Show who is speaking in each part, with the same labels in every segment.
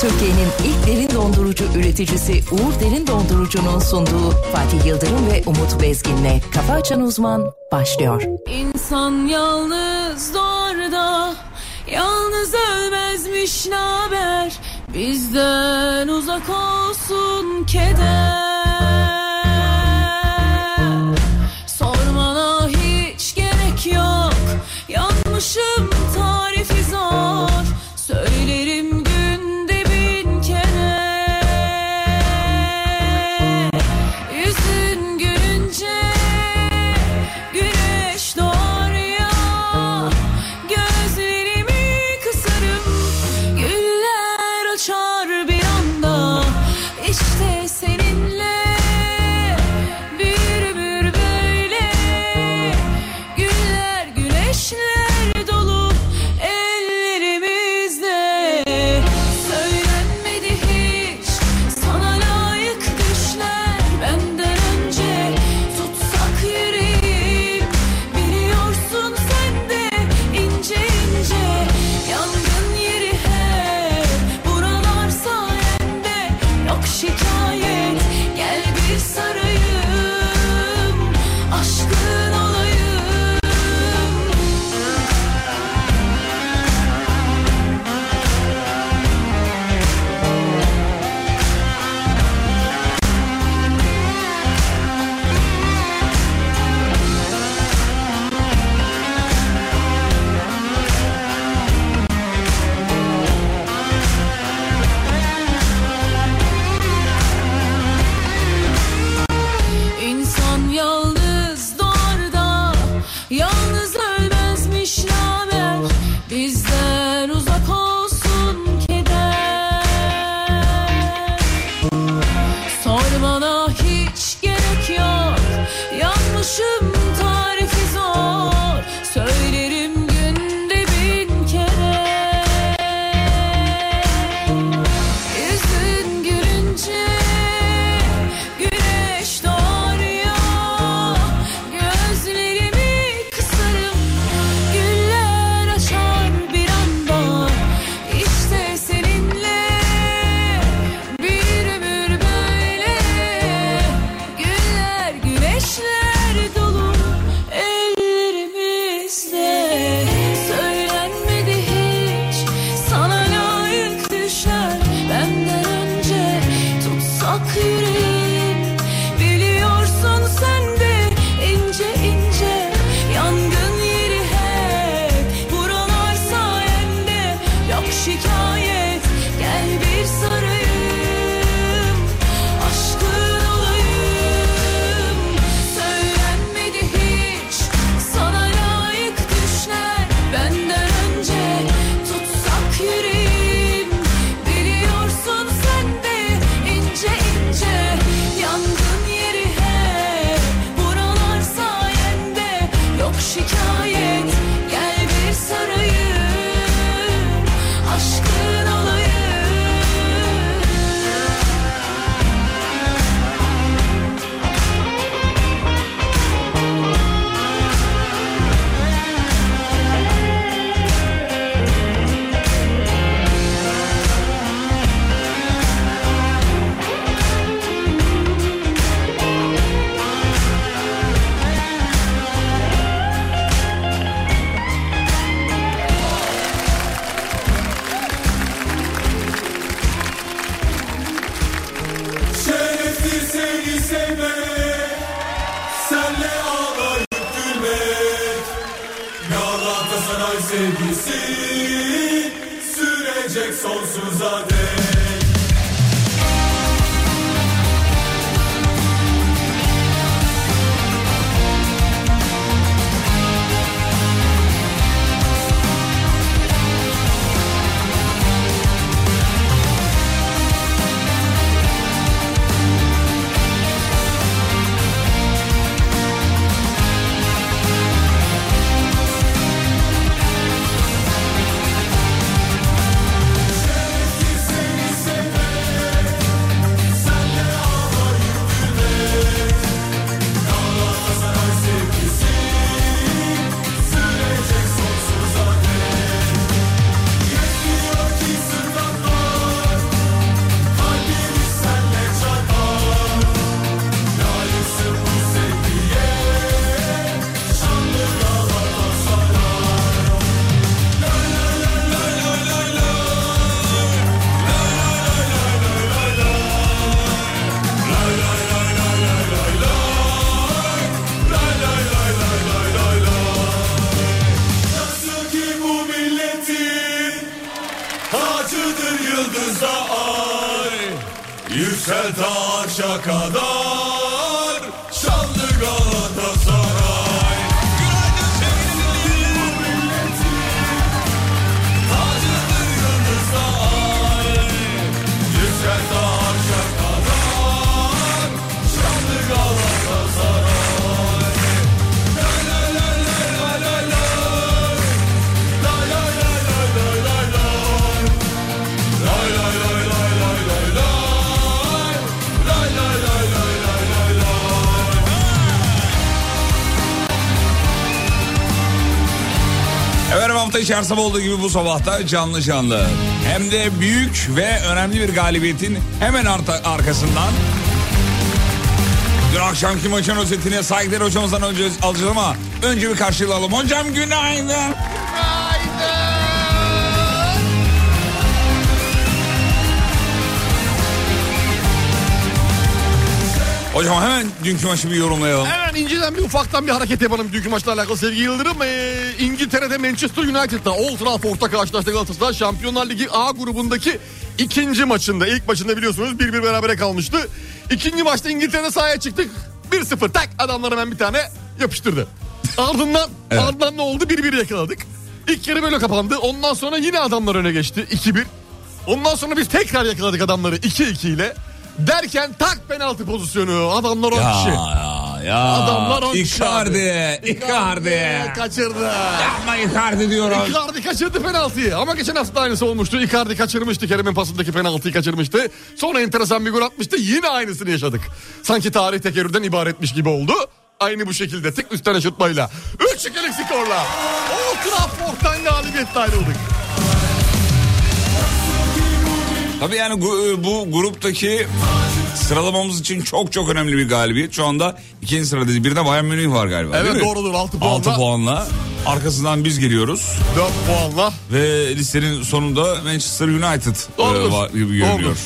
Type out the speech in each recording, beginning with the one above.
Speaker 1: Türkiye'nin ilk derin dondurucu üreticisi Uğur Derin Dondurucu'nun sunduğu Fatih Yıldırım ve Umut Bezgin'le Kafa Açan Uzman başlıyor.
Speaker 2: İnsan yalnız doğar da yalnız ölmezmiş naber bizden uzak olsun keder sormana hiç gerek yok yanmışım tarifi zor söylerim günde bin kere yüzün gülünce Güneş doğar ya Gözlerimi kısarım Güller açar bir anda İşte seninle Bir ömür böyle Güller güneşler dolu Ellerimizde Söylenmedi hiç Sana layık düşler Benden önce tutsak yüreğim Biliyorsun sen de ince ince Yangın yeri hep buralar sayende Yok şikayet gel bir sarayım Aşkın olayım İnsan yalnız doğar da Yalnız ölmezmiş naber Bizden uzak olsun keder Sormana hiç gerek yok Yanmışım tarifi zor Söylerim günde bin kere Yüzün gülünce güneş doğuyor Gözlerimi kısarım güller açar bir anda İşte seninle bir ömür böyle Güller güneşler dolu ellerimizde Söylenmedi hiç sana layık düşler Benden önce tutsak yüreğim Biliyorsun sen de ince ince Yangın yeri hep buralar sayende Yok şikayet gel bir sarayım Aşkın olayım Söylenmedi hiç sana layık düşler Benden önce tutsak yüreğim Biliyorsun sen de ince ince Yangın yeri hep buralar sayende Yok şikayet gel bir sarayım Aşkın olayım
Speaker 3: Şerefsiz seni sevmek Senle ağlayıp gülmek Galatasaray sevgisi Sürecek sonsuza dek Şerefsiz seni Tacıdır yıldızda ay Yüksel taşa kadar Şanlı Galatasaray Günaydın sevgili milletim Tacıdır yıldızda ay Yüksel taşa kadar Şanlı Galatasaray La la la la la la la La la la la la la la Lay lay lay lay lay lay lay Lay lay lay lay lay lay lay
Speaker 4: Efendim hafta içi her sabah olduğu gibi bu sabahta canlı canlı. Hem de büyük ve önemli bir galibiyetin hemen arta, arkasından Dün akşamki maçın özetini Saygıdeğer hocamızdan önce alacağız ama önce bir karşılığı alalım. Hocam günaydın. Hocam hemen dünkü maçı bir yorumlayalım.
Speaker 5: Hemen inceden bir ufaktan bir hareket yapalım dünkü maçla alakalı sevgili Yıldırım. Ee, İngiltere'de Manchester United'da Old Trafford'da karşılaştı Galatasaray Şampiyonlar Ligi A grubundaki ikinci maçında. ilk maçında biliyorsunuz bir bir berabere kalmıştı. İkinci maçta İngiltere'de sahaya çıktık 1-0 tak adamlar hemen bir tane yapıştırdı. Ardından
Speaker 4: Evet.
Speaker 5: ardından ne oldu? 1-1 yakaladık. İlk yarı böyle kapandı. Ondan sonra yine adamlar öne geçti 2-1. Ondan sonra biz tekrar yakaladık adamları 2-2 ile. Derken tak penaltı pozisyonu. Adamlar 10
Speaker 4: Ya,
Speaker 5: kişi.
Speaker 4: ya, ya.
Speaker 5: Adamlar on kişi
Speaker 4: Icardi,
Speaker 5: abi.
Speaker 4: Icardi.
Speaker 5: Kaçırdı.
Speaker 4: Yapma Icardi diyorum.
Speaker 5: Icardi kaçırdı penaltıyı ama geçen hafta aynısı olmuştu. Icardi kaçırmıştı Kerem'in pasındaki penaltıyı kaçırmıştı. Sonra enteresan bir gol atmıştı yine aynısını yaşadık. Sanki tarih tekerrürden ibaretmiş gibi oldu. Aynı bu şekilde tık üstten aşırtmayla. 3-2'lik skorla. Old Trafford'dan galibiyetle ayrıldık.
Speaker 4: Tabii yani gu- e, bu gruptaki sıralamamız için çok çok önemli bir galibiyet. Şu anda ikinci sıradayız. Bir de Bayern Münih var galiba
Speaker 5: Evet,
Speaker 4: değil mi?
Speaker 5: doğrudur. Altı puanla.
Speaker 4: Altı puanla. Arkasından biz geliyoruz.
Speaker 5: 4 puanla.
Speaker 4: Ve listenin sonunda Manchester United e,
Speaker 5: Doğrudur.
Speaker 4: var gibi görünüyor.
Speaker 5: Doğrudur.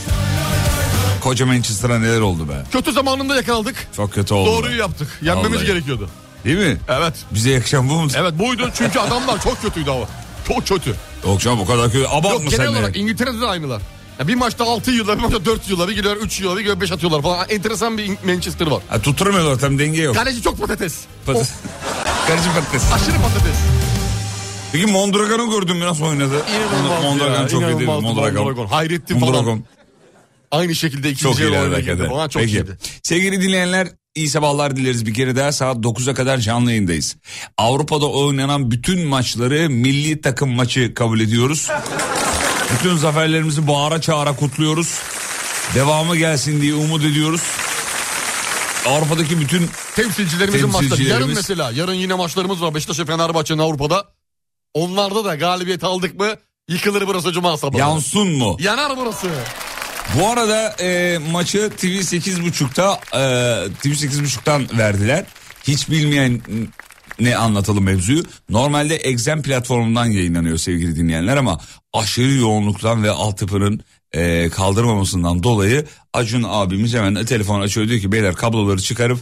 Speaker 4: Koca Manchester'a neler oldu be.
Speaker 5: Kötü zamanında yakaladık.
Speaker 4: Çok kötü oldu.
Speaker 5: Doğruyu yaptık. Yenmemiz
Speaker 4: Vallahi.
Speaker 5: gerekiyordu.
Speaker 4: Değil mi?
Speaker 5: Evet.
Speaker 4: Bize yakışan bu mu?
Speaker 5: Evet buydu çünkü adamlar çok kötüydü ama. Çok kötü.
Speaker 4: Yok canım o kadar kötü. Ee, Abartma
Speaker 5: Yok
Speaker 4: sen
Speaker 5: genel
Speaker 4: de.
Speaker 5: olarak İngiltere'de de aynılar. Ya bir maçta 6 yıllar, bir maçta 4 yıllar, bir gidiyorlar 3 yıllar, bir gidiyorlar 5 atıyorlar falan. Enteresan bir İng- Manchester var.
Speaker 4: Ha, tutturmuyorlar tam denge yok.
Speaker 5: Kaleci çok patates. Oh.
Speaker 4: Patates. Karıcı patates.
Speaker 5: O aşırı patates.
Speaker 4: Peki Mondragon'u gördün mü nasıl oynadı?
Speaker 5: İnanılmaz
Speaker 4: Mondragon
Speaker 5: ya,
Speaker 4: çok iyiydi.
Speaker 5: inanılmazdı
Speaker 4: Mondragon.
Speaker 5: Mondragon. Hayrettin falan.
Speaker 4: Mondragon.
Speaker 5: Aynı şekilde
Speaker 4: Çok
Speaker 5: ikinci
Speaker 4: iyi
Speaker 5: yarı oyuna
Speaker 4: hareket
Speaker 5: girdi
Speaker 4: eder.
Speaker 5: falan. Çok
Speaker 4: Peki.
Speaker 5: iyiydi.
Speaker 4: Sevgili dinleyenler iyi sabahlar dileriz. Bir kere daha saat 9'a kadar canlı yayındayız. Avrupa'da oynanan bütün maçları milli takım maçı kabul ediyoruz. bütün zaferlerimizi bağıra çağıra kutluyoruz. Devamı gelsin diye umut ediyoruz. Avrupa'daki bütün
Speaker 5: Temsilcilerimizin maçları. Yarın
Speaker 4: Temsilcilerimiz-
Speaker 5: mesela, yarın yine maçlarımız var. Beşiktaş ve Fenerbahçe'nin Avrupa'da. Onlarda da galibiyet aldık mı yıkılır burası cuma sabahı.
Speaker 4: yansın mı?
Speaker 5: Yanar burası.
Speaker 4: Bu arada e, maçı TV 8.30'da e, TV 8.30'dan verdiler. Hiç bilmeyen ne anlatalım mevzuyu. Normalde Exem platformundan yayınlanıyor sevgili dinleyenler ama aşırı yoğunluktan ve altyapının e, kaldırmamasından dolayı Acun abimiz hemen telefon açıyor diyor ki beyler kabloları çıkarıp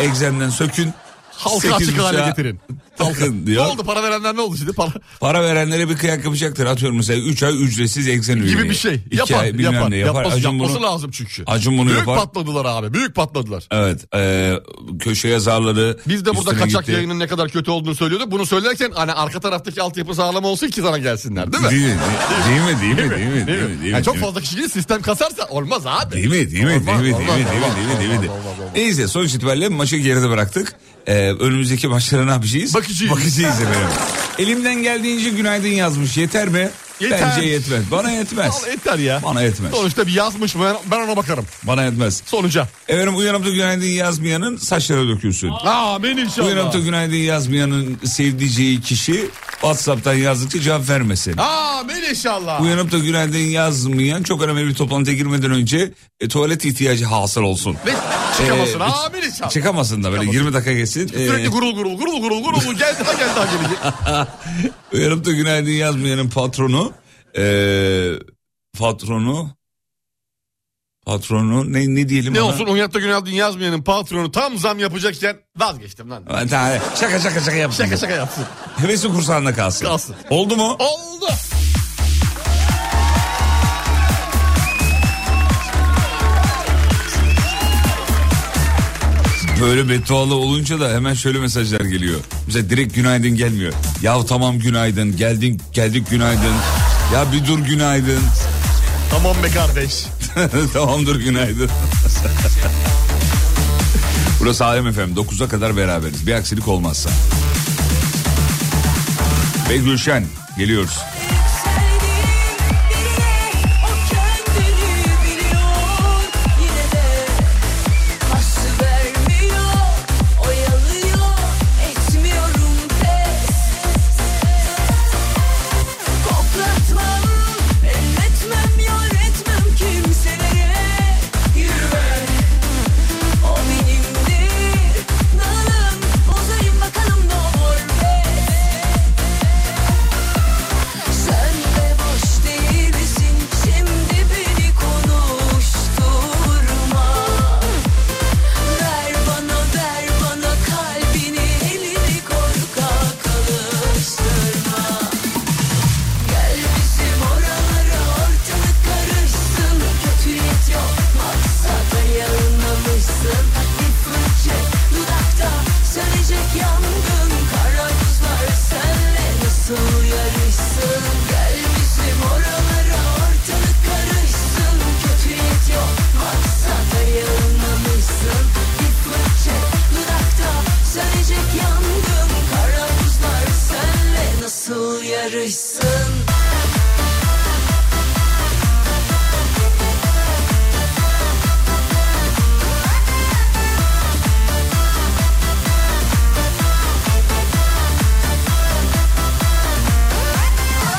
Speaker 4: e, Exem'den sökün.
Speaker 5: Halka açık hale
Speaker 4: 8.30'a
Speaker 5: getirin.
Speaker 4: Takın
Speaker 5: Ne
Speaker 4: diyor.
Speaker 5: oldu para verenler ne oldu şimdi? Para...
Speaker 4: Para verenlere bir kıyak yapacaktır. Atıyorum mesela 3 ay ücretsiz Exem
Speaker 5: gibi
Speaker 4: üyeliği.
Speaker 5: bir şey.
Speaker 4: İki
Speaker 5: Yapar,
Speaker 4: ay bilmem
Speaker 5: yapar.
Speaker 4: ne yapar.
Speaker 5: Yapması,
Speaker 4: Acun
Speaker 5: yapması
Speaker 4: bunu-
Speaker 5: lazım çünkü.
Speaker 4: Acun bunu
Speaker 5: Büyük
Speaker 4: yapar.
Speaker 5: patladılar abi. Büyük patladılar.
Speaker 4: Evet e, köşe yazarları
Speaker 5: Biz de burada
Speaker 4: üstüne
Speaker 5: kaçak
Speaker 4: gitti.
Speaker 5: yayının ne kadar kötü olduğunu söylüyorduk. Bunu söylerken hani arka taraftaki altyapı sağlam olsun ki sana gelsinler değil mi?
Speaker 4: Değil mi? Değil mi? Değil mi? Değil mi? Değil mi? Değil mi? Değil mi?
Speaker 5: Yani çok fazla kişiyi sistem kasarsa olmaz abi.
Speaker 4: Değil mi? Değil mi? Değil mi? Değil mi?
Speaker 5: Olmaz,
Speaker 4: Değil mi?
Speaker 5: olmaz,
Speaker 4: Değil mi?
Speaker 5: olmaz,
Speaker 4: Değil mi? Değil mi?
Speaker 5: olmaz,
Speaker 4: Değil mi?
Speaker 5: olmaz, olmaz.
Speaker 4: Neyse sonuç itibariyle maçı geride bıraktık. E, önümüzdeki maçlara ne yapacağız?
Speaker 5: Bakıcıyız.
Speaker 4: Bakıcıyız efendim. Elimden geldiğince günaydın yazmış. Yeter mi?
Speaker 5: Yeter.
Speaker 4: Bence yetmez. Bana yetmez.
Speaker 5: Al, Yeter ya.
Speaker 4: Bana yetmez.
Speaker 5: Sonuçta bir yazmış mı ben- ben ona bakarım.
Speaker 4: Bana yetmez.
Speaker 5: Sonuca.
Speaker 4: Efendim uyanıp da günaydın yazmayanın saçları dökülsün.
Speaker 5: Amin
Speaker 4: Uyanıp da
Speaker 5: inşallah.
Speaker 4: günaydın yazmayanın sevdiceği kişi WhatsApp'tan yazdıkça cevap vermesin.
Speaker 5: Amin inşallah.
Speaker 4: Uyanıp da günaydın yazmayan çok önemli bir toplantıya girmeden önce e, tuvalet ihtiyacı hasıl olsun.
Speaker 5: Ve çıkamasın.
Speaker 4: Ee,
Speaker 5: Amin inşallah.
Speaker 4: Çıkamasın da böyle 20 dakika geçsin.
Speaker 5: Sürekli
Speaker 4: E,
Speaker 5: gurul gurul gurul gurul gurul gel daha gel daha gelecek.
Speaker 4: uyanıp da E, günaydın yazmayanın patronu e, patronu patronu ne ne diyelim
Speaker 5: Ne
Speaker 4: ona?
Speaker 5: olsun Unyatta Günaydın yazmayanın patronu tam zam yapacakken vazgeçtim lan.
Speaker 4: Ha, tamam, Şaka şaka şaka yapsın.
Speaker 5: Şaka şaka yapsın.
Speaker 4: Hevesi kursağında kalsın.
Speaker 5: Kalsın.
Speaker 4: Oldu mu?
Speaker 5: Oldu.
Speaker 4: böyle beddualı olunca da hemen şöyle mesajlar geliyor. Mesela direkt günaydın gelmiyor. Ya tamam günaydın geldin geldik günaydın. Ya bir dur günaydın.
Speaker 5: Tamam be kardeş.
Speaker 4: Tamamdır günaydın. Burası Alem FM 9'a kadar beraberiz. Bir aksilik olmazsa. Ve Gülşen geliyoruz.
Speaker 2: Sevdiğim bile o kendini biliyor yine de Hakkı vermiyor, oyalıyor, etmiyorum pes Koklatmam, elletmem, yar etmem kimselere Yürüme, o benimdir Nalım, bozayım bakalım ne olur be sen de boş değilsin şimdi beni konuşturma Ver bana ver bana kalbini elini korkak alıştırma Gel bizim oralara ortalık karışsın Kötü niyet yok maksada yanılmamışsın Bir fırça dudakta sönecek yangın Kara buzlar senle nasıl yarışsın Gel bizim oralara ortalık karışsın Kötü niyet yok maksada yanılmamışsın Bir fırça dudakta sönecek yangın Kara buzlar senle nasıl yarışsın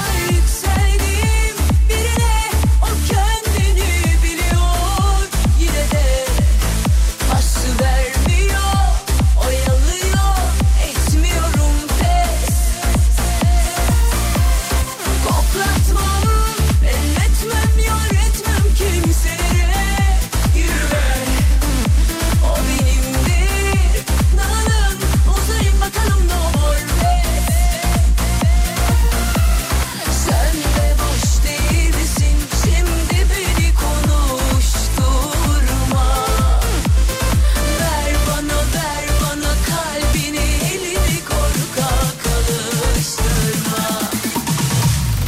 Speaker 2: Ay yükseldim birine o kendini biliyor yine de Hakkı vermiyor oyalıyor etmiyorum pes Koklatmam elletmem yar etmem kimselere yürüme o benimdir nalım uzayım bakalım ne olur be sen de boş değilsin şimdi beni konuşturma Ver bana ver bana kalbini elini korkak alıştırma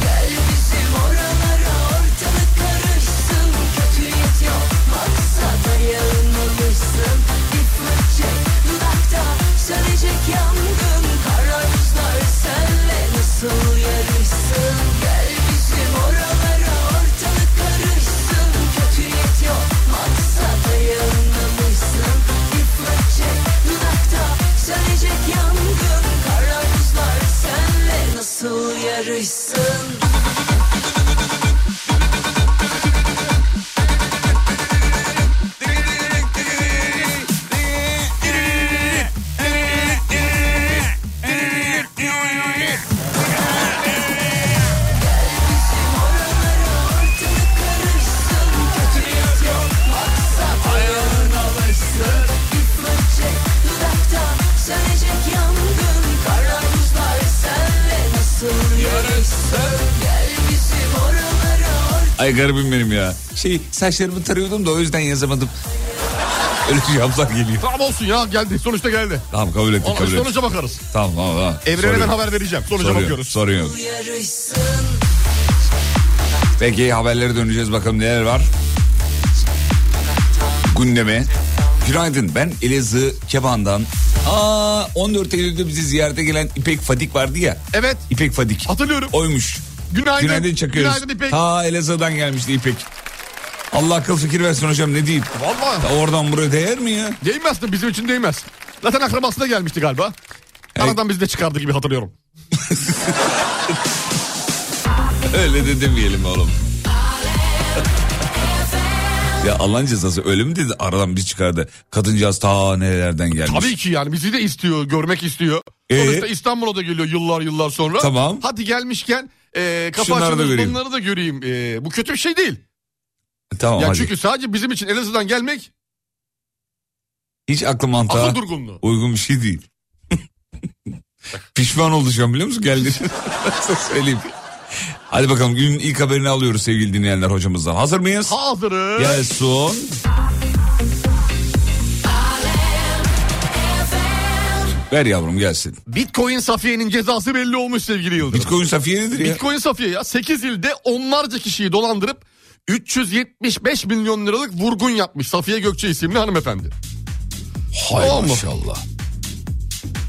Speaker 2: Gel bizim oralara ortalık karışsın Kötü niyet yok maksada yanılmamışsın Bir fırça dudakta sönecek yangın Kara rüzgar senle nasıl yarışsın Gel bizim oralara ortalık karışsın Kötü niyet yok maksada yanılmamışsın Bir fırça dudakta sönecek yangın Kara rüzgar senle nasıl yarışsın Dudakta sönecek yangın Kara buzlar senle nasıl yarışsın Gel bizim oralara
Speaker 4: Ay garibim benim ya. Şey saçlarımı tarıyordum da o yüzden yazamadım. Öyle cevaplar geliyor.
Speaker 5: Tamam olsun ya geldi sonuçta geldi.
Speaker 4: Tamam kabul ettik
Speaker 5: Ona-
Speaker 4: kabul ettik.
Speaker 5: sonuca bakarız.
Speaker 4: Tamam tamam. tamam.
Speaker 5: Evrene
Speaker 4: Sorun
Speaker 5: ben
Speaker 4: yok.
Speaker 5: haber vereceğim. Sonuca
Speaker 4: Sorun yok,
Speaker 5: bakıyoruz.
Speaker 4: Sorun yok.
Speaker 2: or- yarışsın
Speaker 4: Peki haberlere döneceğiz bakalım neler var. Gündeme. Günaydın ben Elazığ Keban'dan. Aa 14 Eylül'de bizi ziyarete gelen İpek Fadik vardı ya.
Speaker 5: Evet
Speaker 4: İpek Fadik.
Speaker 5: hatırlıyorum.
Speaker 4: Oymuş.
Speaker 5: Günaydın.
Speaker 4: Günaydın çakıyoruz.
Speaker 5: Günaydın İpek.
Speaker 4: Ta Elazığ'dan gelmişti İpek. Allah akıl fikir versin hocam ne diyeyim.
Speaker 5: Vallahi.
Speaker 4: Ta Oradan buraya değer mi ya?
Speaker 5: Değmez de bizim için değmez. Zaten akrabası da gelmişti galiba.
Speaker 4: E-
Speaker 5: Aradan bizi de çıkardı gibi hatırlıyorum.
Speaker 4: Öyle de demeyelim oğlum. ya Allah'ın cezası öyle mi dedi aradan bir çıkardı. Kadıncağız ta nerelerden gelmiş.
Speaker 5: Tabii ki yani bizi de istiyor, görmek istiyor.
Speaker 4: Ee?
Speaker 5: Sonuçta İstanbul'a da geliyor yıllar yıllar sonra.
Speaker 4: Tamam.
Speaker 5: Hadi gelmişken e, kafa
Speaker 4: Şunları da
Speaker 5: açınız,
Speaker 4: göreyim.
Speaker 5: bunları da göreyim. E, bu kötü bir şey değil.
Speaker 4: E, Tamam
Speaker 5: ya
Speaker 4: hadi.
Speaker 5: çünkü sadece bizim için Elazığ'dan gelmek
Speaker 4: Hiç aklı mantığa
Speaker 5: akıl durgunluğu.
Speaker 4: uygun bir şey değil. Pişman oldu şu an biliyor musun? Geldi. Nasıl söyleyeyim. Hadi bakalım günün ilk haberini alıyoruz sevgili dinleyenler hocamızdan. Hazır mıyız?
Speaker 5: Hazırız.
Speaker 4: Gelsin. Ver yavrum gelsin.
Speaker 5: Bitcoin Safiye'nin cezası belli olmuş sevgili Yıldırım.
Speaker 4: Bitcoin safiyedir ya.
Speaker 5: Bitcoin Safiye ya 8 ilde onlarca kişiyi dolandırıp 375 milyon liralık vurgun yapmış Safiye Gökçe isimli hanımefendi.
Speaker 4: Hay
Speaker 5: Tamam mı?
Speaker 4: maşallah.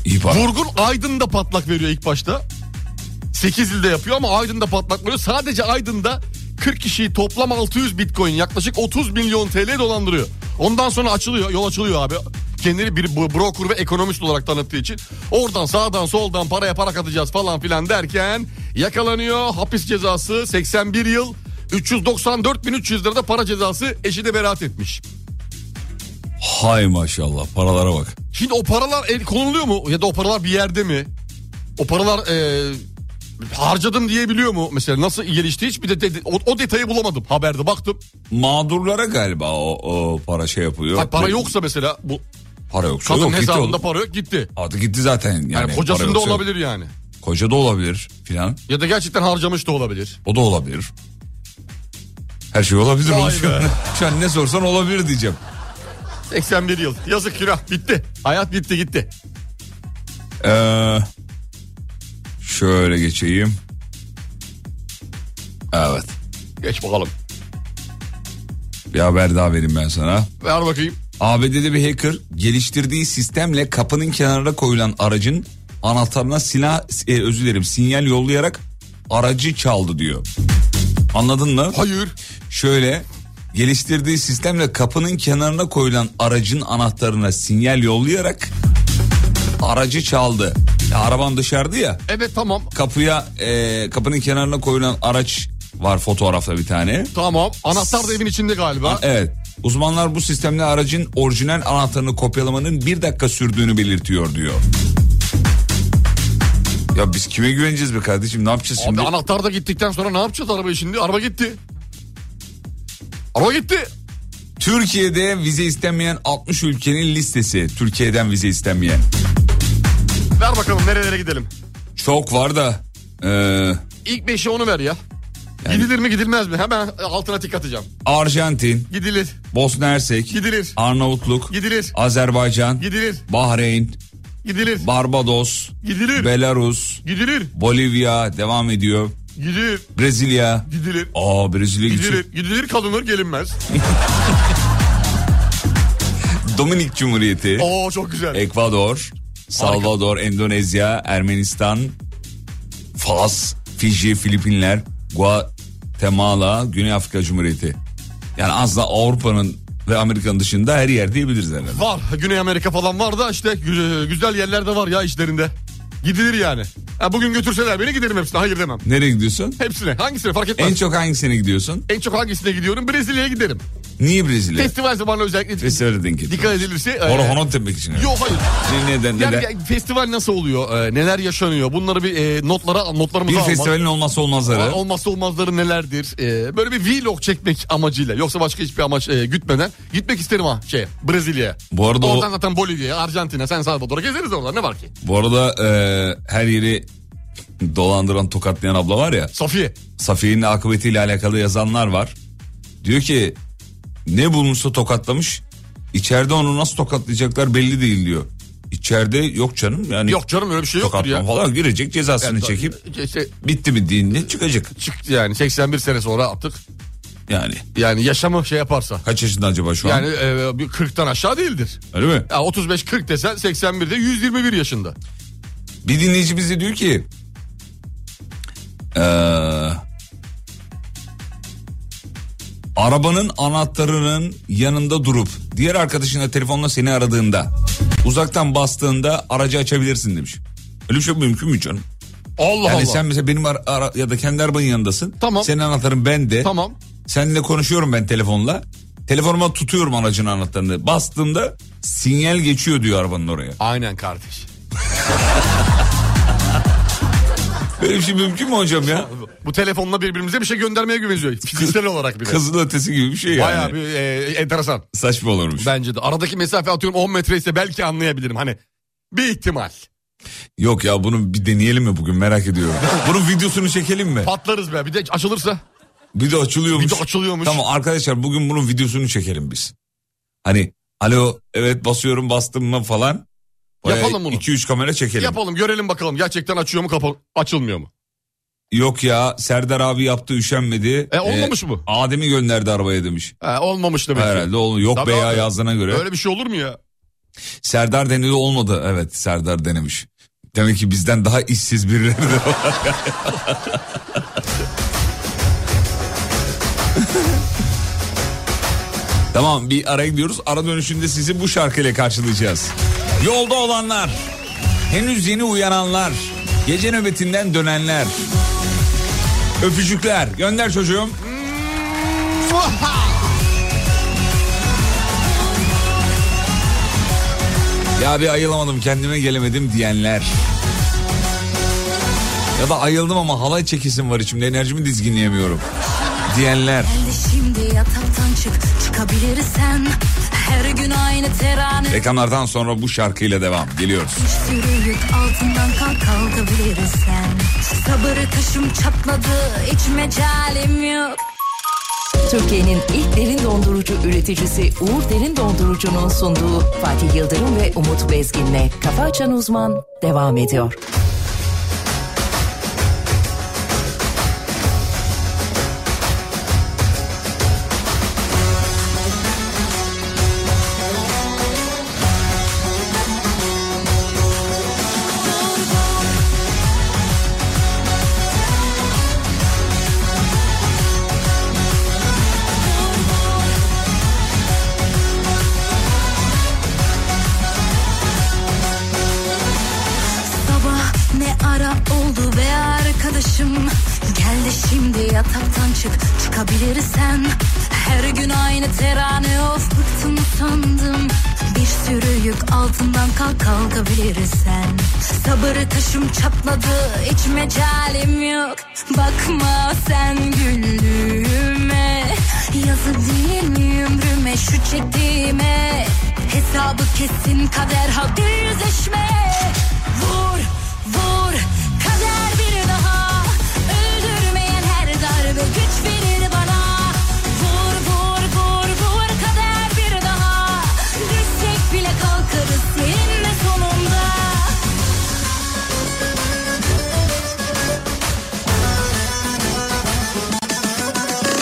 Speaker 4: İyi para.
Speaker 5: Vurgun Aydın'da patlak veriyor ilk başta. 8 ilde yapıyor ama Aydın'da patlak veriyor. Sadece Aydın'da 40 kişiyi toplam 600 bitcoin yaklaşık 30 milyon TL dolandırıyor. Ondan sonra açılıyor yol açılıyor abi. Kendini bir bu- broker ve ekonomist olarak tanıttığı için. Oradan sağdan soldan paraya para katacağız falan filan derken yakalanıyor. Hapis cezası 81 yıl 394.300 lirada para cezası eşine beraat etmiş.
Speaker 4: Hay maşallah paralara bak.
Speaker 5: Şimdi o paralar el konuluyor mu? Ya da o paralar bir yerde mi? O paralar e, harcadım diyebiliyor mu? Mesela nasıl gelişti hiç bir de, de- o, o detayı bulamadım. Haberde baktım.
Speaker 4: Mağdurlara galiba o, o para şey yapılıyor.
Speaker 5: Hayır, para yoksa mesela bu
Speaker 4: Para yoksa
Speaker 5: kadın
Speaker 4: yok gitti
Speaker 5: hesabında
Speaker 4: oğlum.
Speaker 5: para yok gitti.
Speaker 4: Adı gitti zaten. Yani,
Speaker 5: Yani,
Speaker 4: para
Speaker 5: kocasında
Speaker 4: yoksa yok.
Speaker 5: olabilir yani.
Speaker 4: Koca da olabilir filan.
Speaker 5: Ya da gerçekten harcamış da olabilir.
Speaker 4: O da olabilir. Her şey olabilir.
Speaker 5: Vay
Speaker 4: oğlum. Şu
Speaker 5: be.
Speaker 4: an, şu an ne sorsan olabilir diyeceğim.
Speaker 5: 81 yıl. Yazık günah bitti. Hayat bitti gitti.
Speaker 4: Ee, şöyle geçeyim. Evet.
Speaker 5: Geç bakalım.
Speaker 4: Bir haber daha vereyim ben sana.
Speaker 5: Ver bakayım.
Speaker 4: ABD'de bir hacker geliştirdiği sistemle kapının kenarına koyulan aracın anahtarına silah e, özür dilerim sinyal yollayarak aracı çaldı diyor. Anladın mı?
Speaker 5: Hayır.
Speaker 4: Şöyle geliştirdiği sistemle kapının kenarına koyulan aracın anahtarına sinyal yollayarak aracı çaldı. Ya, araban dışarıda ya
Speaker 5: Evet tamam.
Speaker 4: kapıya e, kapının kenarına koyulan araç var fotoğrafta bir tane.
Speaker 5: Tamam. Anahtar da evin içinde galiba.
Speaker 4: Evet. Uzmanlar bu sistemle aracın orijinal anahtarını kopyalamanın bir dakika sürdüğünü belirtiyor diyor. Ya biz kime güveneceğiz be kardeşim ne yapacağız
Speaker 5: Abi
Speaker 4: şimdi?
Speaker 5: anahtar da gittikten sonra ne yapacağız arabayı şimdi? Araba gitti. Araba gitti.
Speaker 4: Türkiye'de vize istenmeyen 60 ülkenin listesi. Türkiye'den vize istenmeyen.
Speaker 5: Ver bakalım nerelere gidelim.
Speaker 4: Çok var da. e,
Speaker 5: İlk beşi onu ver ya. Gidilir mi gidilmez mi? Hemen altına tik atacağım.
Speaker 4: Arjantin,
Speaker 5: Gidilir,
Speaker 4: Bosna Hersek,
Speaker 5: gidilir,
Speaker 4: Arnavutluk,
Speaker 5: gidilir,
Speaker 4: Azerbaycan,
Speaker 5: gidilir,
Speaker 4: Bahreyn,
Speaker 5: gidilir,
Speaker 4: Barbados,
Speaker 5: gidilir,
Speaker 4: Belarus,
Speaker 5: gidilir,
Speaker 4: Bolivya devam ediyor.
Speaker 5: gidilir,
Speaker 4: Brezilya.
Speaker 5: gidilir,
Speaker 4: Aa Brezilya gidiyor.
Speaker 5: gidilir, gidilir kalınır gelinmez.
Speaker 4: Dominik Cumhuriyeti.
Speaker 5: Oo çok güzel.
Speaker 4: Ekvador. Salvador, Endonezya, Ermenistan, Fas, Fiji, Filipinler, Guatemala, Güney Afrika Cumhuriyeti. Yani aslında Avrupa'nın ve Amerika'nın dışında her yer diyebiliriz herhalde.
Speaker 5: Var Güney Amerika falan var da işte gü- güzel yerler de var ya işlerinde. Gidilir yani. Ha, bugün götürseler beni giderim hepsine hayır demem.
Speaker 4: Nereye gidiyorsun?
Speaker 5: Hepsine hangisine fark etmez.
Speaker 4: En çok hangisine gidiyorsun?
Speaker 5: En çok hangisine gidiyorum? Brezilya'ya giderim.
Speaker 4: Niye Brezilya?
Speaker 5: Festival zamanı özellikle
Speaker 4: Festivale denk getirdim.
Speaker 5: dikkat edilirse. e,
Speaker 4: Hora honot demek için.
Speaker 5: Yok hayır.
Speaker 4: Ne- Neden?
Speaker 5: Yani,
Speaker 4: neden?
Speaker 5: yani festival nasıl oluyor? e, neler yaşanıyor? Bunları bir e, notlara notlarımıza
Speaker 4: Bir
Speaker 5: almak.
Speaker 4: festivalin olmazsa olmazları.
Speaker 5: Ol- Olmazsa olmazları nelerdir? E, böyle bir vlog çekmek amacıyla. Yoksa başka hiçbir amaç e, gütmeden. Gitmek isterim ha şeye Brezilya'ya.
Speaker 4: Bu arada o-
Speaker 5: Oradan zaten Bolivya'ya, Arjantin'e, San Salvador'a gezeriz oralar ne var ki?
Speaker 4: Bu arada e, her yeri dolandıran tokatlayan abla var ya.
Speaker 5: Safiye.
Speaker 4: Safiye'nin akıbetiyle alakalı yazanlar var. Diyor ki ne bulmuşsa tokatlamış. İçeride onu nasıl tokatlayacaklar belli değil diyor. İçeride yok canım yani.
Speaker 5: Yok canım öyle bir şey yoktur
Speaker 4: Tokatlama
Speaker 5: ya. e,
Speaker 4: falan girecek cezasını çekip
Speaker 5: İşte
Speaker 4: bitti mi dinle çıkacak.
Speaker 5: çıktı yani 81 sene sonra artık
Speaker 4: Yani
Speaker 5: yani yaşamı şey yaparsa.
Speaker 4: kaç yaşında acaba şu
Speaker 5: Yani
Speaker 4: an?
Speaker 5: e, bir 40'tan aşağı değildir.
Speaker 4: Öyle mi?
Speaker 5: Ya 35-40 desen 81'de 121 yaşında.
Speaker 4: Bir dinleyici bize diyor ki eee, arabanın anahtarının yanında durup diğer arkadaşına telefonla seni aradığında uzaktan bastığında aracı açabilirsin demiş. Öyle bir şey mümkün mü canım?
Speaker 5: Allah
Speaker 4: Yani
Speaker 5: Allah.
Speaker 4: sen mesela benim ara- ara- ya da kendi arabanın yanındasın.
Speaker 5: Tamam.
Speaker 4: Senin anahtarın bende.
Speaker 5: Tamam.
Speaker 4: Seninle konuşuyorum ben telefonla. Telefonuma tutuyorum aracın anahtarını. Bastığımda sinyal geçiyor diyor arabanın oraya.
Speaker 5: Aynen kardeş.
Speaker 4: Böyle bir şey mümkün mü hocam ya?
Speaker 5: Bu telefonla birbirimize bir şey göndermeye güveniyor. Fiziksel olarak bile.
Speaker 4: Kızıl ötesi gibi bir şey yani.
Speaker 5: Bayağı bir e, enteresan.
Speaker 4: Saçma olurmuş.
Speaker 5: Bence de. Aradaki mesafe atıyorum 10 metre ise belki anlayabilirim. Hani bir ihtimal.
Speaker 4: Yok ya bunu bir deneyelim mi bugün merak ediyorum. Bunun videosunu çekelim mi?
Speaker 5: Patlarız be. Bir de açılırsa.
Speaker 4: Bir de açılıyormuş.
Speaker 5: Bir de açılıyormuş.
Speaker 4: Tamam arkadaşlar bugün bunun videosunu çekelim biz. Hani alo evet basıyorum bastım mı falan.
Speaker 5: Yapalım bunu.
Speaker 4: 2-3 kamera çekelim.
Speaker 5: Yapalım görelim bakalım gerçekten açıyor mu kapalı açılmıyor mu?
Speaker 4: Yok ya Serdar abi yaptı üşenmedi.
Speaker 5: E, olmamış mı?
Speaker 4: Adem'i gönderdi arabaya demiş.
Speaker 5: He, olmamış demek ki.
Speaker 4: Herhalde ol- yok
Speaker 5: Tabii
Speaker 4: be ya
Speaker 5: abi.
Speaker 4: yazdığına göre.
Speaker 5: Öyle bir şey olur mu ya?
Speaker 4: Serdar denedi olmadı. Evet Serdar denemiş. Demek ki bizden daha işsiz birileri de var. tamam bir ara gidiyoruz. Ara dönüşünde sizi bu şarkıyla karşılayacağız. Yolda olanlar, henüz yeni uyananlar, gece nöbetinden dönenler. Öpücükler gönder çocuğum. Ya bir ayılamadım kendime gelemedim diyenler. Ya da ayıldım ama halay çekisim var içimde enerjimi dizginleyemiyorum diyenler.
Speaker 6: Gel de şimdi yataktan çık çıkabilirsen Her gün aynı terane
Speaker 4: Reklamlardan sonra bu şarkıyla devam geliyoruz.
Speaker 6: Bir sürü yük altından kalk kalkabilirsen Sabır taşım çatladı hiç mecalim yok
Speaker 1: Türkiye'nin ilk derin dondurucu üreticisi Uğur Derin Dondurucu'nun sunduğu Fatih Yıldırım ve Umut Bezgin'le Kafa Açan Uzman devam ediyor.
Speaker 6: Sabah ne ara oldu be arkadaşım Gel de şimdi yataktan çık çıkabilirsen Her gün aynı terane of bıktım sandım Bir sürü yük altından kalk kalkabilirsen Sabır taşım çatladı hiç mecalim yok Bakma sen güllüğüme Yazı değil ömrüme şu çektiğime Hesabı kesin kader hak yüzleşme Vur vur kader bir daha Öldürmeyen her darbe güç verir bana Vur vur vur vur kader bir daha Düşsek bile kalkarız seninle sonunda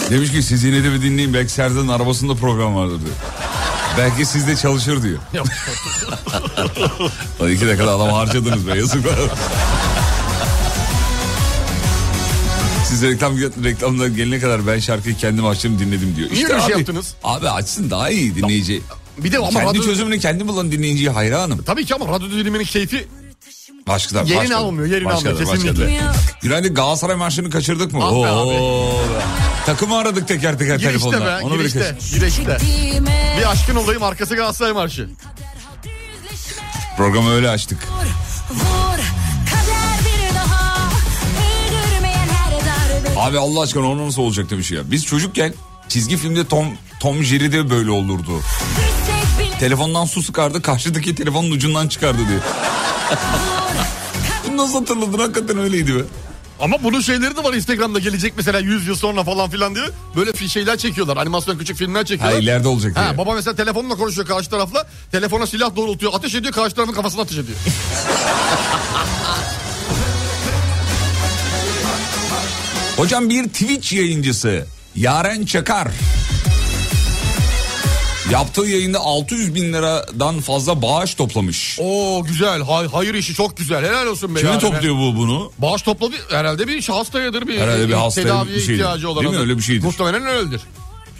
Speaker 4: Demiş ki siz yine de bir dinleyin belki Serdar'ın arabasında program vardır diyor. Belki sizde çalışır diyor. Lan iki dakikada adam harcadınız be yazıklar. Siz reklam reklamlar gelene kadar ben şarkıyı kendim açtım dinledim diyor.
Speaker 5: Niye öyle şey yaptınız?
Speaker 4: Abi açsın daha iyi dinleyici.
Speaker 5: Bir de ama
Speaker 4: kendi
Speaker 5: radyo-
Speaker 4: çözümünü kendi bulan dinleyiciye hayranım.
Speaker 5: Tabii ki ama radyo diliminin keyfi
Speaker 4: Başkadan,
Speaker 5: Yerini
Speaker 4: başkadan,
Speaker 5: almıyor, yerini almıyor, kesinlikle.
Speaker 4: Günaydın Galatasaray maçını kaçırdık mı?
Speaker 5: Ah be
Speaker 4: Oo.
Speaker 5: abi.
Speaker 4: Takımı aradık teker teker
Speaker 5: girişte
Speaker 4: telefonda.
Speaker 5: be
Speaker 4: bir
Speaker 5: girişte,
Speaker 4: kaç-
Speaker 5: girişte.
Speaker 6: Çektiğime
Speaker 5: Bir aşkın olayım arkası Galatasaray Marşı.
Speaker 4: Programı öyle açtık.
Speaker 6: Vur, vur kader bir daha Öldürmeyen her darbe
Speaker 4: Abi Allah aşkına onun nasıl olacak demiş ya. Biz çocukken çizgi filmde Tom Tom Jerry'de böyle olurdu.
Speaker 6: Düşsek bile
Speaker 4: Telefondan su sıkardı karşıdaki telefonun ucundan çıkardı diyor. Bunu nasıl hatırladın hakikaten öyleydi be.
Speaker 5: Ama bunun şeyleri de var Instagram'da gelecek mesela 100 yıl sonra falan filan diye. Böyle fi- şeyler çekiyorlar. Animasyon küçük filmler
Speaker 4: Ha
Speaker 5: çekiyorlar.
Speaker 4: ileride olacak
Speaker 5: Ha,
Speaker 4: diyor.
Speaker 5: baba mesela telefonla konuşuyor karşı tarafla. Telefona silah doğrultuyor. Ateş ediyor karşı tarafın kafasına ateş ediyor.
Speaker 7: Ah
Speaker 4: Hocam bir Twitch yayıncısı Yaren Çakar. Yaptığı yayında 600 bin liradan fazla bağış toplamış.
Speaker 5: Oo güzel. Hay- hayır işi çok güzel. Helal olsun be.
Speaker 4: Kimi
Speaker 5: yani.
Speaker 4: topluyor bu bunu?
Speaker 5: Bağış topladı herhalde bir hastayadır bir
Speaker 4: Herhalde bir hastaya
Speaker 5: tedaviye
Speaker 4: bir şeydir.
Speaker 5: ihtiyacı olan.
Speaker 4: Değil mi?
Speaker 5: adam.
Speaker 4: Öyle bir şey şeydir.
Speaker 5: Muhtemelen öyledir.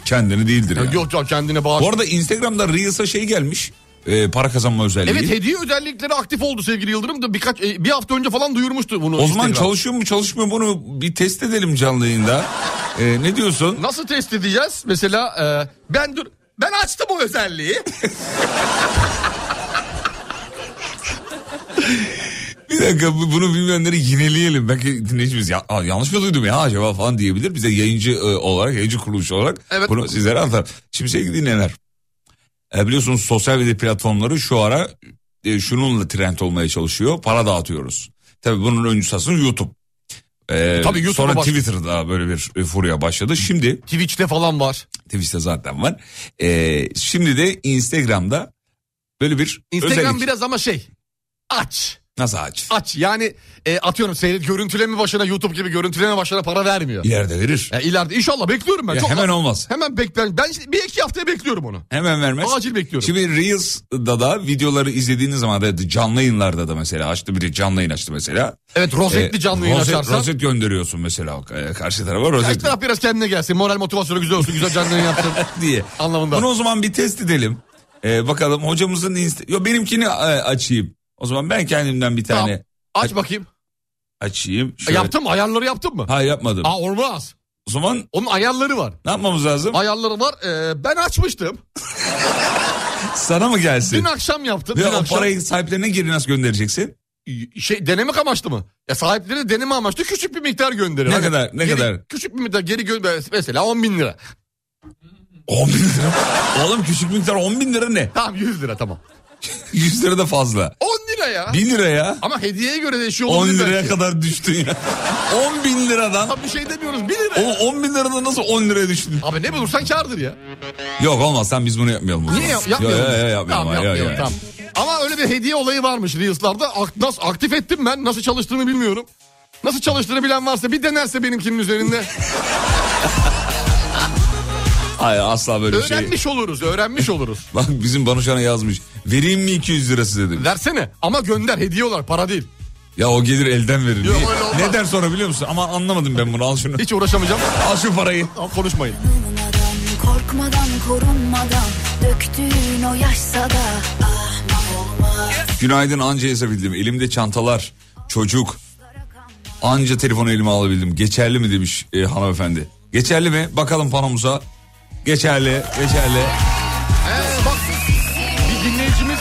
Speaker 4: Kendini değildir yani.
Speaker 5: Yok yok kendine bağış.
Speaker 4: Bu arada Instagram'da Reels'a şey gelmiş. e, para kazanma özelliği.
Speaker 5: Evet hediye özellikleri aktif oldu sevgili Yıldırım da birkaç e, bir hafta önce falan duyurmuştu bunu.
Speaker 4: O zaman
Speaker 5: Instagram.
Speaker 4: çalışıyor mu çalışmıyor mu bunu bir test edelim canlı yayında. Ee, ne diyorsun?
Speaker 5: Nasıl test edeceğiz? Mesela e, ben dur ben açtım o özelliği.
Speaker 4: Bir dakika bu- bunu bilmeyenleri yineleyelim. Belki dinleyicimiz ya, "Aa, yanlış mı duydum ya acaba falan diyebilir. Bize yayıncı e, olarak yayıncı kuruluş olarak
Speaker 5: Evet.
Speaker 4: bunu sizlere anlatalım. Şimdi sevgili dinleyenler. e, biliyorsunuz sosyal medya platformları şu ara e, şununla trend olmaya çalışıyor. Para dağıtıyoruz. Tabii bunun öncüsü aslında YouTube. Ee,
Speaker 5: Tabii YouTube'a
Speaker 4: sonra
Speaker 5: başladı.
Speaker 4: Twitter'da böyle bir e, furya başladı. Şimdi
Speaker 5: Twitch'te falan var.
Speaker 4: Twitch'te zaten var. Ee, şimdi de Instagram'da böyle bir
Speaker 5: Instagram
Speaker 4: özellik.
Speaker 5: biraz ama şey aç.
Speaker 4: Nasıl aç?
Speaker 5: Aç yani e, atıyorum seyret görüntüleme başına YouTube gibi görüntüleme başına para vermiyor.
Speaker 4: İleride verir.
Speaker 5: Ya ileride inşallah bekliyorum ben.
Speaker 4: Ya hemen olmaz.
Speaker 5: Hemen bek ben, ben işte bir iki haftaya bekliyorum onu.
Speaker 4: Hemen vermez.
Speaker 5: Acil bekliyorum.
Speaker 4: Şimdi Reels'da da videoları izlediğiniz zaman da canlı yayınlarda da mesela açtı biri canlı yayın açtı mesela.
Speaker 5: Evet rozetli
Speaker 4: Ee,
Speaker 5: canlı yayın
Speaker 4: rozet-
Speaker 5: açarsan.
Speaker 4: Rozet gönderiyorsun mesela o- e, karşı tarafa
Speaker 5: Karşı
Speaker 4: rozet
Speaker 5: taraf biraz kendine gelsin. Moral motivasyonu güzel olsun. Güzel canlı yayın yaptın.
Speaker 4: diye.
Speaker 5: Anlamında.
Speaker 4: Bunu o zaman bir test edelim. Ee, bakalım hocamızın insta- Yo, benimkini e, açayım. O zaman ben kendimden bir
Speaker 5: Tamam.
Speaker 4: tane
Speaker 5: Aç bakayım.
Speaker 4: açayım.
Speaker 5: E,
Speaker 4: Şöyle-
Speaker 5: Yaptın mı? Ayarları yaptın mı?
Speaker 4: Hayır yapmadım.
Speaker 5: Aa olmaz.
Speaker 4: O zaman
Speaker 5: Onun ayarları var.
Speaker 4: ne yapmamız lazım?
Speaker 5: Ayarları var. Ee, ben açmıştım.
Speaker 4: Sana mı
Speaker 5: Dün
Speaker 4: gelsin?
Speaker 5: akşam yaptım.
Speaker 4: Ve
Speaker 5: Dün
Speaker 4: o
Speaker 5: akşam.
Speaker 4: parayı sahiplerine geri nasıl göndereceksin?
Speaker 5: şey deneme amaçlı mı? Ya sahipleri de deneme amaçlı küçük bir miktar gönderiyor.
Speaker 4: Ne
Speaker 5: Hani
Speaker 4: kadar, ne
Speaker 5: geri-
Speaker 4: kadar?
Speaker 5: Küçük bir miktar geri gönder mesela 10 bin lira.
Speaker 4: 10 bin lira. Oğlum küçük miktar 10 bin lira ne?
Speaker 5: Tamam 100 lira tamam.
Speaker 4: 100 lira da fazla.
Speaker 5: 10 lira ya.
Speaker 4: 1 lira ya.
Speaker 5: Ama hediyeye göre değişiyor
Speaker 4: 10
Speaker 5: şey olabilir
Speaker 4: liraya
Speaker 5: belki.
Speaker 4: kadar düştün ya. 10 bin liradan.
Speaker 5: Tam bir şey demiyoruz 1 lira.
Speaker 4: Oğlum 10 bin liradan nasıl 10 liraya düştün?
Speaker 5: Abi ne bulursan kardır ya.
Speaker 4: Yok olmaz sen biz bunu yapmayalım. o
Speaker 5: Niye
Speaker 4: zaman.
Speaker 5: yap- yapmıyoruz?
Speaker 4: Yok yok, yok,
Speaker 5: biz?
Speaker 4: yapmayalım.
Speaker 5: Tamam,
Speaker 4: Yok,
Speaker 5: yapmayalım,
Speaker 4: yok.
Speaker 5: tamam. Ama öyle bir hediye olayı varmış Reels'larda. Ak- Nasıl aktif ettim ben? Nasıl çalıştığını bilmiyorum. Nasıl çalıştığını bilen varsa bir denerse benimkinin üzerinde.
Speaker 4: Hayır asla böyle bir şey.
Speaker 5: öğrenmiş oluruz, öğrenmiş oluruz.
Speaker 4: Bak bizim Banuşan'a yazmış. Vereyim mi 200 lirası dedim.
Speaker 5: Versene ama gönder hediye olarak para değil.
Speaker 4: Ya o gelir elden verir.
Speaker 5: Yok,
Speaker 4: Niye-
Speaker 5: öyle olmaz.
Speaker 4: ne der sonra biliyor musun? Ama anlamadım ben bunu al şunu.
Speaker 5: Hiç uğraşamayacağım.
Speaker 4: Al şu parayı.
Speaker 5: Tamam, konuşmayın.
Speaker 6: Tanımadan, korkmadan, korunmadan döktüğün o yaşsa da ah ne olmaz.
Speaker 4: Günaydın anca yazabildim. Elimde çantalar. Çocuk. Anca telefonu elime alabildim. Geçerli mi demiş e, hanımefendi. Geçerli mi? Bakalım panomuza. Geçerli, geçerli.
Speaker 5: Ee, bak bir dinleyicimiz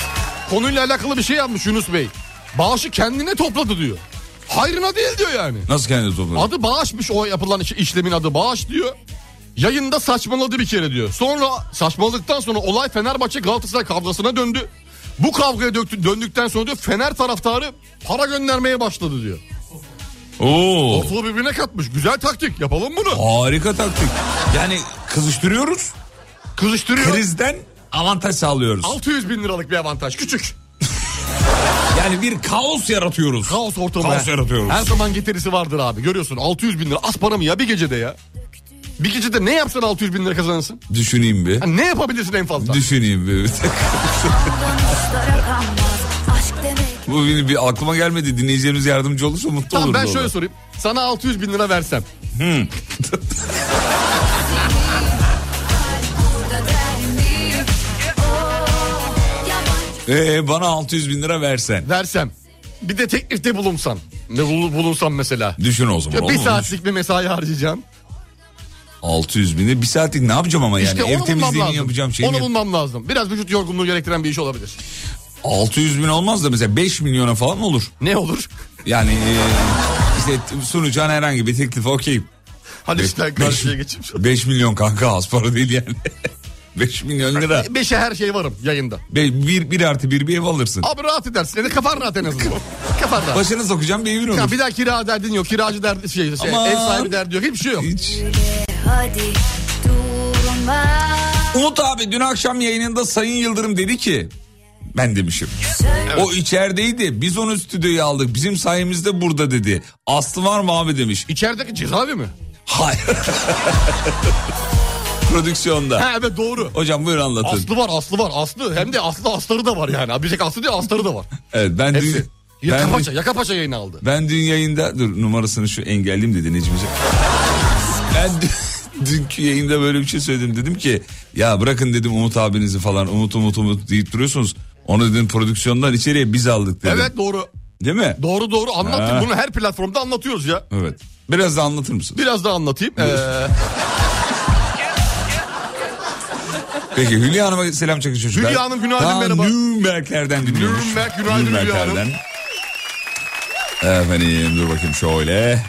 Speaker 5: konuyla alakalı bir şey yapmış Yunus Bey. Bağışı kendine topladı diyor. Hayrına değil diyor yani.
Speaker 4: Nasıl kendi topladı?
Speaker 5: Adı bağışmış o yapılan iş- işlemin adı bağış diyor. Yayında saçmaladı bir kere diyor. Sonra saçmaladıktan sonra olay Fenerbahçe Galatasaray kavgasına döndü. Bu kavgaya döktü, döndükten sonra diyor Fener taraftarı para göndermeye başladı diyor.
Speaker 4: Oo.
Speaker 5: Ortalığı birbirine katmış. Güzel taktik. Yapalım bunu.
Speaker 4: Harika taktik. Yani kızıştırıyoruz.
Speaker 5: Kızıştırıyor.
Speaker 4: Krizden avantaj sağlıyoruz.
Speaker 5: 600 bin liralık bir avantaj. Küçük.
Speaker 4: Yani bir kaos yaratıyoruz.
Speaker 5: Kaos ortamı.
Speaker 4: Kaos
Speaker 5: He.
Speaker 4: yaratıyoruz.
Speaker 5: Her zaman getirisi vardır abi. Görüyorsun 600 bin lira. Az para mı ya bir gecede ya? Bir gecede ne yapsan 600 bin lira kazanırsın?
Speaker 4: Düşüneyim bir.
Speaker 5: Ha, ne yapabilirsin en fazla?
Speaker 4: Düşüneyim bir.
Speaker 6: Yanlışlara kanmaz, aşk demek
Speaker 4: Bu bir, bir aklıma gelmedi. Dinleyicilerimiz yardımcı olursa mutlu
Speaker 5: Tamam
Speaker 4: oluruz.
Speaker 5: ben
Speaker 4: orada.
Speaker 5: şöyle sorayım. Sana 600 bin lira versem.
Speaker 4: Hmm. Ee, bana 600 bin lira versen.
Speaker 5: Versem. Bir de teklifte bulunsan. Ne bulu- bulunsam mesela.
Speaker 4: Düşün o zaman.
Speaker 5: Ya
Speaker 4: olur
Speaker 5: bir
Speaker 4: mu?
Speaker 5: saatlik bir mesai harcayacaksın.
Speaker 4: 600 bini bir saatlik ne yapacağım ama yani
Speaker 5: işte
Speaker 4: ev
Speaker 5: onu bulmam
Speaker 4: temizliğini
Speaker 5: lazım.
Speaker 4: yapacağım şey
Speaker 5: onu
Speaker 4: mi?
Speaker 5: bulmam lazım. Biraz vücut yorgunluğu gerektiren bir iş olabilir.
Speaker 4: 600 bin olmaz da mesela 5 milyona falan olur.
Speaker 5: Ne olur?
Speaker 4: Yani e, işte sunacağın herhangi bir teklif okey.
Speaker 5: Hadi işte karşıya geçeyim.
Speaker 4: 5 milyon kanka az para değil yani. 5 milyon lira.
Speaker 5: Beşe her şey varım yayında.
Speaker 4: Be, bir, bir artı bir bir ev alırsın.
Speaker 5: Abi rahat edersin. Yani kafan rahat en azından. kafan rahat.
Speaker 4: Başına sokacağım bir evin olur.
Speaker 5: Ya bir daha kira derdin yok. Kiracı derdi şey, şey,
Speaker 4: Aman.
Speaker 5: ev sahibi derdi yok. Hiçbir şey yok.
Speaker 4: Hiç.
Speaker 6: hadi durma
Speaker 4: Umut abi dün akşam yayınında Sayın Yıldırım dedi ki ben demişim. O içerideydi. Biz onu stüdyoya aldık. Bizim sayemizde burada dedi. Aslı var mı abi demiş.
Speaker 5: İçerideki cezaevi mi?
Speaker 4: Hayır. Prodüksiyonda.
Speaker 5: Ha evet doğru.
Speaker 4: Hocam buyur anlatın.
Speaker 5: Aslı var, aslı var, aslı. Hem de aslı asları da var yani. Bir tek aslı değil, asları da var.
Speaker 4: Evet ben
Speaker 5: Hepsi.
Speaker 4: dün,
Speaker 5: Yaka
Speaker 4: ben,
Speaker 5: Paşa, Yaka Paşa yayını aldı.
Speaker 4: ben dün yayında dur numarasını şu engelleyeyim dedi Necmi'ce. Ben dün- dünkü yayında böyle bir şey söyledim dedim ki ya bırakın dedim Umut abinizi falan Umut Umut Umut deyip duruyorsunuz. Onu dedim prodüksiyondan içeriye biz aldık dedim.
Speaker 5: Evet doğru.
Speaker 4: Değil mi?
Speaker 5: Doğru doğru anlattık.
Speaker 4: Ha.
Speaker 5: Bunu her platformda anlatıyoruz ya.
Speaker 4: Evet. Biraz da anlatır mısın?
Speaker 5: Biraz daha anlatayım. Ee,
Speaker 4: Peki Hülya Hanım'a selam çakın çocuklar.
Speaker 5: Hülya Hanım, günaydın,
Speaker 4: Daha
Speaker 5: merhaba.
Speaker 4: Nürnberglerden dinliyormuş.
Speaker 5: Nürnberg, günaydın Hülya
Speaker 4: Nürnberglerden. Efendim dur bakayım şöyle.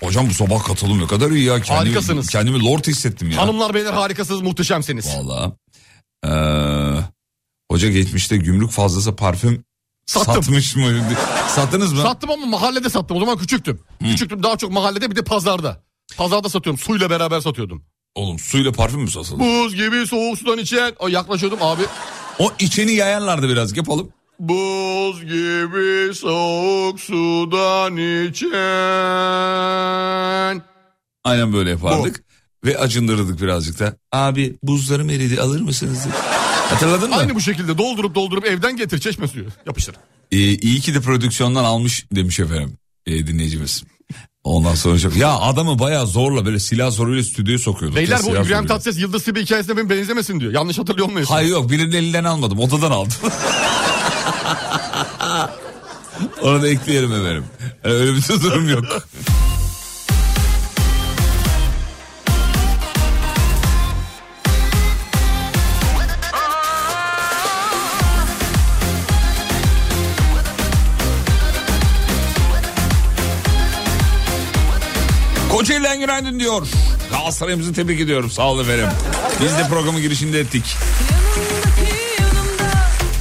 Speaker 4: Hocam bu sabah katılım ne kadar iyi ya. Kendimi,
Speaker 5: Harikasınız.
Speaker 4: Kendimi lord hissettim ya.
Speaker 5: hanımlar beyler harikasınız, muhteşemsiniz.
Speaker 4: Valla. hoca geçmişte gümrük fazlası parfüm
Speaker 5: Sattım.
Speaker 4: satmış mı? Sattınız mı?
Speaker 5: Sattım ama mahallede sattım. O zaman küçüktüm. Küçüktüm daha çok mahallede bir de pazarda. Pazarda satıyorum. Suyla beraber satıyordum.
Speaker 4: Oğlum suyla parfüm mü satıldı?
Speaker 5: Buz gibi soğuk sudan içen. O yaklaşıyordum abi.
Speaker 4: O içeni yayarlardı biraz yapalım.
Speaker 5: Buz gibi soğuk sudan içen.
Speaker 4: Aynen böyle yapardık. Ve acındırırdık birazcık da. Abi buzlarım eridi alır mısınız? diye. Hatırladın mı?
Speaker 5: Aynı bu şekilde doldurup doldurup evden getir çeşme suyu. Yapıştır.
Speaker 4: Ee, iyi ki de prodüksiyondan almış demiş efendim e, dinleyicimiz. Ondan sonra şey- ya adamı bayağı zorla böyle silah zoruyla stüdyoya sokuyordu.
Speaker 5: Beyler bu
Speaker 4: Silah
Speaker 5: İbrahim
Speaker 4: zoruyla.
Speaker 5: Tatlıses Yıldız Tilbe hikayesine benim benzemesin diyor. Yanlış hatırlıyor muyuz?
Speaker 4: Hayır yok birinin elinden almadım odadan aldım. Onu da ekleyelim efendim. Öyle bir durum yok. Kocaeli'den günaydın diyor. Galatasaray'ımızı tebrik ediyorum. Sağ olun efendim. Biz de programın girişinde ettik.
Speaker 2: Yanımdaki yanımda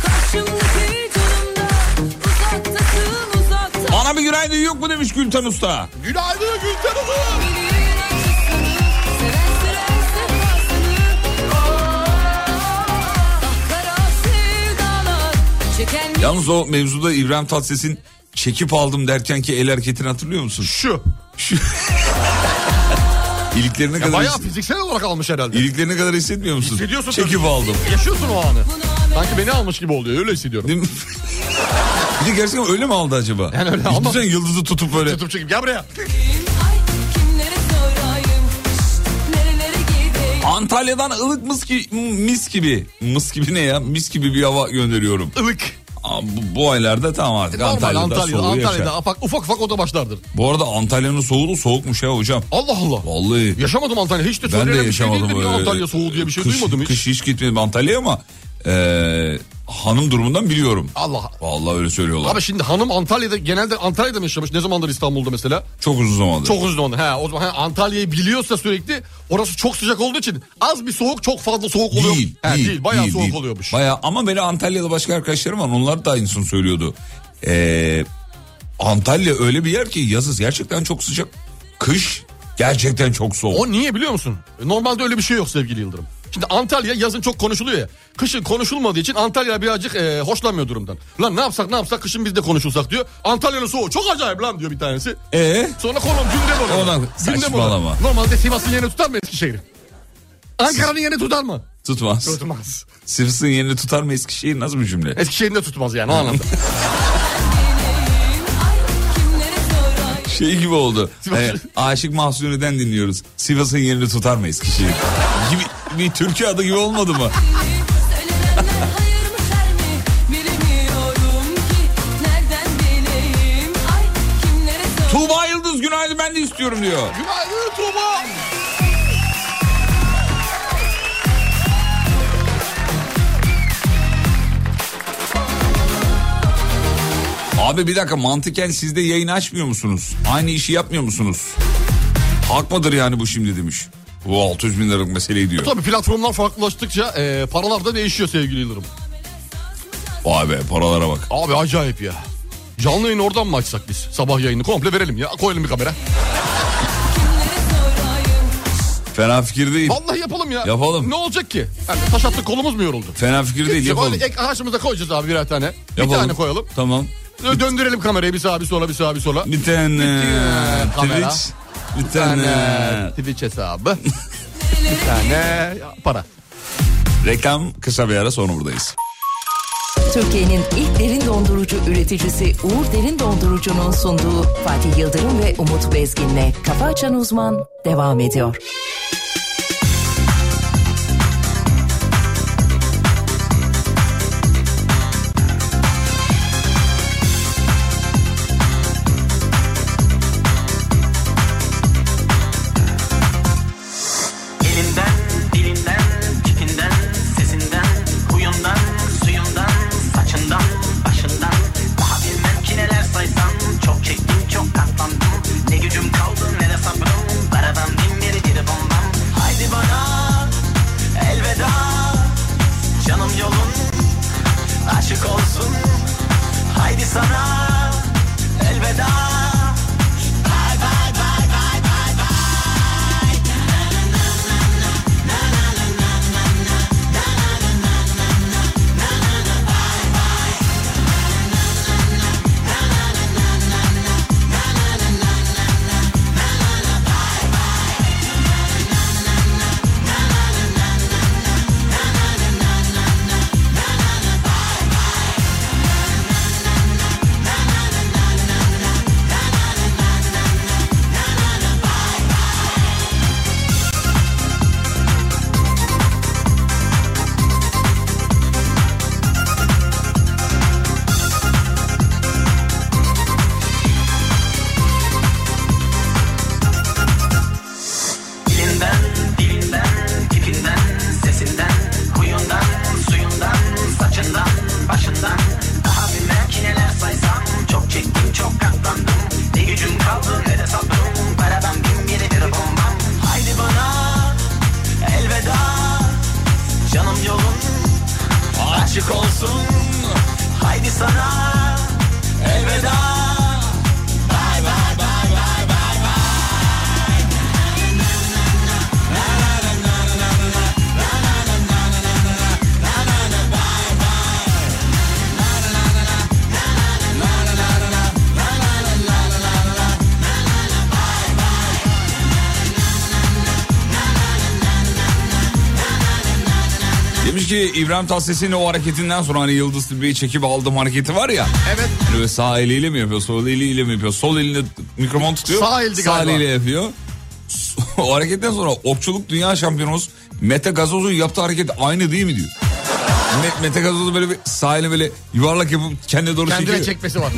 Speaker 2: Karşımdaki canımda Uzaktasın uzakta
Speaker 4: Bana bir günaydın yok mu demiş Gülten Usta.
Speaker 5: Günaydın Gülten Hanım.
Speaker 2: Bilirin acısını Seven süren sefasını Kahkara sevdalar Çeken
Speaker 4: Yalnız o mevzuda İbrahim Tatlıses'in çekip aldım derken ki el hareketini hatırlıyor musun?
Speaker 5: Şu.
Speaker 4: İliklerine
Speaker 5: Ya
Speaker 4: kadar
Speaker 5: bayağı
Speaker 4: his-
Speaker 5: fiziksel olarak almış herhalde.
Speaker 4: iliklerine kadar hissetmiyor musun?
Speaker 5: Hissediyorsun
Speaker 4: Çekip
Speaker 5: tabii.
Speaker 4: aldım.
Speaker 5: Yaşıyorsun o anı. Sanki beni almış gibi oluyor öyle hissediyorum.
Speaker 4: Değil mi? Bir de gerçekten öyle mi aldı acaba?
Speaker 5: Yani öyle
Speaker 4: Düşünsene
Speaker 5: almadı.
Speaker 4: yıldızı tutup böyle.
Speaker 5: Tutup çekip gel buraya.
Speaker 2: Ay kimlere sorayım Şşt, Nerelere gideyim
Speaker 4: Antalya'dan ılık mis, ki, mis gibi. Mis gibi ne ya? Mis gibi bir hava gönderiyorum.
Speaker 5: Ilık.
Speaker 4: Aa, Bu, bu aylarda tamam artık
Speaker 5: Normal
Speaker 4: Antalya'da,
Speaker 5: Antalya'da,
Speaker 4: soğuğu yaşa.
Speaker 5: Antalya'da ufak, ufak ufak oda başlardır.
Speaker 4: Bu arada Antalya'nın soğuğu da soğukmuş ya hocam.
Speaker 5: Allah Allah.
Speaker 4: Vallahi.
Speaker 5: Yaşamadım Antalya. Hiç de
Speaker 4: Ben de
Speaker 5: söylenen bir şey
Speaker 4: yaşamadım.
Speaker 5: değildir ya
Speaker 4: öyle.
Speaker 5: Antalya soğuğu diye bir şey
Speaker 4: Kış-
Speaker 5: duymadım hiç.
Speaker 4: Kış hiç gitmedim Antalya'ya ama e, hanım durumundan biliyorum.
Speaker 5: Allah.
Speaker 4: Vallahi öyle söylüyorlar.
Speaker 5: Abi şimdi hanım Antalya'da genelde Antalya'da mı yaşamış? Ne zamandır İstanbul'da mesela?
Speaker 4: Çok uzun zamandır.
Speaker 5: Çok uzun oldu. He, o zaman he, Antalya'yı biliyorsa sürekli orası çok sıcak olduğu için az bir soğuk çok fazla soğuk oluyor.
Speaker 4: Değil,
Speaker 5: He,
Speaker 4: değil,
Speaker 5: Bayağı
Speaker 4: değil,
Speaker 5: soğuk
Speaker 4: değil.
Speaker 5: oluyormuş.
Speaker 4: Bayağı ama böyle Antalya'da başka arkadaşlarım var onlar da aynısını söylüyordu. Ee, Antalya öyle bir yer ki yazız gerçekten çok sıcak. Kış gerçekten çok soğuk.
Speaker 5: O niye biliyor musun? Normalde öyle bir şey yok sevgili Yıldırım. Şimdi Antalya yazın çok konuşuluyor ya. Kışın konuşulmadığı için Antalya birazcık e, hoşlanmıyor durumdan. Lan ne yapsak ne yapsak kışın biz de konuşulsak diyor. Antalya'nın soğuğu çok acayip lan diyor bir tanesi.
Speaker 4: Ee?
Speaker 5: Sonra konum gündem oluyor.
Speaker 4: Ondan- saçmalama.
Speaker 5: Normalde Sivas'ın yerini tutar mı Eskişehir? Ankara'nın yerini tutar mı?
Speaker 4: Tutmaz.
Speaker 5: Tutmaz.
Speaker 4: Sivas'ın yerini tutar mı Eskişehir nasıl bir cümle?
Speaker 5: Eskişehir'in de tutmaz yani o anlamda.
Speaker 2: Ay kimlere sorayım
Speaker 4: Şey gibi oldu.
Speaker 5: Sivas-
Speaker 4: Ee, Aşık Mahsuni'den dinliyoruz. Sivas'ın yerini tutar mı Eskişehir? gibi bir türkü adı gibi olmadı mı?
Speaker 2: Söylenenler hayır mı şer mi bilemiyorum ki nereden bileyim ay kimlere sorayım
Speaker 4: Tuğba Yıldız günaydın ben de istiyorum diyor.
Speaker 5: Günaydın Tuğba.
Speaker 4: Abi bir dakika mantıken siz de yayın açmıyor musunuz? Aynı işi yapmıyor musunuz? Hak mıdır yani bu şimdi demiş. Bu 600 bin liralık meseleyi diyor.
Speaker 5: Tabii platformlar farklılaştıkça e, paralar da değişiyor sevgili Yıldırım.
Speaker 4: Vay be paralara bak.
Speaker 5: Abi acayip ya. Canlı yayını oradan mı açsak biz? Sabah yayını komple verelim ya. Koyalım bir kamera.
Speaker 2: kimlere sorayım
Speaker 4: Fena fikir değil.
Speaker 5: Vallahi yapalım ya.
Speaker 4: Yapalım.
Speaker 5: Ne olacak ki? Yani taş attık kolumuz mu yoruldu?
Speaker 4: Fena fikir değil yapalım.
Speaker 5: Şöyle ek ağaçımıza koyacağız abi birer tane. Bir
Speaker 4: Yapalım.
Speaker 5: tane koyalım.
Speaker 4: Tamam.
Speaker 5: Dö- Döndürelim kamerayı bir sağa bir sola bir sağa bir sola.
Speaker 4: Bir tane
Speaker 5: kamera.
Speaker 4: Twitch. Bir tane
Speaker 5: Twitch hesabı. bir tane para.
Speaker 4: reklam kısa bir ara sonra buradayız.
Speaker 1: Türkiye'nin ilk derin dondurucu üreticisi Uğur Derin Dondurucu'nun sunduğu Fatih Yıldırım ve Umut Bezgin'le Kafa Açan Uzman devam ediyor.
Speaker 8: Elinden, dilinden, tipinden, sesinden, huyundan, suyundan, saçından, başından. Daha bilmem ki neler saysam, çok çektim, çok katlandım. Ne gücüm kaldı, ne de sabrım, daradan bin geri geri bombam. Haydi bana, elveda, canım yolun, aşık olsun. Haydi sana, elveda. Bye bye bye bye bye bye. Aman yolun açık olsun Haydi sana elveda Bye bye bye bye bye bye
Speaker 4: Demiş ki İbrahim Tatlıses'in o hareketinden sonra hani Yıldız Tilbe'yi çekip aldım hareketi var ya.
Speaker 5: Evet.
Speaker 4: Hani böyle sağ eliyle mi yapıyor, sol eliyle mi yapıyor? Sol elinde mikrofon tutuyor.
Speaker 5: Sağ eldi
Speaker 4: Sağ
Speaker 5: galiba.
Speaker 4: eliyle yapıyor. o hareketten sonra okçuluk dünya şampiyonumuz Mete Gazoz'un yaptığı hareket aynı değil mi diyor. Me- Mete Gazoz'un böyle bir sağ elini böyle yuvarlak yapıp kendine doğru
Speaker 5: Kendine
Speaker 4: çekiyor.
Speaker 5: çekmesi var.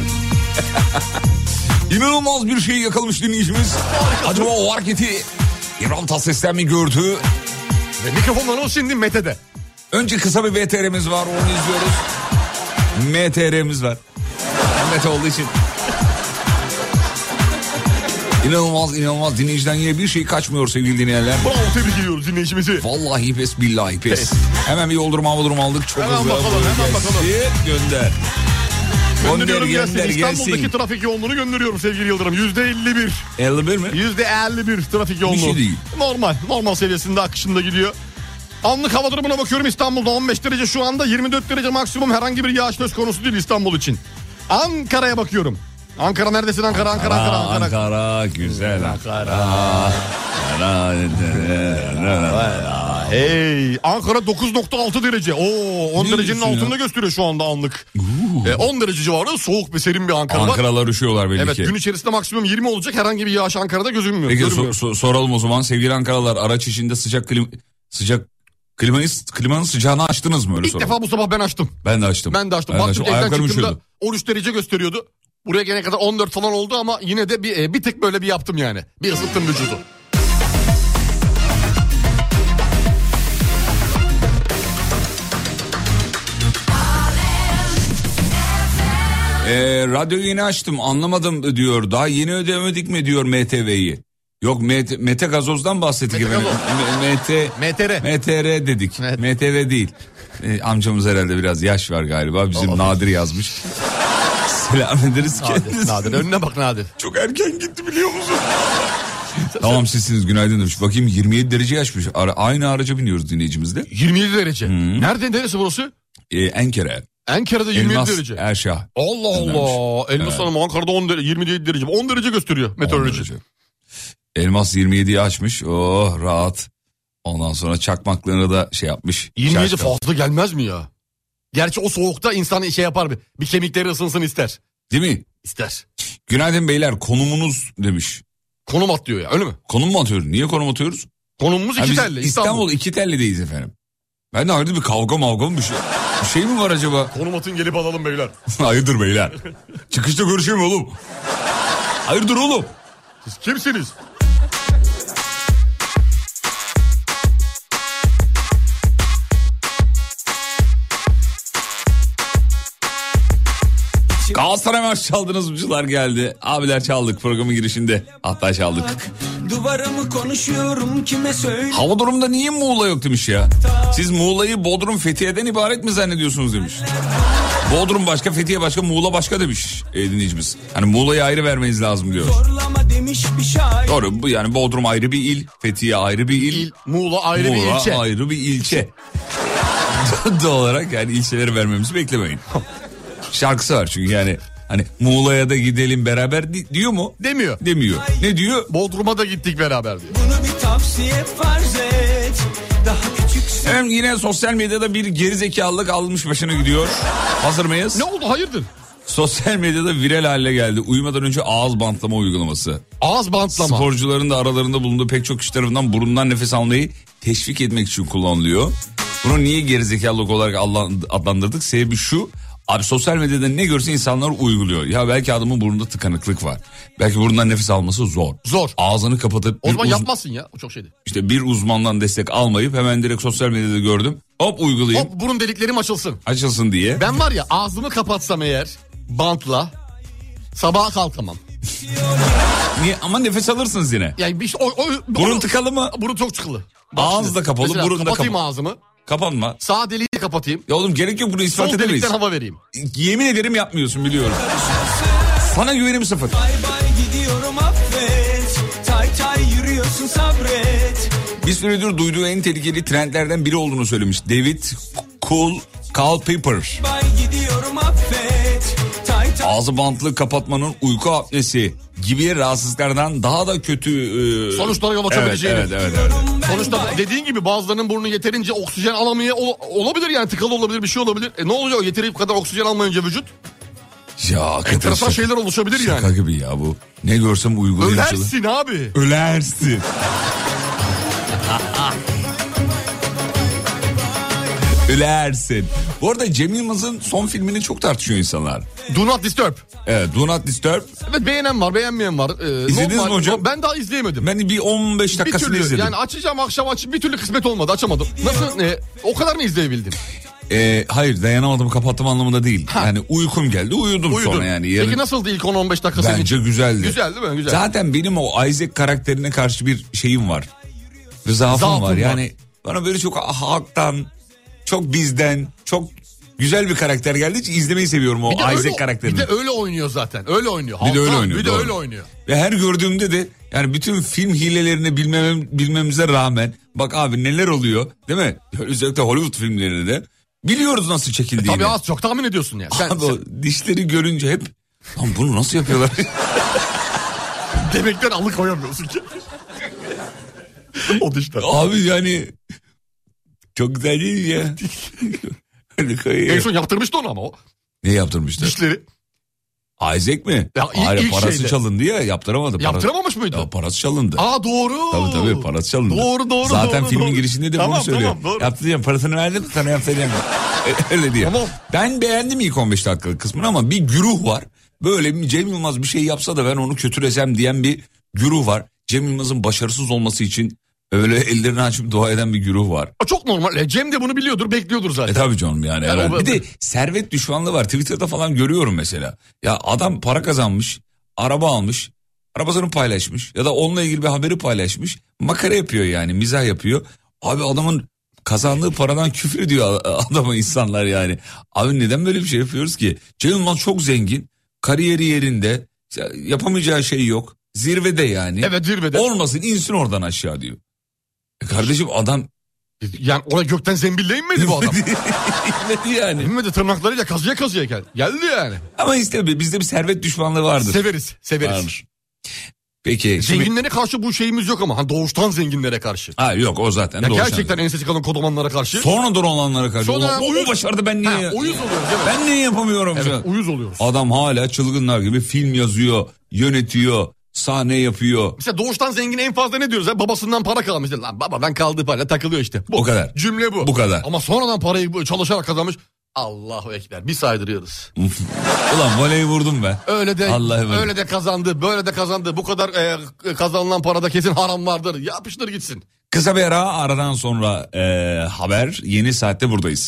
Speaker 4: İnanılmaz bir şey yakalamış dinleyicimiz. Acaba o hareketi İbrahim Tatlıses'ten mi gördü?
Speaker 5: Ve mikrofondan o şimdi Mete'de.
Speaker 4: Önce kısa bir VTR'miz var onu izliyoruz. MTR'miz var. Mete olduğu için. İnanılmaz inanılmaz dinleyiciden yine bir şey kaçmıyor sevgili dinleyenler.
Speaker 5: Bravo tebrik ediyoruz dinleyicimizi.
Speaker 4: Vallahi pes billahi pes. Hemen bir yoldurma hava durumu aldık. Çok
Speaker 5: Hemen
Speaker 4: hızlı.
Speaker 5: bakalım,
Speaker 4: Buyur
Speaker 5: hemen
Speaker 4: gelsin.
Speaker 5: bakalım.
Speaker 4: Gönder. Gönder
Speaker 5: Gönderiyorum gelsin.
Speaker 4: gönder
Speaker 5: İstanbul'daki
Speaker 4: gelsin.
Speaker 5: trafik yoğunluğunu gönderiyorum sevgili Yıldırım. Yüzde 51.
Speaker 4: 51 mi?
Speaker 5: Yüzde 51 trafik yoğunluğu.
Speaker 4: şey değil.
Speaker 5: Normal. Normal seviyesinde akışında gidiyor. Anlık hava durumuna bakıyorum İstanbul'da 15 derece şu anda 24 derece maksimum herhangi bir yağış söz konusu değil İstanbul için. Ankara'ya bakıyorum. Ankara neredesin Ankara Ankara Ankara
Speaker 4: Aa,
Speaker 5: Ankara.
Speaker 4: Ankara güzel Ankara.
Speaker 5: Hey Ankara 9.6 derece. Oo 10
Speaker 4: Ne
Speaker 5: derecenin
Speaker 4: diyorsun ya?
Speaker 5: altında gösteriyor şu anda anlık. E, 10 derece civarı soğuk ve serin bir Ankara, var.
Speaker 4: Ankara'lar üşüyorlar belli
Speaker 5: Evet
Speaker 4: ki.
Speaker 5: gün içerisinde maksimum 20 olacak herhangi bir yağış Ankara'da gözükmüyor.
Speaker 4: Peki
Speaker 5: görünmüyor.
Speaker 4: so- so- soralım o zaman sevgili Ankaralılar araç içinde sıcak klim sıcak klimanın klimanın sıcağını açtınız mı öyle
Speaker 5: İlk
Speaker 4: soralım.
Speaker 5: defa bu sabah ben açtım.
Speaker 4: Ben de açtım.
Speaker 5: Ben de açtım.
Speaker 4: Ben de
Speaker 5: Baktım
Speaker 4: açtım.
Speaker 5: evden
Speaker 4: Ayaklarım
Speaker 5: çıktığımda
Speaker 4: üşüyordu.
Speaker 5: 13 derece gösteriyordu. Buraya gelene kadar 14 falan oldu ama yine de bir, e, bir tek böyle bir yaptım yani. Bir ısıttım vücudu.
Speaker 4: Ee, radyoyu yeni açtım anlamadım diyor. Daha yeni ödemedik mi diyor MTV'yi. Yok MT, Mete Gazoz'dan bahsettik
Speaker 5: Mete
Speaker 4: efendim. M- MT,
Speaker 5: MTR.
Speaker 4: MTR dedik.
Speaker 5: Evet.
Speaker 4: MTV değil. Ee, amcamız herhalde biraz yaş var galiba. Bizim Nadir yazmış. Selam ederiz
Speaker 5: Nadir,
Speaker 4: kendisine.
Speaker 5: Nadir önüne bak Nadir.
Speaker 4: Çok erken gitti biliyor musun? tamam sizsiniz günaydın demiş. Bakayım 27 derece açmış. Ara- aynı araca biniyoruz dinleyicimizle.
Speaker 5: 27 derece. Nerede neresi burası?
Speaker 4: Ee, Enkere.
Speaker 5: Ankara'da 27
Speaker 4: Elmas er-
Speaker 5: derece.
Speaker 4: Erşah.
Speaker 5: Allah Allah. Elmas Hanım Ankara'da 10 derece, 27 derece. 10 derece gösteriyor meteoroloji.
Speaker 4: derece. Elmas 27'yi açmış. Oh rahat. Ondan sonra çakmaklarını da şey yapmış.
Speaker 5: 27
Speaker 4: Şarkı.
Speaker 5: fazla gelmez mi ya? Gerçi o soğukta insan şey yapar bir. Bir kemikleri ısınsın ister.
Speaker 4: Değil mi?
Speaker 5: İster.
Speaker 4: Günaydın beyler konumunuz demiş.
Speaker 5: Konum atlıyor ya öyle mi?
Speaker 4: Konum mu atıyoruz? Niye konum atıyoruz?
Speaker 5: Konumumuz
Speaker 4: Ha,
Speaker 5: iki
Speaker 4: biz
Speaker 5: telli. İstanbul.
Speaker 4: İstanbul iki tellideyiz efendim. Ben de harbi bir kavga mavga mı bir şey, bir şey mi var acaba?
Speaker 5: Konum atın gelip alalım beyler.
Speaker 4: Hayırdır beyler? Çıkışta görüşeyim oğlum. Hayırdır oğlum?
Speaker 5: Siz kimsiniz?
Speaker 4: Galatasaray maç çaldınız mıcılar geldi. Abiler çaldık programın girişinde. Hatta çaldık.
Speaker 7: Duvarımı konuşuyorum kime söyle
Speaker 4: Hava durumunda niye Muğla yok demiş ya. Siz Muğla'yı Bodrum Fethiye'den ibaret mi zannediyorsunuz demiş. Bodrum başka, Fethiye başka, Muğla başka demiş e, dinleyicimiz. Hani Muğla'yı ayrı vermeniz lazım diyor.
Speaker 7: zorlama demiş bir şair
Speaker 4: Doğru bu yani Bodrum ayrı bir il, Fethiye ayrı bir il,
Speaker 5: İl, Muğla ayrı bir
Speaker 4: Muğla
Speaker 5: ilçe.
Speaker 4: ayrı bir ilçe. Doğal olarak yani ilçeleri vermemizi beklemeyin. Şarkısı var çünkü yani hani Muğla'ya da gidelim beraber di- diyor mu?
Speaker 5: Demiyor.
Speaker 4: Demiyor. Ne diyor?
Speaker 5: Bodrum'a da gittik beraber diyor.
Speaker 7: Bunu bir tavsiye farz et Daha küçüksün
Speaker 4: Efendim yine sosyal medyada bir gerizekalılık almış başına gidiyor. Hazır mıyız?
Speaker 5: Ne oldu hayırdır?
Speaker 4: Sosyal medyada viral hale geldi. Uyumadan önce ağız bantlama uygulaması.
Speaker 5: Ağız bantlama.
Speaker 4: Sporcuların da aralarında bulunduğu pek çok kişi tarafından burundan nefes almayı teşvik etmek için kullanılıyor. Bunu niye gerizekalılık olarak adlan- adlandırdık? Sebebi şu. Abi sosyal medyada ne görse insanlar uyguluyor. Ya belki adamın burnunda tıkanıklık var. Belki burundan nefes alması zor.
Speaker 5: Zor.
Speaker 4: Ağzını kapatıp
Speaker 5: O
Speaker 4: bir
Speaker 5: zaman
Speaker 4: uz-
Speaker 5: yapmazsın ya. O çok şeydi.
Speaker 4: işte bir uzmandan destek almayıp hemen direkt sosyal medyada gördüm. Hop uygulayayım.
Speaker 5: Hop burun deliklerim açılsın.
Speaker 4: Açılsın diye.
Speaker 5: Ben var ya ağzımı kapatsam eğer bantla sabaha kalkamam.
Speaker 4: Niye? Ama nefes alırsınız yine.
Speaker 5: Yani bir, şey, o, o,
Speaker 4: Burun
Speaker 5: onu-
Speaker 4: tıkalı mı?
Speaker 5: Burun çok tıkalı.
Speaker 4: Ağız
Speaker 5: şimdi,
Speaker 4: da kapalı,
Speaker 5: mesela
Speaker 4: burun da
Speaker 5: kapatayım
Speaker 4: kapalı.
Speaker 5: ağzımı.
Speaker 4: Kapanma.
Speaker 5: Sağ deliği kapatayım.
Speaker 4: Ya oğlum gerek yok bunu ispat
Speaker 5: Sol
Speaker 4: edemeyiz.
Speaker 5: delikten hava vereyim.
Speaker 4: Yemin ederim yapmıyorsun biliyorum. Sana güvenim sıfır.
Speaker 7: Bay bay gidiyorum affet Tay tay yürüyorsun sabret
Speaker 4: Bir süredir duyduğu en tehlikeli trendlerden biri olduğunu söylemiş. David Cool Culpepper.
Speaker 7: Bay gidiyorum affet Tay tay
Speaker 4: Ağzı bantlı kapatmanın uyku apnesi gibi rahatsızlıklardan daha da kötü... e,
Speaker 5: Sonuçlara yol açabileceğini.
Speaker 4: Evet, evet, evet, evet.
Speaker 5: Sonuçta
Speaker 7: bay-
Speaker 5: dediğin gibi bazılarının burnu yeterince oksijen alamıyor olabilir yani tıkalı olabilir bir şey olabilir. E ne olacak yeteri kadar oksijen almayınca vücut?
Speaker 4: Ya hakikaten
Speaker 5: Enteresan
Speaker 4: şaka-
Speaker 5: şeyler oluşabilir
Speaker 4: Şaka
Speaker 5: yani.
Speaker 4: gibi ya bu. Ne görsem uygulayayım.
Speaker 5: Ölersin abi.
Speaker 4: Ölersin. Ölersin. Bu arada Cem Yılmaz'ın son filmini çok tartışıyor insanlar.
Speaker 5: Do not disturb.
Speaker 4: Evet, Do Not Disturb.
Speaker 5: Evet beğenen var beğenmeyen var. Ee,
Speaker 4: İzlediniz
Speaker 5: normal-
Speaker 4: mi hocam?
Speaker 5: Ben daha izleyemedim.
Speaker 4: Ben de bir 15
Speaker 5: bir
Speaker 4: dakikasını
Speaker 5: türlü
Speaker 4: izledim.
Speaker 5: yani açacağım akşam açıp bir türlü kısmet olmadı açamadım. Nasıl e, o kadar mı izleyebildim?
Speaker 4: Ee, hayır dayanamadım kapattım anlamında değil. Yani uykum geldi uyudum,
Speaker 5: Uyudun.
Speaker 4: sonra yani. Yarın-
Speaker 5: Peki nasıldı ilk 10-15 dakikası?
Speaker 4: Bence güzeldi.
Speaker 5: Güzel değil mi? Güzel.
Speaker 4: Zaten benim o Isaac karakterine karşı bir şeyim var. Bir
Speaker 5: Zaafın
Speaker 4: zaafım var.
Speaker 5: var.
Speaker 4: Yani bana böyle çok halktan, çok bizden, çok güzel bir karakter geldiği için izlemeyi seviyorum o
Speaker 5: Bir de öyle-
Speaker 4: Isaac karakterini.
Speaker 5: Bir de öyle oynuyor zaten. Öyle oynuyor.
Speaker 4: Bir de öyle
Speaker 5: Halktan,
Speaker 4: oynuyor,
Speaker 5: Bir de
Speaker 4: doğru.
Speaker 5: öyle oynuyor.
Speaker 4: Ve her gördüğümde de yani bütün film hilelerini bilmemem, bilmemize rağmen bak abi neler oluyor değil mi? Özellikle Hollywood filmlerinde de biliyoruz nasıl çekildiğini.
Speaker 5: E, Tabii az çok tahmin ediyorsun yani. Sen,
Speaker 4: Abi o dişleri görünce hep lan bunu nasıl yapıyorlar?
Speaker 5: sen demekten alıkoyamıyorsun ki. o dişler.
Speaker 4: Abi yani çok güzel değil mi ya. Hani
Speaker 5: En
Speaker 4: kayıyor.
Speaker 5: son yaptırmıştı onu ama o
Speaker 4: ne yaptırmıştı?
Speaker 5: dişleri.
Speaker 4: Isaac mi?
Speaker 5: Ya ilk-
Speaker 4: Hayır
Speaker 5: ilk
Speaker 4: parası
Speaker 5: şeyde.
Speaker 4: çalındı ya yaptıramadı. Para-
Speaker 5: Yaptıramamış mıydı?
Speaker 4: Ya parası çalındı.
Speaker 5: Aa doğru.
Speaker 4: Tabii tabii parası çalındı.
Speaker 5: Doğru doğru
Speaker 4: Zaten
Speaker 5: doğru,
Speaker 4: filmin
Speaker 5: doğru.
Speaker 4: girişinde de
Speaker 5: Tamam,
Speaker 4: bunu söylüyor.
Speaker 5: Tamam doğru.
Speaker 4: Yaptı diyorum parasını verdim sana yaptı diyorum. Öyle diyor.
Speaker 5: Tamam.
Speaker 4: Ben beğendim ilk 15 dakikalık kısmını ama bir güruh var. Böyle bir Cem Yılmaz bir şey yapsa da ben onu kötülesem diyen bir güruh var. Cem Yılmaz'ın başarısız olması için öyle ellerini açıp dua eden bir güruh var.
Speaker 5: Aa, Çok normal. E, Cem de bunu biliyordur bekliyordur
Speaker 4: E
Speaker 5: zaten.
Speaker 4: tabii canım yani. herhalde.
Speaker 5: o-
Speaker 4: bir de servet düşmanlığı var. Twitter'da falan görüyorum mesela. Ya adam para kazanmış, araba almış, arabasını paylaşmış ya da onunla ilgili bir haberi paylaşmış. Makara yapıyor yani, mizah yapıyor. Abi adamın kazandığı paradan küfür ediyor a- adama insanlar yani. Abi neden böyle bir şey yapıyoruz ki? Cem Yılmaz çok zengin, kariyeri yerinde, yapamayacağı şey yok. Zirvede yani.
Speaker 5: Evet zirvede.
Speaker 4: Olmasın insin oradan aşağı diyor. E kardeşim adam
Speaker 5: Yani ona gökten zembille inmedi bu adam.
Speaker 4: inmedi yani.
Speaker 5: inmedi tırnaklarıyla kazıya kazıya geldi. Geldi yani.
Speaker 4: Ama işte bi- bizde bir servet düşmanlığı vardır.
Speaker 5: Severiz severiz.
Speaker 4: Vardır. Peki. şimdi-
Speaker 5: Zenginlere karşı bu şeyimiz yok ama. Hani doğuştan zenginlere karşı.
Speaker 4: Ha yok o zaten.
Speaker 5: Ya
Speaker 4: doğru
Speaker 5: gerçekten
Speaker 4: sen de.
Speaker 5: ensesi kalın kodomanlara karşı.
Speaker 4: Sonra olanlara karşı.
Speaker 5: Sonra
Speaker 4: Ulan, o,
Speaker 5: uyuz-
Speaker 4: o başardı ben niye?
Speaker 5: Ha, uyuz oluyoruz evet.
Speaker 4: Ben niye yapamıyorum? şu an?
Speaker 5: Evet, uyuz oluyoruz.
Speaker 4: Adam hala çılgınlar gibi film yazıyor, yönetiyor, sahne yapıyor.
Speaker 5: Mesela doğuştan zengin en fazla ne diyoruz? Ya? Babasından para kalmış. Lan baba ben kaldığı parayla takılıyor işte.
Speaker 4: O kadar.
Speaker 5: Cümle bu.
Speaker 4: Bu kadar.
Speaker 5: Ama sonradan parayı bu- çalışarak kazanmış. Allahu ekber. Bir saydırıyoruz.
Speaker 4: Ulan voleyi vurdum be.
Speaker 5: Öyle de
Speaker 4: Allah'a emanet.
Speaker 5: öyle de kazandı, böyle de kazandı. Bu kadar e, kazanılan parada kesin haram vardır. Yapıştır gitsin.
Speaker 4: Kısa bir ara aradan sonra e, haber yeni saatte buradayız.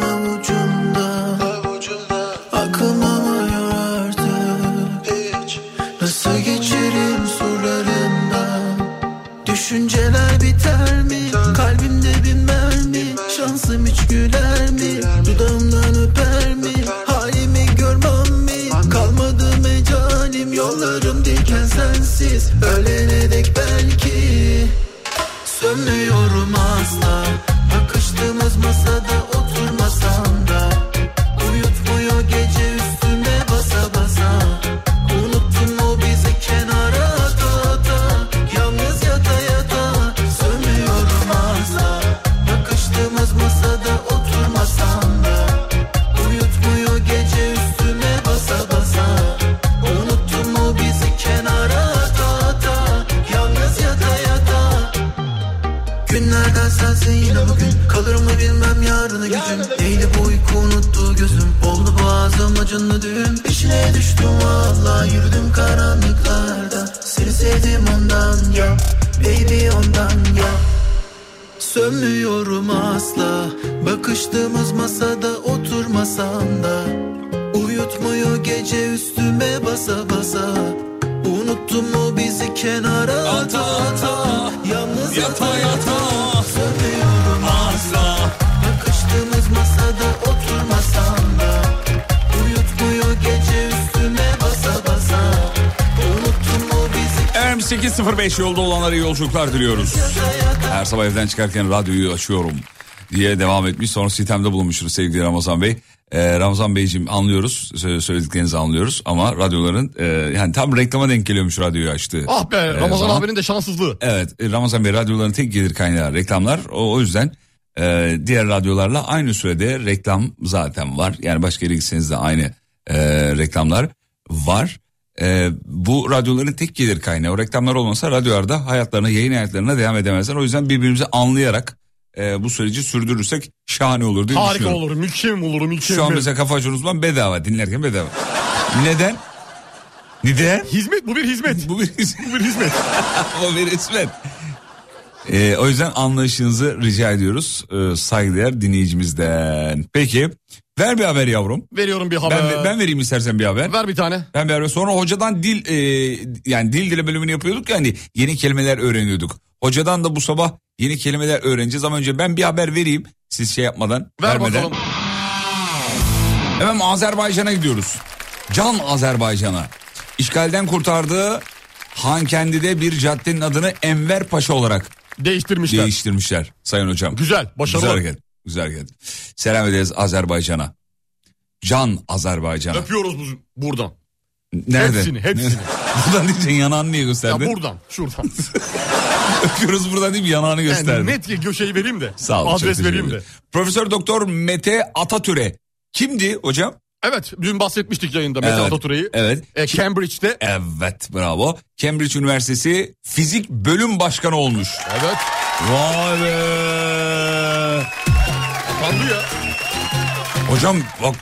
Speaker 9: avucumda Aklım almıyor artık Nasıl geçerim sularından Düşünceler biter mi? Kalbimde bilmem mi? Şansım hiç güler mi? Dudağımdan öper mi? Halimi görmem mi? Kalmadı mecalim Yollarım diken sensiz Ölene dek belki Sönmüyorum asla Bakıştığımız masada oturmasam da Uyutmuyor gece üstüme basa basa Unuttun mu bizi kenara ata ata Yalnız yata yata Sönmüyorum asla Bakıştığımız masada oturmasam da Uyutmuyor gece üstüme basa basa Unuttun mu bizi kenara ata ata Yalnız yata yata Günlerden sensin yine bugün Kalır mı bilmem yarını gücüm Neydi bu uyku unuttu gözüm Oldu boğazım acınlı düğüm Peşine düştüm valla yürüdüm karanlıklarda Seni sevdim ondan ya Baby ondan ya Sönmüyorum asla Bakıştığımız masada oturmasam da Uyutmuyor gece üstüme basa basa Unuttun mu bizi kenara ata ata Yalnız yata yata Sönmüyorum asla Bakıştığımız masada oturmasam da Uyutmuyor gece üstüme basa basa Unuttun mu bizi
Speaker 4: Efendim 8.05 yolda olanlara iyi yolculuklar diliyoruz. Her sabah evden çıkarken radyoyu açıyorum diye devam etmiş. Sonra sitemde bulunmuşuz sevgili Ramazan Bey. Ee, Ramazan Beyciğim anlıyoruz, sö- söylediklerinizi anlıyoruz ama radyoların e, yani tam reklama denk geliyormuş radyoyu açtı.
Speaker 5: Ah be Ramazan
Speaker 4: zaman.
Speaker 5: abinin de şanssızlığı.
Speaker 4: Evet e, Ramazan Bey radyoların tek gelir kaynağı reklamlar. O, o yüzden e, diğer radyolarla aynı sürede reklam zaten var. Yani başka yere gitseniz de aynı e, reklamlar var. E, bu radyoların tek gelir kaynağı. O reklamlar olmasa radyolarda hayatlarına, yayın hayatlarına devam edemezler. O yüzden birbirimizi anlayarak e, bu süreci sürdürürsek şahane olur diye
Speaker 5: Harika
Speaker 4: düşünüyorum.
Speaker 5: olur, mükemmel olur, mükemmel.
Speaker 4: Şu an mesela kafa açan uzman bedava dinlerken bedava. Neden? Neden?
Speaker 5: Hizmet, bu bir hizmet.
Speaker 4: Bu bir
Speaker 5: Bu bir hizmet.
Speaker 4: o bir ismet. Ee, o yüzden anlayışınızı rica ediyoruz ee, saygıdeğer dinleyicimizden. Peki ver bir haber yavrum.
Speaker 5: Veriyorum bir haber.
Speaker 4: Ben, ben vereyim istersen bir haber.
Speaker 5: Ver bir tane.
Speaker 4: Ben bir haber. Sonra hocadan dil e, yani dil dile bölümünü yapıyorduk yani yeni kelimeler öğreniyorduk. Hocadan da bu sabah yeni kelimeler öğreneceğiz ama önce ben bir haber vereyim siz şey yapmadan.
Speaker 5: Ver
Speaker 4: vermeden.
Speaker 5: bakalım.
Speaker 4: Hemen Azerbaycan'a gidiyoruz. Can Azerbaycan'a. İşgalden kurtardığı Hankendi'de bir caddenin adını Enver Paşa olarak
Speaker 5: Değiştirmişler.
Speaker 4: değiştirmişler Sayın Hocam.
Speaker 5: Güzel, başarılı.
Speaker 4: Güzel hareket. Güzel hareket. Selam ederiz Azerbaycan'a. Can Azerbaycan'a.
Speaker 5: Öpüyoruz bu, buradan.
Speaker 4: Nerede?
Speaker 5: Hepsini, hepsini.
Speaker 4: buradan diyeceksin yanağını niye
Speaker 5: Ya
Speaker 4: gösterdin?
Speaker 5: buradan, şuradan.
Speaker 4: Öpüyoruz buradan değil mi yanağını gösterdin?
Speaker 5: yani net ki göşeyi vereyim de.
Speaker 4: Sağ ol. çok
Speaker 5: Adres
Speaker 4: teşekkür
Speaker 5: vereyim de.
Speaker 4: ederim. Profesör Doktor Mete Atatüre. Kimdi hocam?
Speaker 5: Evet, dün bahsetmiştik yayında Mete
Speaker 4: Evet,
Speaker 5: Atatürk'ü.
Speaker 4: evet.
Speaker 5: E, Cambridge'de.
Speaker 4: Evet bravo. Cambridge Üniversitesi Fizik Bölüm Başkanı olmuş.
Speaker 5: Evet.
Speaker 4: Vay be.
Speaker 5: Kaldı ya.
Speaker 4: Hocam bak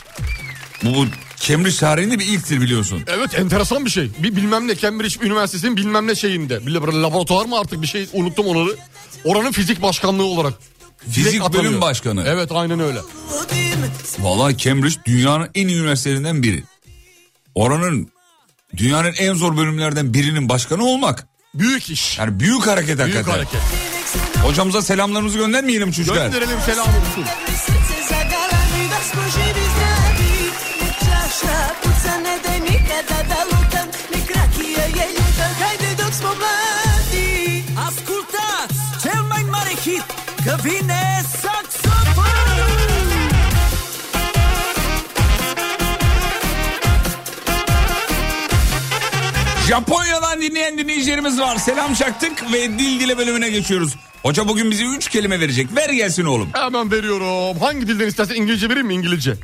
Speaker 4: bu, bu Cambridge tarihinde bir ilktir biliyorsun.
Speaker 5: Evet enteresan bir şey. Bir bilmem ne Cambridge Üniversitesi'nin bilmem ne şeyinde. Bir labor- laboratuvar mı artık bir şey unuttum onları. Oranın fizik başkanlığı olarak.
Speaker 4: Fizik
Speaker 5: Direkt
Speaker 4: bölüm
Speaker 5: atanıyor.
Speaker 4: başkanı.
Speaker 5: Evet aynen öyle.
Speaker 4: Vallahi Cambridge dünyanın en iyi üniversitelerinden biri. Oranın dünyanın en zor bölümlerden birinin başkanı olmak.
Speaker 5: Büyük iş.
Speaker 4: Yani büyük hareket
Speaker 5: Büyük
Speaker 4: hakikaten.
Speaker 5: hareket.
Speaker 4: Hocamıza selamlarımızı göndermeyelim çocuklar.
Speaker 5: Gönderelim selam olsun.
Speaker 7: Ascultați cel mai mare hit Că vine saxofonul
Speaker 4: Japonya'dan dinleyen dinleyicilerimiz var. Selam çaktık ve dil dile bölümüne geçiyoruz. Hoca bugün bize 3 kelime verecek. Ver gelsin oğlum.
Speaker 5: Hemen veriyorum. Hangi dilden istersen İngilizce vereyim mi? İngilizce.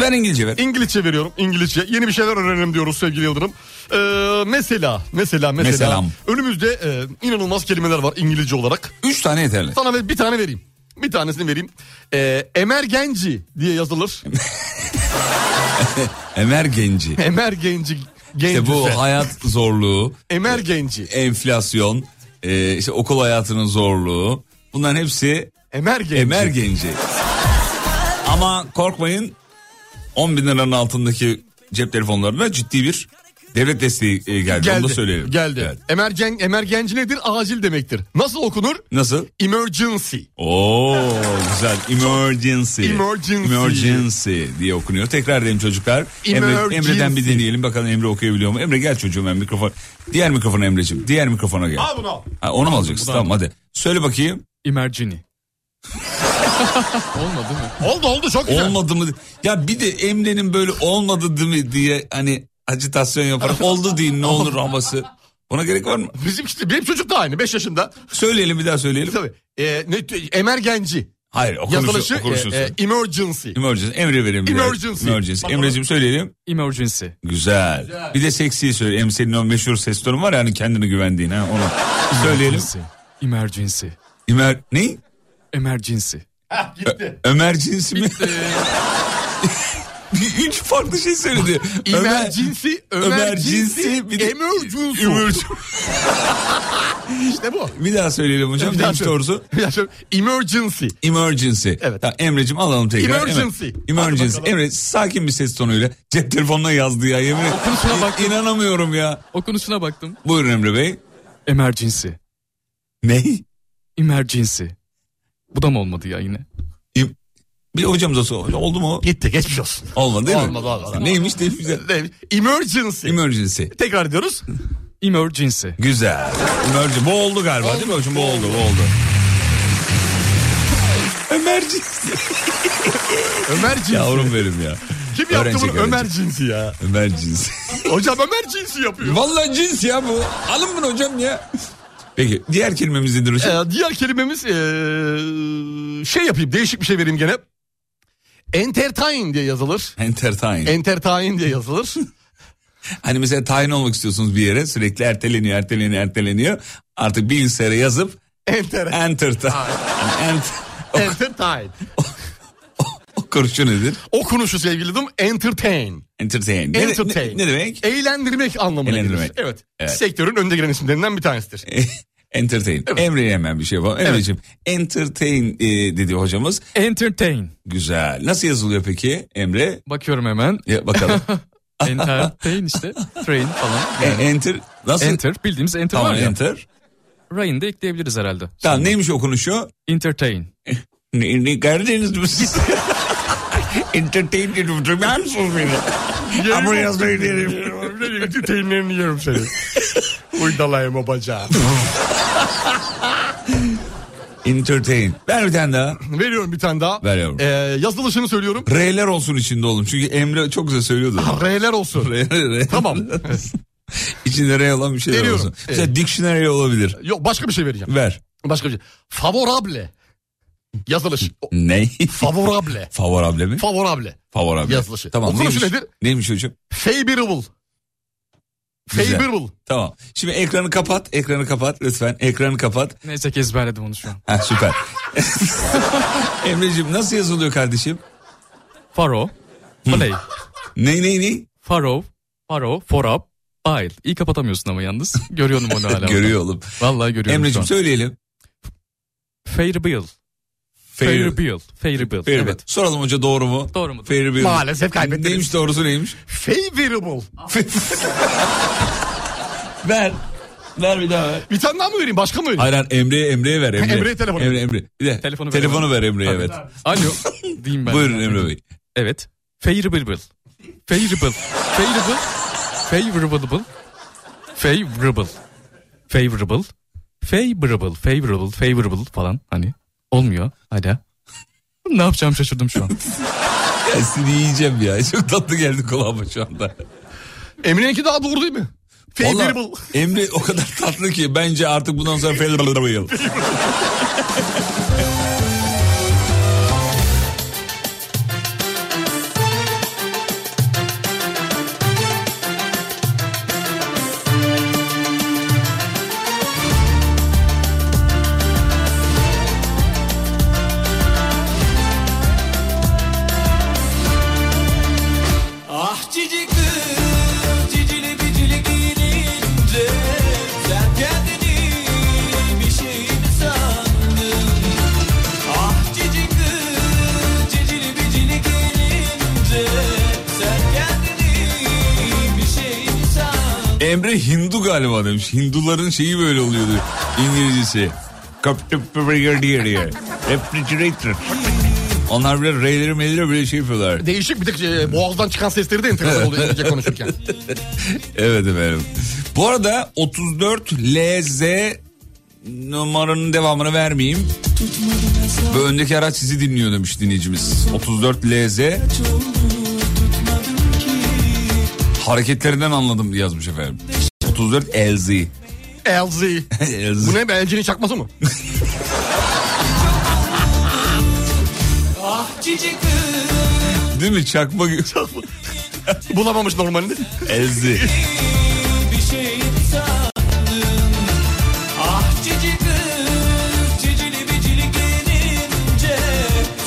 Speaker 4: Ver İngilizce ver.
Speaker 5: İngilizce veriyorum. İngilizce. Yeni bir şeyler öğrenelim diyoruz sevgili Yıldırım. Ee, mesela, mesela, mesela.
Speaker 4: Meselam.
Speaker 5: Önümüzde e, inanılmaz kelimeler var İngilizce olarak.
Speaker 4: 3 tane yeterli.
Speaker 5: Sana bir- bir tane vereyim. Bir tanesini vereyim. Ee, emergenci diye yazılır.
Speaker 4: E, Emergenci.
Speaker 5: Emergenci. Genci.
Speaker 4: İşte bu hayat zorluğu,
Speaker 5: Emergenci.
Speaker 4: enflasyon, e, işte okul hayatının zorluğu. Bunların hepsi
Speaker 5: Emergenci.
Speaker 4: emergenci. Ama korkmayın 10 bin liranın altındaki cep telefonlarına ciddi bir devlet desteği e, geldi. Onu da söyleyelim.
Speaker 5: Geldi.
Speaker 4: Evet.
Speaker 5: Emergen, emergenci nedir? Acil demektir. Nasıl okunur?
Speaker 4: Nasıl?
Speaker 5: Emergency.
Speaker 4: Oo güzel. Emergency.
Speaker 5: Emergency.
Speaker 4: Emergency diye okunuyor. Tekrar dedim çocuklar. Emre,
Speaker 5: Emergency.
Speaker 4: Emre'den bir deneyelim. Bakalım Emre okuyabiliyor mu? Emre gel çocuğum ben mikrofon. Diğer mikrofon Emre'ciğim. Diğer mikrofona gel.
Speaker 5: Al bunu al.
Speaker 4: Ha, onu mu alacaksın? Tamam hadi. Söyle bakayım.
Speaker 10: Imercini. Olmadı mı?
Speaker 5: Oldu oldu çok güzel.
Speaker 4: Olmadı mı? Ya bir de Emre'nin böyle olmadı değil mi diye hani acitasyon yaparak oldu deyin ne olur havası. Buna gerek var mı?
Speaker 5: Bizim, işte- benim çocuk da aynı 5 yaşında.
Speaker 4: Söyleyelim bir daha söyleyelim.
Speaker 5: Tabii. Ee, ne, emergenci.
Speaker 4: Hayır okunuşu.
Speaker 5: Yazılışı
Speaker 4: okunuşu.
Speaker 5: e, e, emergency.
Speaker 4: Emergency. Emre verelim. bir daha.
Speaker 5: Emergency.
Speaker 4: Emergency. Emre'ciğim söyleyelim.
Speaker 10: Emergency.
Speaker 4: Güzel. Bir de seksi söyle. Hem senin o meşhur ses tonun var ya hani kendine güvendiğin ha onu. Söyleyelim.
Speaker 10: Emergency. Emergency.
Speaker 4: Ömer ne?
Speaker 10: Emergency.
Speaker 5: Hah, gitti.
Speaker 4: Ömer cinsi mi? Üç farklı şey söyledi.
Speaker 5: Emergency, emergency,
Speaker 4: bir de-
Speaker 5: emergency.
Speaker 4: Emergency.
Speaker 5: İşte bu.
Speaker 4: Bir daha söyleyelim hocam.
Speaker 5: Bir daha
Speaker 4: Neymiş
Speaker 5: söyle.
Speaker 4: doğrusu?
Speaker 5: Bir dakika, Emergency.
Speaker 4: Emergency.
Speaker 5: Evet.
Speaker 4: Tamam, Emre'cim alalım tekrar.
Speaker 5: Emergency.
Speaker 4: Emre-
Speaker 5: Hadi
Speaker 4: Emergency.
Speaker 5: bakalım.
Speaker 4: Emre sakin bir ses tonuyla cep telefonuna yazdı ya yemin
Speaker 10: Okunuşuna bak.
Speaker 4: İ- İnanamıyorum ya.
Speaker 10: Okunuşuna baktım.
Speaker 4: Buyurun Emre Bey.
Speaker 10: Emergency.
Speaker 4: Ne?
Speaker 10: Emergency. Bu da mı olmadı ya yine?
Speaker 4: Bir hocamıza sor. Oldu mu?
Speaker 5: Gitti geçmiş olsun.
Speaker 4: Olmadı değil mi?
Speaker 5: Olmadı, olmadı.
Speaker 4: Neymiş değil mi? Güzel.
Speaker 5: Ne? Emergency.
Speaker 4: Emergency.
Speaker 5: Tekrar ediyoruz.
Speaker 10: Emergency.
Speaker 4: Güzel. Emergency. Bu oldu galiba değil mi hocam? Bu oldu, bu oldu. Emergency.
Speaker 5: Emergency.
Speaker 4: Yavrum benim ya.
Speaker 5: Kim yaptı
Speaker 4: Öğrenecek,
Speaker 5: bunu?
Speaker 4: öğrenecek.
Speaker 5: Emergency ya.
Speaker 4: Emergency.
Speaker 5: Hocam emergency yapıyor.
Speaker 4: Vallahi cins ya bu. Alın bunu hocam ya. Peki diğer kelimemiz nedir hocam?
Speaker 5: Ee, diğer kelimemiz ee, şey yapayım değişik bir şey vereyim gene. Entertain diye yazılır.
Speaker 4: Entertain.
Speaker 5: Entertain diye yazılır.
Speaker 4: Hani mesela tayin olmak istiyorsunuz bir yere sürekli erteleniyor, erteleniyor, erteleniyor. Artık bilgisayara yazıp
Speaker 5: Enter.
Speaker 4: enter tayin. enter. O,
Speaker 5: Entertain.
Speaker 4: o kuruşu nedir?
Speaker 5: Okunuşu sevgilim entertain.
Speaker 4: Entertain. Ne,
Speaker 5: Entertain.
Speaker 4: ne- ne demek?
Speaker 5: Eğlendirmek anlamına gelir.
Speaker 4: Eğlendirmek.
Speaker 5: Evet.
Speaker 4: Evet.
Speaker 5: Sektörün önde gelen isimlerinden bir tanesidir.
Speaker 4: Entertain. Emre'ye hemen bir şey yapalım. Emre'ciğim entertain e, dedi hocamız.
Speaker 10: Entertain.
Speaker 4: Güzel. Nasıl yazılıyor peki Emre?
Speaker 10: Bakıyorum hemen.
Speaker 4: Ya, bakalım.
Speaker 10: Entertain işte. Train falan.
Speaker 4: E, enter. Nasıl?
Speaker 10: Enter. Bildiğimiz enter
Speaker 4: Tamam
Speaker 10: var ya.
Speaker 4: enter.
Speaker 10: Rain de ekleyebiliriz herhalde.
Speaker 4: Tamam neymiş okunuşu?
Speaker 10: Entertain.
Speaker 4: Ne, ne Karadeniz mi siz? Entertain dedim. Duymuyor musunuz beni? Ama yazmayı derim.
Speaker 5: Entertainlerini yiyorum seni. Uydalayım o bacağı.
Speaker 4: Entertain. Ver bir tane daha.
Speaker 5: Veriyorum bir tane daha.
Speaker 4: Ver yavrum.
Speaker 5: Ee, yazılışını söylüyorum.
Speaker 4: R'ler olsun içinde oğlum. Çünkü Emre çok güzel söylüyordu.
Speaker 5: R'ler olsun.
Speaker 4: R, R, R.
Speaker 5: Tamam.
Speaker 4: İçinde R olan bir şeyler
Speaker 5: Veriyorum. Ee,
Speaker 4: olsun. Mesela
Speaker 5: Evet.
Speaker 4: dictionary olabilir.
Speaker 5: Yok başka bir şey vereceğim.
Speaker 4: Ver.
Speaker 5: Başka bir şey. Favorable. Yazılış. O-
Speaker 4: Ne?
Speaker 5: Favorable.
Speaker 4: Favorable mi?
Speaker 5: Favorable.
Speaker 4: Favorable.
Speaker 5: Yazılışı.
Speaker 4: Tamam.
Speaker 5: Okunuşu
Speaker 4: neymiş?
Speaker 5: nedir?
Speaker 4: Neymiş hocam?
Speaker 5: Favorable.
Speaker 4: Güzel.
Speaker 5: Favorable.
Speaker 4: Tamam. Şimdi ekranı kapat. Ekranı kapat lütfen. Ekranı kapat.
Speaker 10: Neyse ki ezberledim onu şu an.
Speaker 4: Ha süper. Emreciğim nasıl yazılıyor kardeşim?
Speaker 10: Faro. Play.
Speaker 4: Ne ne ne?
Speaker 10: Faro. Faro. For up. File. İyi kapatamıyorsun ama yalnız. Görüyorum onu hala.
Speaker 4: Görüyor oğlum.
Speaker 10: Vallahi görüyorum
Speaker 4: Emreciğim
Speaker 10: şu an.
Speaker 4: söyleyelim.
Speaker 10: Fairbill.
Speaker 4: Fair.
Speaker 10: Fairbill. Fairbill.
Speaker 4: Fair
Speaker 10: Evet.
Speaker 4: bit. Soralım hoca doğru mu?
Speaker 10: Doğru mu?
Speaker 4: Fair bit.
Speaker 5: Maalesef kaybettim.
Speaker 4: Neymiş doğrusu neymiş?
Speaker 5: Favorable.
Speaker 4: Ver. Ver bir daha ver.
Speaker 5: Bir tane daha mı vereyim? Başka mı vereyim?
Speaker 4: Hayır hayır, Emre'ye Emre'ye ver Emre.
Speaker 5: Emre'ye telefonu.
Speaker 4: Emre Emre. Bir de telefonu,
Speaker 10: Telefonu
Speaker 4: ver
Speaker 10: ver.
Speaker 4: Emre'ye evet.
Speaker 10: Alo. Diyeyim ben.
Speaker 4: Buyurun Emre Bey.
Speaker 10: Evet. Favorable. Favorable. Favorable. Favorable. Favorable. Favorable. Favorable. Favorable. Favorable falan hani. Olmuyor hala. Ne yapacağım şaşırdım şu an.
Speaker 4: Ya seni yiyeceğim ya. Çok tatlı geldi kulağıma şu anda.
Speaker 5: Emre'ninki daha doğru değil mi?
Speaker 4: Valla
Speaker 5: Favorable.
Speaker 4: Emre o kadar tatlı ki bence artık bundan sonra favorable.
Speaker 7: Ah cici kız cicili bicili giyinince Sen kendini bir şey mi sandın Ah cici kız cicili bicili giyinince Sen kendini bir şey mi sandın
Speaker 4: Emre Hindu galiba demiş. Hinduların şeyi böyle oluyordu. İngilizcesi. Refrigerator. Refrigerator. Onlar bile reyleri meyleri böyle şey yapıyorlar.
Speaker 5: Değişik bir tek e, boğazdan çıkan sesleri de enteresan oluyor İngilizce konuşurken.
Speaker 4: Evet efendim. Bu arada 34 LZ numaranın devamını vermeyeyim. Ve öndeki araç sizi dinliyor demiş dinleyicimiz. 34 LZ. Hareketlerinden anladım yazmış efendim. 34 LZ.
Speaker 5: LZ.
Speaker 4: LZ.
Speaker 5: Bu ne be elcinin çakması mı?
Speaker 7: Ah
Speaker 4: Değil mi? Çakma gibi.
Speaker 5: Bulamamış normalinde.
Speaker 4: LZ.
Speaker 7: şey Ah Cici kız cicili bicili giyinince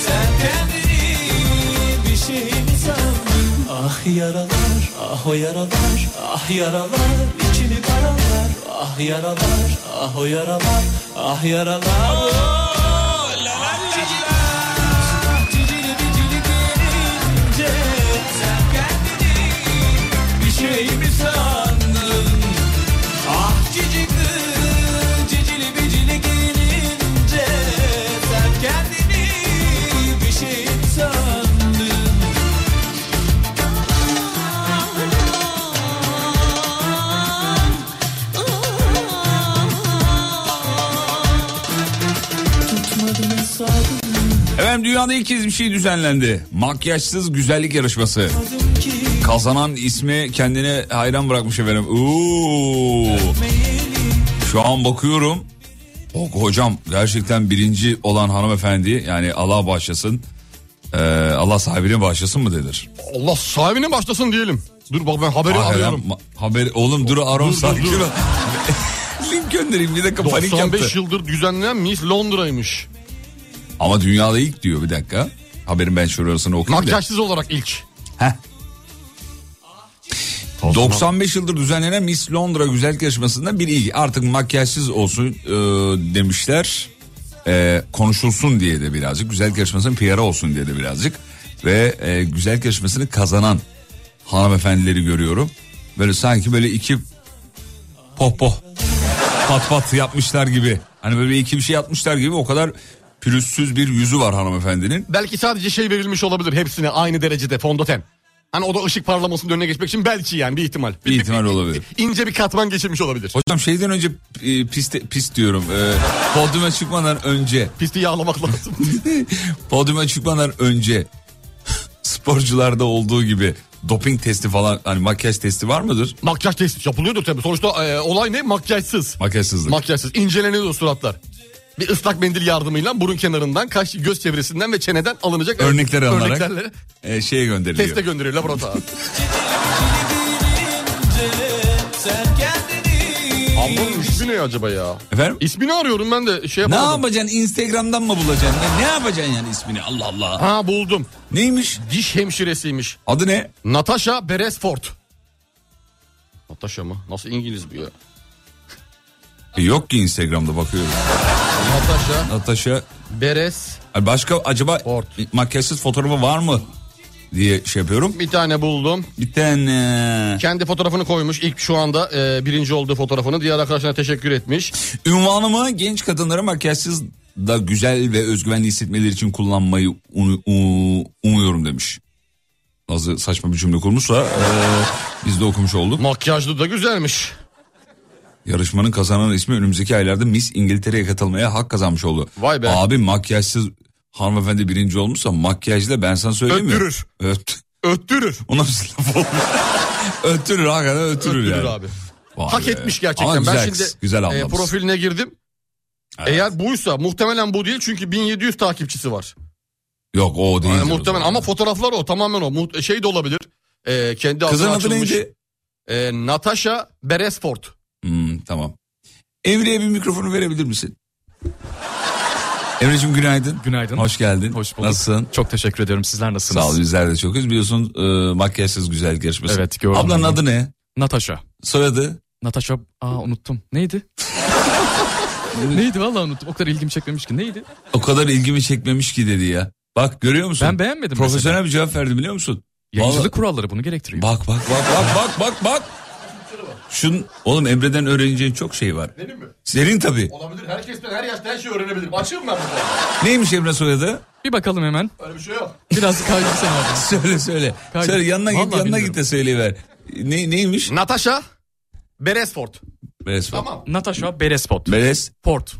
Speaker 7: Sen kendini bir şey mi sandın Ah yaralar, ah o yaralar, ah yaralar, içimi karalar. Ah yaralar, ah o yaralar, ah yaralar. Cicili bicili gelince sen kendini bir şey mi sandın? Ah cici kız, cicili bicili gelince sen kendini bir şey mi sandın? Tutmadım hesabını
Speaker 4: Efendim dünyada ilk kez bir şey düzenlendi. Makyajsız güzellik yarışması. Kazanan ismi kendine hayran bırakmış efendim. Oo. Şu an bakıyorum. Oh, hocam gerçekten birinci olan hanımefendi yani Allah bağışlasın. Ee, Allah sahibine bağışlasın mı denir?
Speaker 5: Allah sahibine başlasın diyelim. Dur bak ben haberi
Speaker 4: Hayır,
Speaker 5: arıyorum.
Speaker 4: ma- haber, oğlum dur aron
Speaker 5: Dur, dur,
Speaker 4: sakin
Speaker 5: dur.
Speaker 4: ol. Link göndereyim bir dakika panik yaptı.
Speaker 5: 95 yıldır düzenlenen Miss Londra'ymış.
Speaker 4: Ama dünyada ilk diyor bir dakika. Haberin ben şurasını okuyayım da.
Speaker 5: Makyajsız olarak ilk.
Speaker 4: Heh. 95 yıldır düzenlenen Miss Londra güzellik yarışmasında bir ilgi. Artık makyajsız olsun e, demişler. E, konuşulsun diye de birazcık. Güzellik yarışmasının PR'ı olsun diye de birazcık. Ve e, güzellik yarışmasını kazanan hanımefendileri görüyorum. Böyle sanki böyle iki poh poh pat pat yapmışlar gibi. Hani böyle iki bir şey yapmışlar gibi o kadar pürüzsüz bir yüzü var hanımefendinin.
Speaker 5: Belki sadece şey verilmiş olabilir hepsine aynı derecede fondöten. Hani o da ışık parlamasının önüne geçmek için belki yani bir ihtimal. Bir,
Speaker 4: Bir ihtimal olabilir.
Speaker 5: ince bir katman geçirmiş olabilir.
Speaker 4: Hocam şeyden önce e, piste, pis diyorum. E, podyuma çıkmadan önce.
Speaker 5: Pisti yağlamak lazım.
Speaker 4: Podyuma çıkmadan önce sporcularda olduğu gibi doping testi falan hani makyaj testi var mıdır?
Speaker 5: Makyaj testi yapılıyordur tabii. Sonuçta e, olay ne? Makyajsız.
Speaker 4: Makyajsızlık.
Speaker 5: Makyajsız. İnceleniyor suratlar. Bir ıslak mendil yardımıyla burun kenarından, kaş göz çevresinden ve çeneden alınacak
Speaker 4: Örnekler alınarak.
Speaker 5: örneklerle
Speaker 4: E, şeye gönderiliyor.
Speaker 5: teste gönderiyor laboratuvara.
Speaker 7: sen kendini
Speaker 5: Abi bunun ismi ne acaba ya?
Speaker 4: Efendim?
Speaker 5: İsmini arıyorum ben de şey
Speaker 4: Ne
Speaker 5: yapamadım.
Speaker 4: yapacaksın? Instagram'dan mı bulacaksın? Ne, ne yapacaksın yani ismini? Allah Allah.
Speaker 5: Ha buldum.
Speaker 4: Neymiş?
Speaker 5: Diş hemşiresiymiş.
Speaker 4: Adı ne?
Speaker 5: Natasha Beresford. Natasha mı? Nasıl İngiliz bu ya?
Speaker 4: E, yok ki Instagram'da bakıyorum.
Speaker 5: Natasha
Speaker 4: Natasha
Speaker 5: Beres.
Speaker 4: Hani başka acaba
Speaker 5: Ort.
Speaker 4: makyajsız fotoğrafı var mı diye şey yapıyorum.
Speaker 5: Bir tane buldum.
Speaker 4: Bir tane
Speaker 5: Kendi fotoğrafını koymuş. İlk şu anda e, birinci olduğu fotoğrafını. Diğer arkadaşlarına teşekkür etmiş.
Speaker 4: Ünvanımı genç kadınlara makyajsız da güzel ve özgüvenli hissetmeleri için kullanmayı unu- u- umuyorum demiş. Nasıl saçma bir cümle kurmuşsa eee, biz de okumuş olduk.
Speaker 5: Makyajlı da güzelmiş.
Speaker 4: Yarışmanın kazanan ismi önümüzdeki aylarda Miss İngiltere'ye katılmaya hak kazanmış oldu.
Speaker 5: Vay be.
Speaker 4: Abi makyajsız hanımefendi birinci olmuşsa makyajla ben sana söyleyeyim mi?
Speaker 5: Öttürür.
Speaker 4: Öt,
Speaker 5: Öttürür.
Speaker 4: o nasıl laf oldu? öttürür hakikaten öttürür,
Speaker 5: Öttürür
Speaker 4: yani.
Speaker 5: abi.
Speaker 4: Vay
Speaker 5: Hak
Speaker 4: be.
Speaker 5: etmiş gerçekten.
Speaker 4: Ama güzel
Speaker 5: ben şimdi
Speaker 4: kız, güzel
Speaker 5: e,
Speaker 4: ablamız.
Speaker 5: profiline girdim.
Speaker 4: Evet.
Speaker 5: Eğer buysa muhtemelen bu değil çünkü 1700 takipçisi var.
Speaker 4: Yok o değil.
Speaker 5: Yani Ee, muhtemelen ama fotoğraflar o tamamen o. Muht- şey de olabilir. E, kendi
Speaker 4: Kızın
Speaker 5: adına
Speaker 4: adı
Speaker 5: açılmış.
Speaker 4: neydi?
Speaker 5: E, Natasha Beresford.
Speaker 4: Hmm, tamam. Emre'ye bir mikrofonu verebilir misin? Emre'cim günaydın.
Speaker 10: Günaydın.
Speaker 4: Hoş geldin.
Speaker 10: Hoş bulduk.
Speaker 4: Nasılın?
Speaker 10: Çok teşekkür ediyorum. Sizler nasılsınız?
Speaker 4: Sağ ol bizler de çok iyiyiz. Biliyorsun e, makyajsız güzellik yarışması.
Speaker 10: Evet, gördüm
Speaker 4: Ablanın
Speaker 10: onu.
Speaker 4: adı ne?
Speaker 10: Natasha.
Speaker 4: Soyadı?
Speaker 10: Natasha. Aa unuttum. Neydi? neydi vallahi unuttum. O kadar ilgimi çekmemiş ki. Neydi?
Speaker 4: O kadar ilgimi çekmemiş ki dedi ya. Bak görüyor musun?
Speaker 10: Ben beğenmedim
Speaker 4: Profesyonel
Speaker 10: mesela.
Speaker 4: bir cevap verdi biliyor musun?
Speaker 10: Yayıncılık
Speaker 4: Vallahi-
Speaker 10: kuralları bunu gerektiriyor.
Speaker 4: Bak bak bak bak bak bak bak. Şun oğlum Emre'den öğreneceğin çok şey var.
Speaker 5: Benim mi?
Speaker 4: Senin tabii.
Speaker 5: Olabilir. Herkesten her yaşta her şeyi öğrenebilirim. Açığım ben burada.
Speaker 4: Neymiş Emre soyadı?
Speaker 10: Bir bakalım hemen.
Speaker 5: Öyle bir şey yok.
Speaker 10: Biraz kaygısın abi.
Speaker 4: Söyle söyle.
Speaker 10: Kanka,
Speaker 4: söyle yanına git
Speaker 10: vallahi
Speaker 4: yanına
Speaker 10: bilmiyorum.
Speaker 4: git de söyleyiver. Ne, neymiş?
Speaker 5: Natasha Beresford.
Speaker 4: Beres var.
Speaker 5: Tamam.
Speaker 10: Natasha Berespot.
Speaker 4: Beres.
Speaker 10: Port.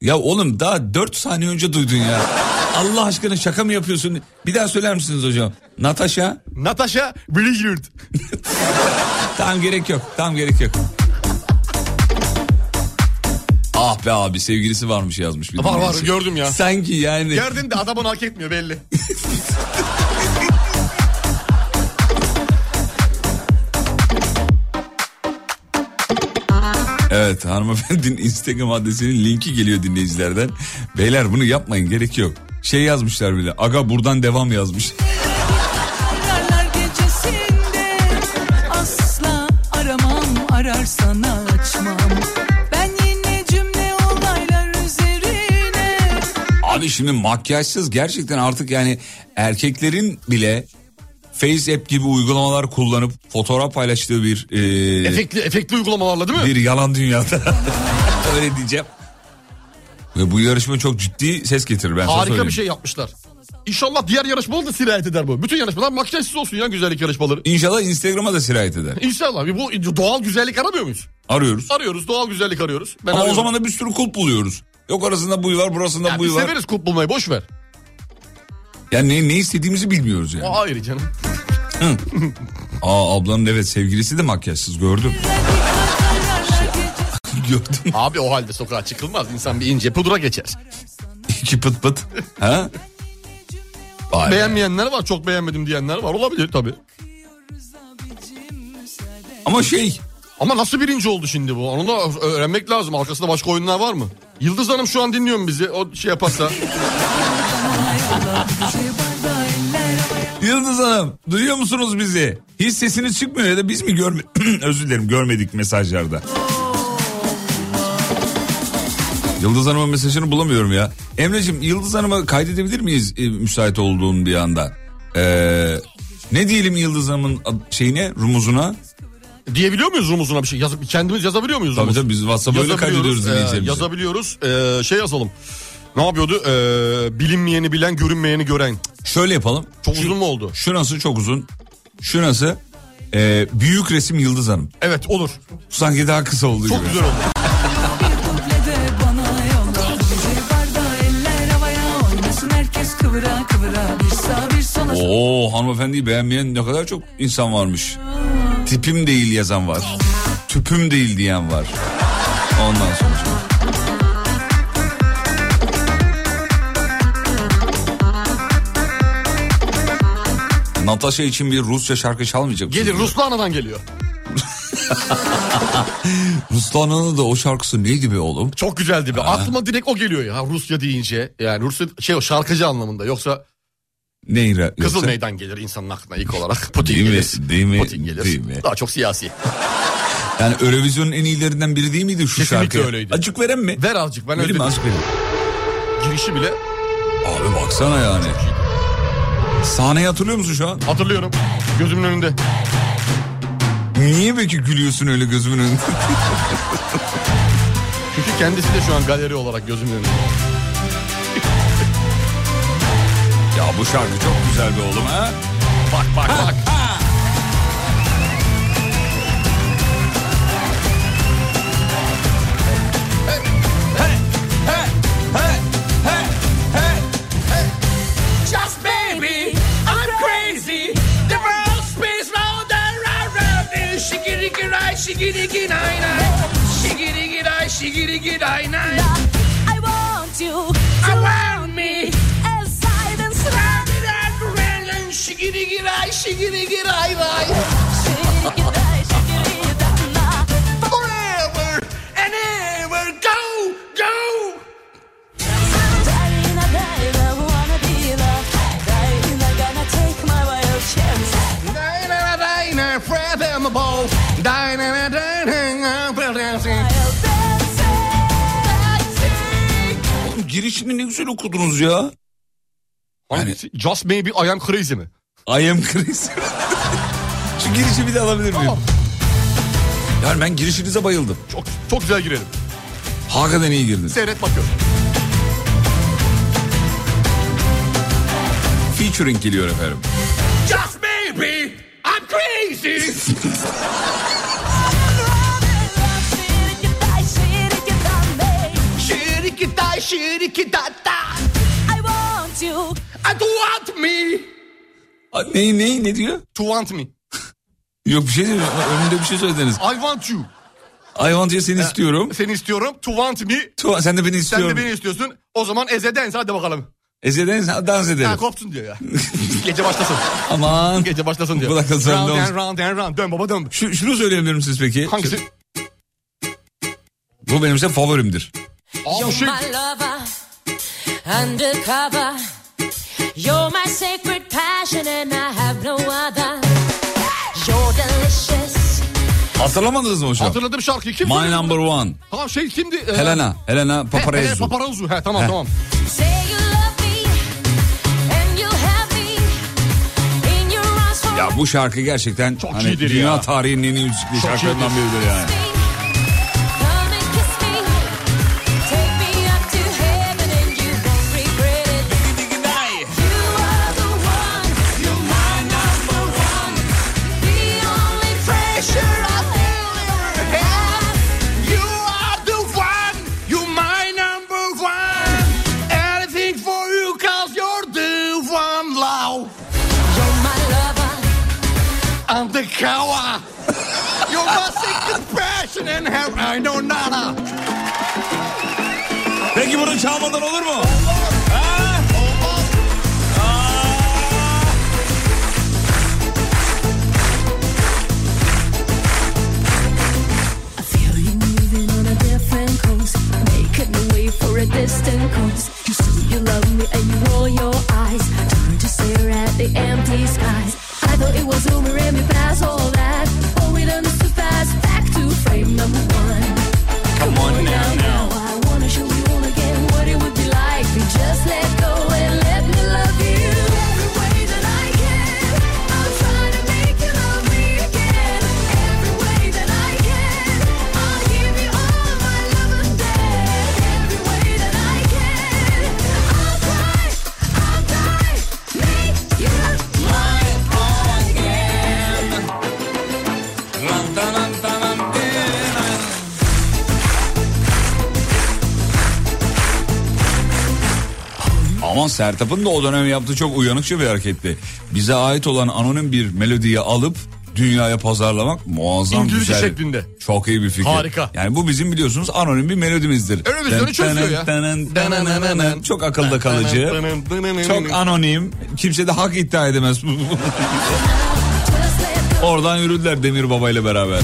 Speaker 4: Ya oğlum daha 4 saniye önce duydun ya. Allah aşkına şaka mı yapıyorsun? Bir daha söyler misiniz hocam? Natasha.
Speaker 5: Natasha Bridgert.
Speaker 4: Tamam gerek yok. Tamam gerek yok. Ah be abi sevgilisi varmış yazmış. bir
Speaker 5: Var var
Speaker 4: dinleyicisi.
Speaker 5: gördüm ya.
Speaker 4: Sanki yani.
Speaker 5: Gördün de adamın hak etmiyor belli.
Speaker 4: Evet hanımefendinin Instagram adresinin linki geliyor dinleyicilerden. Beyler bunu yapmayın gerek yok. Şey yazmışlar bile. Aga buradan devam yazmış.
Speaker 2: Karlar gecesinde
Speaker 3: ararsan açmam Ben yine cümle olaylar üzerine
Speaker 4: Abi şimdi makyajsız gerçekten artık yani erkeklerin bile Face app gibi uygulamalar kullanıp fotoğraf paylaştığı bir e,
Speaker 5: Efektli, efektli uygulamalarla değil mi?
Speaker 4: bir yalan dünyada. Öyle diyeceğim. Ve bu yarışma çok ciddi ses getirir ben sana
Speaker 5: Harika
Speaker 4: söyleyeyim.
Speaker 5: bir şey yapmışlar. İnşallah diğer yarışmalar da sirayet eder bu. Bütün yarışmalar makyajsız olsun ya güzellik yarışmaları.
Speaker 4: İnşallah Instagram'a da sirayet eder.
Speaker 5: İnşallah. Bu doğal güzellik aramıyor muyuz?
Speaker 4: Arıyoruz.
Speaker 5: Arıyoruz. Doğal güzellik arıyoruz. Ben
Speaker 4: Ama o
Speaker 5: arıyorum.
Speaker 4: zaman da bir sürü kulp buluyoruz. Yok arasında buy var burasında
Speaker 5: Ya
Speaker 4: buy
Speaker 5: biz
Speaker 4: var.
Speaker 5: severiz kulp bulmayı boş ver.
Speaker 4: Yani ne, ne istediğimizi bilmiyoruz yani.
Speaker 5: O ayrı canım.
Speaker 4: Aa ablanın evet sevgilisi de makyajsız gördüm. gördüm.
Speaker 5: Abi o halde sokağa çıkılmaz. İnsan bir ince pudra geçer.
Speaker 4: İki pıt pıt. Ha? Vay be.
Speaker 5: Beğenmeyenler var. Çok beğenmedim diyenler var. Olabilir tabii.
Speaker 4: Ama şey
Speaker 5: Ama nasıl birinci oldu şimdi bu? Onu da öğrenmek lazım. Arkasında başka oyunlar var mı? Yıldız Hanım şu an dinliyor mu bizi? O şey yaparsa.
Speaker 4: Yıldız Hanım duyuyor musunuz bizi? Hiç sesiniz çıkmıyor ya da biz mi görme özür dilerim görmedik mesajlarda. Yıldız Hanım'ın mesajını bulamıyorum ya. Emre'cim Yıldız Hanım'a kaydedebilir miyiz e, müsait olduğun bir anda? Ee, ne diyelim Yıldız Hanım'ın ad- şeyine, rumuzuna?
Speaker 5: Diyebiliyor muyuz rumuzuna bir şey? Yazıp, kendimiz yazabiliyor muyuz
Speaker 4: Tabii
Speaker 5: rumuzu?
Speaker 4: tabii biz WhatsApp'a öyle kaydediyoruz
Speaker 5: Yazabiliyoruz, e,
Speaker 4: dinleyicilerimizi.
Speaker 5: yazabiliyoruz. E, şey yazalım. Ne yapıyordu? E, bilinmeyeni bilen, görünmeyeni gören.
Speaker 4: Şöyle yapalım.
Speaker 5: Çok uzun mu oldu?
Speaker 4: Şurası çok uzun. Şurası e, büyük resim Yıldız Hanım.
Speaker 5: Evet olur.
Speaker 4: Sanki daha kısa oldu
Speaker 5: Çok
Speaker 4: gibi.
Speaker 5: güzel oldu.
Speaker 3: Dublede bana yolla Bir barda eller havaya Oynasın herkes kıvıra kıvıra Bir sağa bir sola
Speaker 4: Oo hanımefendiyi beğenmeyen ne kadar çok insan varmış. Tipim değil yazan var. Tüpüm değil diyen var. Ondan sonra. Natasha için bir Rusça şarkı çalmayacak mısın?
Speaker 5: Gelir Ruslu anadan geliyor.
Speaker 4: Ruslan'ın da o şarkısı neydi be oğlum?
Speaker 5: Çok güzeldi be. Aklıma direkt o geliyor ya Rusya deyince. Yani Rusya şey o şarkıcı anlamında. Yoksa
Speaker 4: Ney?
Speaker 5: Kızıl
Speaker 4: yoksa-
Speaker 5: Meydan gelir insanın aklına ilk olarak. Putin
Speaker 4: Değil mi?
Speaker 5: gelir.
Speaker 4: Değil mi?
Speaker 5: Putin gelir.
Speaker 4: Değil mi?
Speaker 5: Daha çok siyasi.
Speaker 4: Yani Eurovision'un en iyilerinden biri değil miydi şu
Speaker 5: Kesinlikle
Speaker 4: şarkı?
Speaker 5: öyleydi.
Speaker 4: Acık veren mi?
Speaker 5: Ver azıcık ben öyle
Speaker 4: Verin mi?
Speaker 5: dedim.
Speaker 4: Azıcık verin.
Speaker 5: Girişi bile
Speaker 4: Abi baksana yani. Sahneyi hatırlıyor musun şu an?
Speaker 5: hatırlıyorum. Gözümün önünde.
Speaker 4: Niye peki gülüyorsun öyle gözümün önünde?
Speaker 5: Çünkü kendisi de şu an galeri olarak gözümün önünde.
Speaker 4: ya bu şarkı çok güzel be oğlum ha.
Speaker 5: Bak bak bak.
Speaker 3: Just baby I'm crazy The world spins round and round round me Shigirigi ray shigirigi nay nay Shigirigi ray shigirigi nay nay
Speaker 11: I want you
Speaker 3: Around me
Speaker 11: inside and surround
Speaker 3: Round and round and shigirigi ray shigirigi ray ray Forever and ever go go uh,
Speaker 4: Oğlum girişini ne güzel okudunuz ya.
Speaker 5: Hangisi? Just maybe I am crazy mi?
Speaker 4: I am Chris. Şu girişi bir de alabilir miyim? Yani ben girişinize bayıldım.
Speaker 5: Çok çok güzel girelim.
Speaker 4: Hakikaten iyi girdiniz.
Speaker 5: Seyret bakıyorum.
Speaker 4: Featuring geliyor efendim.
Speaker 3: Just maybe I'm crazy. Shirikita, shirikitata. I do want me.
Speaker 4: Aa, Ne, ne, ne diyor?
Speaker 5: To want me. I
Speaker 4: Yok bir şey demiyor. Önümde bir şey söylediniz.
Speaker 5: want you.
Speaker 4: I want you, seni istiyorum.
Speaker 5: Seni istiyorum. To want me.
Speaker 4: Tu- Sen de beni
Speaker 5: Sen
Speaker 4: istiyorum.
Speaker 5: de beni istiyorsun. O zaman ezedense hadi bakalım.
Speaker 4: Ezeden dans
Speaker 5: Ha,
Speaker 4: edelim.
Speaker 5: kopsun diyor ya. Gece başlasın.
Speaker 4: Aman.
Speaker 5: Gece başlasın diyor.
Speaker 4: Bu dakika sonra
Speaker 5: round
Speaker 4: ne
Speaker 5: and
Speaker 4: olsun?
Speaker 5: round and round. Dön baba dön.
Speaker 4: Şu, şunu söyleyebilir misiniz peki?
Speaker 5: Hangisi?
Speaker 4: Bu benim size favorimdir.
Speaker 5: Aa, bu şey.
Speaker 2: my lover, undercover. You're my sacred passion, and I have no other. You're delicious,
Speaker 4: Hatırlamadınız mı hocam?
Speaker 5: Hatırladım şarkıyı kim
Speaker 4: My
Speaker 5: söyledi?
Speaker 4: number one.
Speaker 5: Tamam şey kimdi? Ee,
Speaker 4: Helena. Helena
Speaker 5: He, Helena
Speaker 4: Paparazzo.
Speaker 5: Paparazzo. He, tamam
Speaker 4: He.
Speaker 5: tamam.
Speaker 2: Say you love me and you have me in your arms for
Speaker 4: Ya bu şarkı gerçekten hani
Speaker 5: iyidir
Speaker 4: dünya
Speaker 5: ya.
Speaker 4: tarihinin en müzikli şarkılarından
Speaker 5: iyidir.
Speaker 4: biridir yani.
Speaker 2: Come and kiss me. Take me up to heaven and you won't regret it. You are the one. You're my number one. The only pressure I'll ever have.
Speaker 3: You are the one, you my number one. Anything for you, cause you're the one love.
Speaker 2: You're my lover.
Speaker 3: I'm the kawa. You're my second passion and have I know nada.
Speaker 4: Peki bunu çalmadan olur mu?
Speaker 12: I feel you moving on a different coast, making a way for a distant coast. You say you love me and you roll your eyes, turn to stare at the empty skies. I thought it was over and we passed all that. Oh, we done this too fast. Back to frame number one.
Speaker 4: Come on now, now.
Speaker 12: I wanna show you all again what it would be like. if You just let go and let me love you. Every way that I can, I'll try to make you love me again. Every way that I can, I'll give you all my love and death. Every way that I can, I'll try, I'll try, make you mine again.
Speaker 4: Ama Sertap'ın da o dönem yaptığı çok uyanıkça bir hareketti. Bize ait olan anonim bir melodiyi alıp dünyaya pazarlamak muazzam
Speaker 5: İngilizce
Speaker 4: güzel.
Speaker 5: şeklinde.
Speaker 4: Çok iyi bir fikir.
Speaker 5: Harika.
Speaker 4: Yani bu bizim biliyorsunuz anonim bir melodimizdir.
Speaker 5: Eurovision'u çözüyor ya.
Speaker 4: Dın dın dın dın dın. Çok akılda kalıcı. Çok anonim. Kimse de hak iddia edemez. Oradan yürüdüler Demir Baba ile beraber.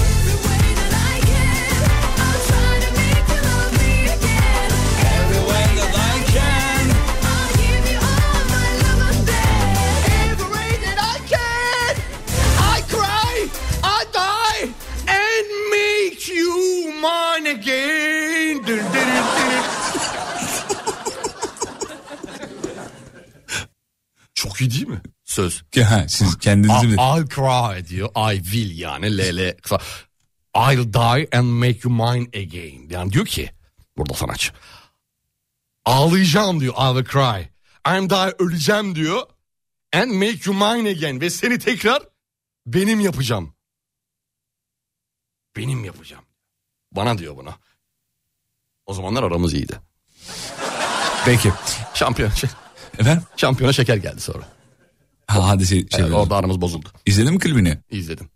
Speaker 3: I cry, I die, and make you mine again. Dın dın dın dın.
Speaker 5: Çok iyi değil mi? Söz.
Speaker 4: Ha, Siz kendinizi
Speaker 5: I,
Speaker 4: mi?
Speaker 5: I'll cry diyor. I will yani lele. kısa. I'll die and make you mine again. Yani diyor ki burada sanatçı. Ağlayacağım diyor. I will cry. I'm die öleceğim diyor. And make you mine again. Ve seni tekrar benim yapacağım. Benim yapacağım. Bana diyor bunu. O zamanlar aramız iyiydi.
Speaker 4: Peki.
Speaker 5: Şampiyon.
Speaker 4: Efendim?
Speaker 5: Şampiyona şeker geldi sonra.
Speaker 4: Ha, hadi şey, şey
Speaker 5: Evet, orada aramız bozuldu.
Speaker 4: İzledin mi klibini?
Speaker 5: İzledim.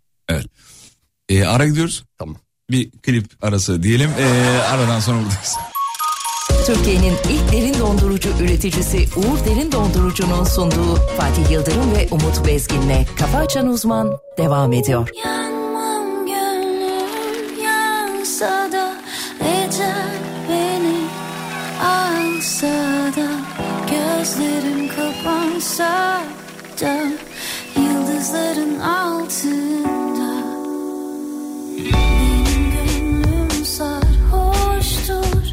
Speaker 4: Ee, ara gidiyoruz.
Speaker 5: Tamam.
Speaker 4: Bir klip arası diyelim. Ee, aradan sonra buradayız.
Speaker 1: Türkiye'nin ilk derin dondurucu üreticisi Uğur Derin Dondurucu'nun sunduğu Fatih Yıldırım ve Umut Bezgin'le Kafa Açan Uzman devam ediyor.
Speaker 12: Yanmam gönlüm yansa da Ecel beni alsa da Gözlerim kapansa da Yıldızların altında Benim gönlüm sarhoştur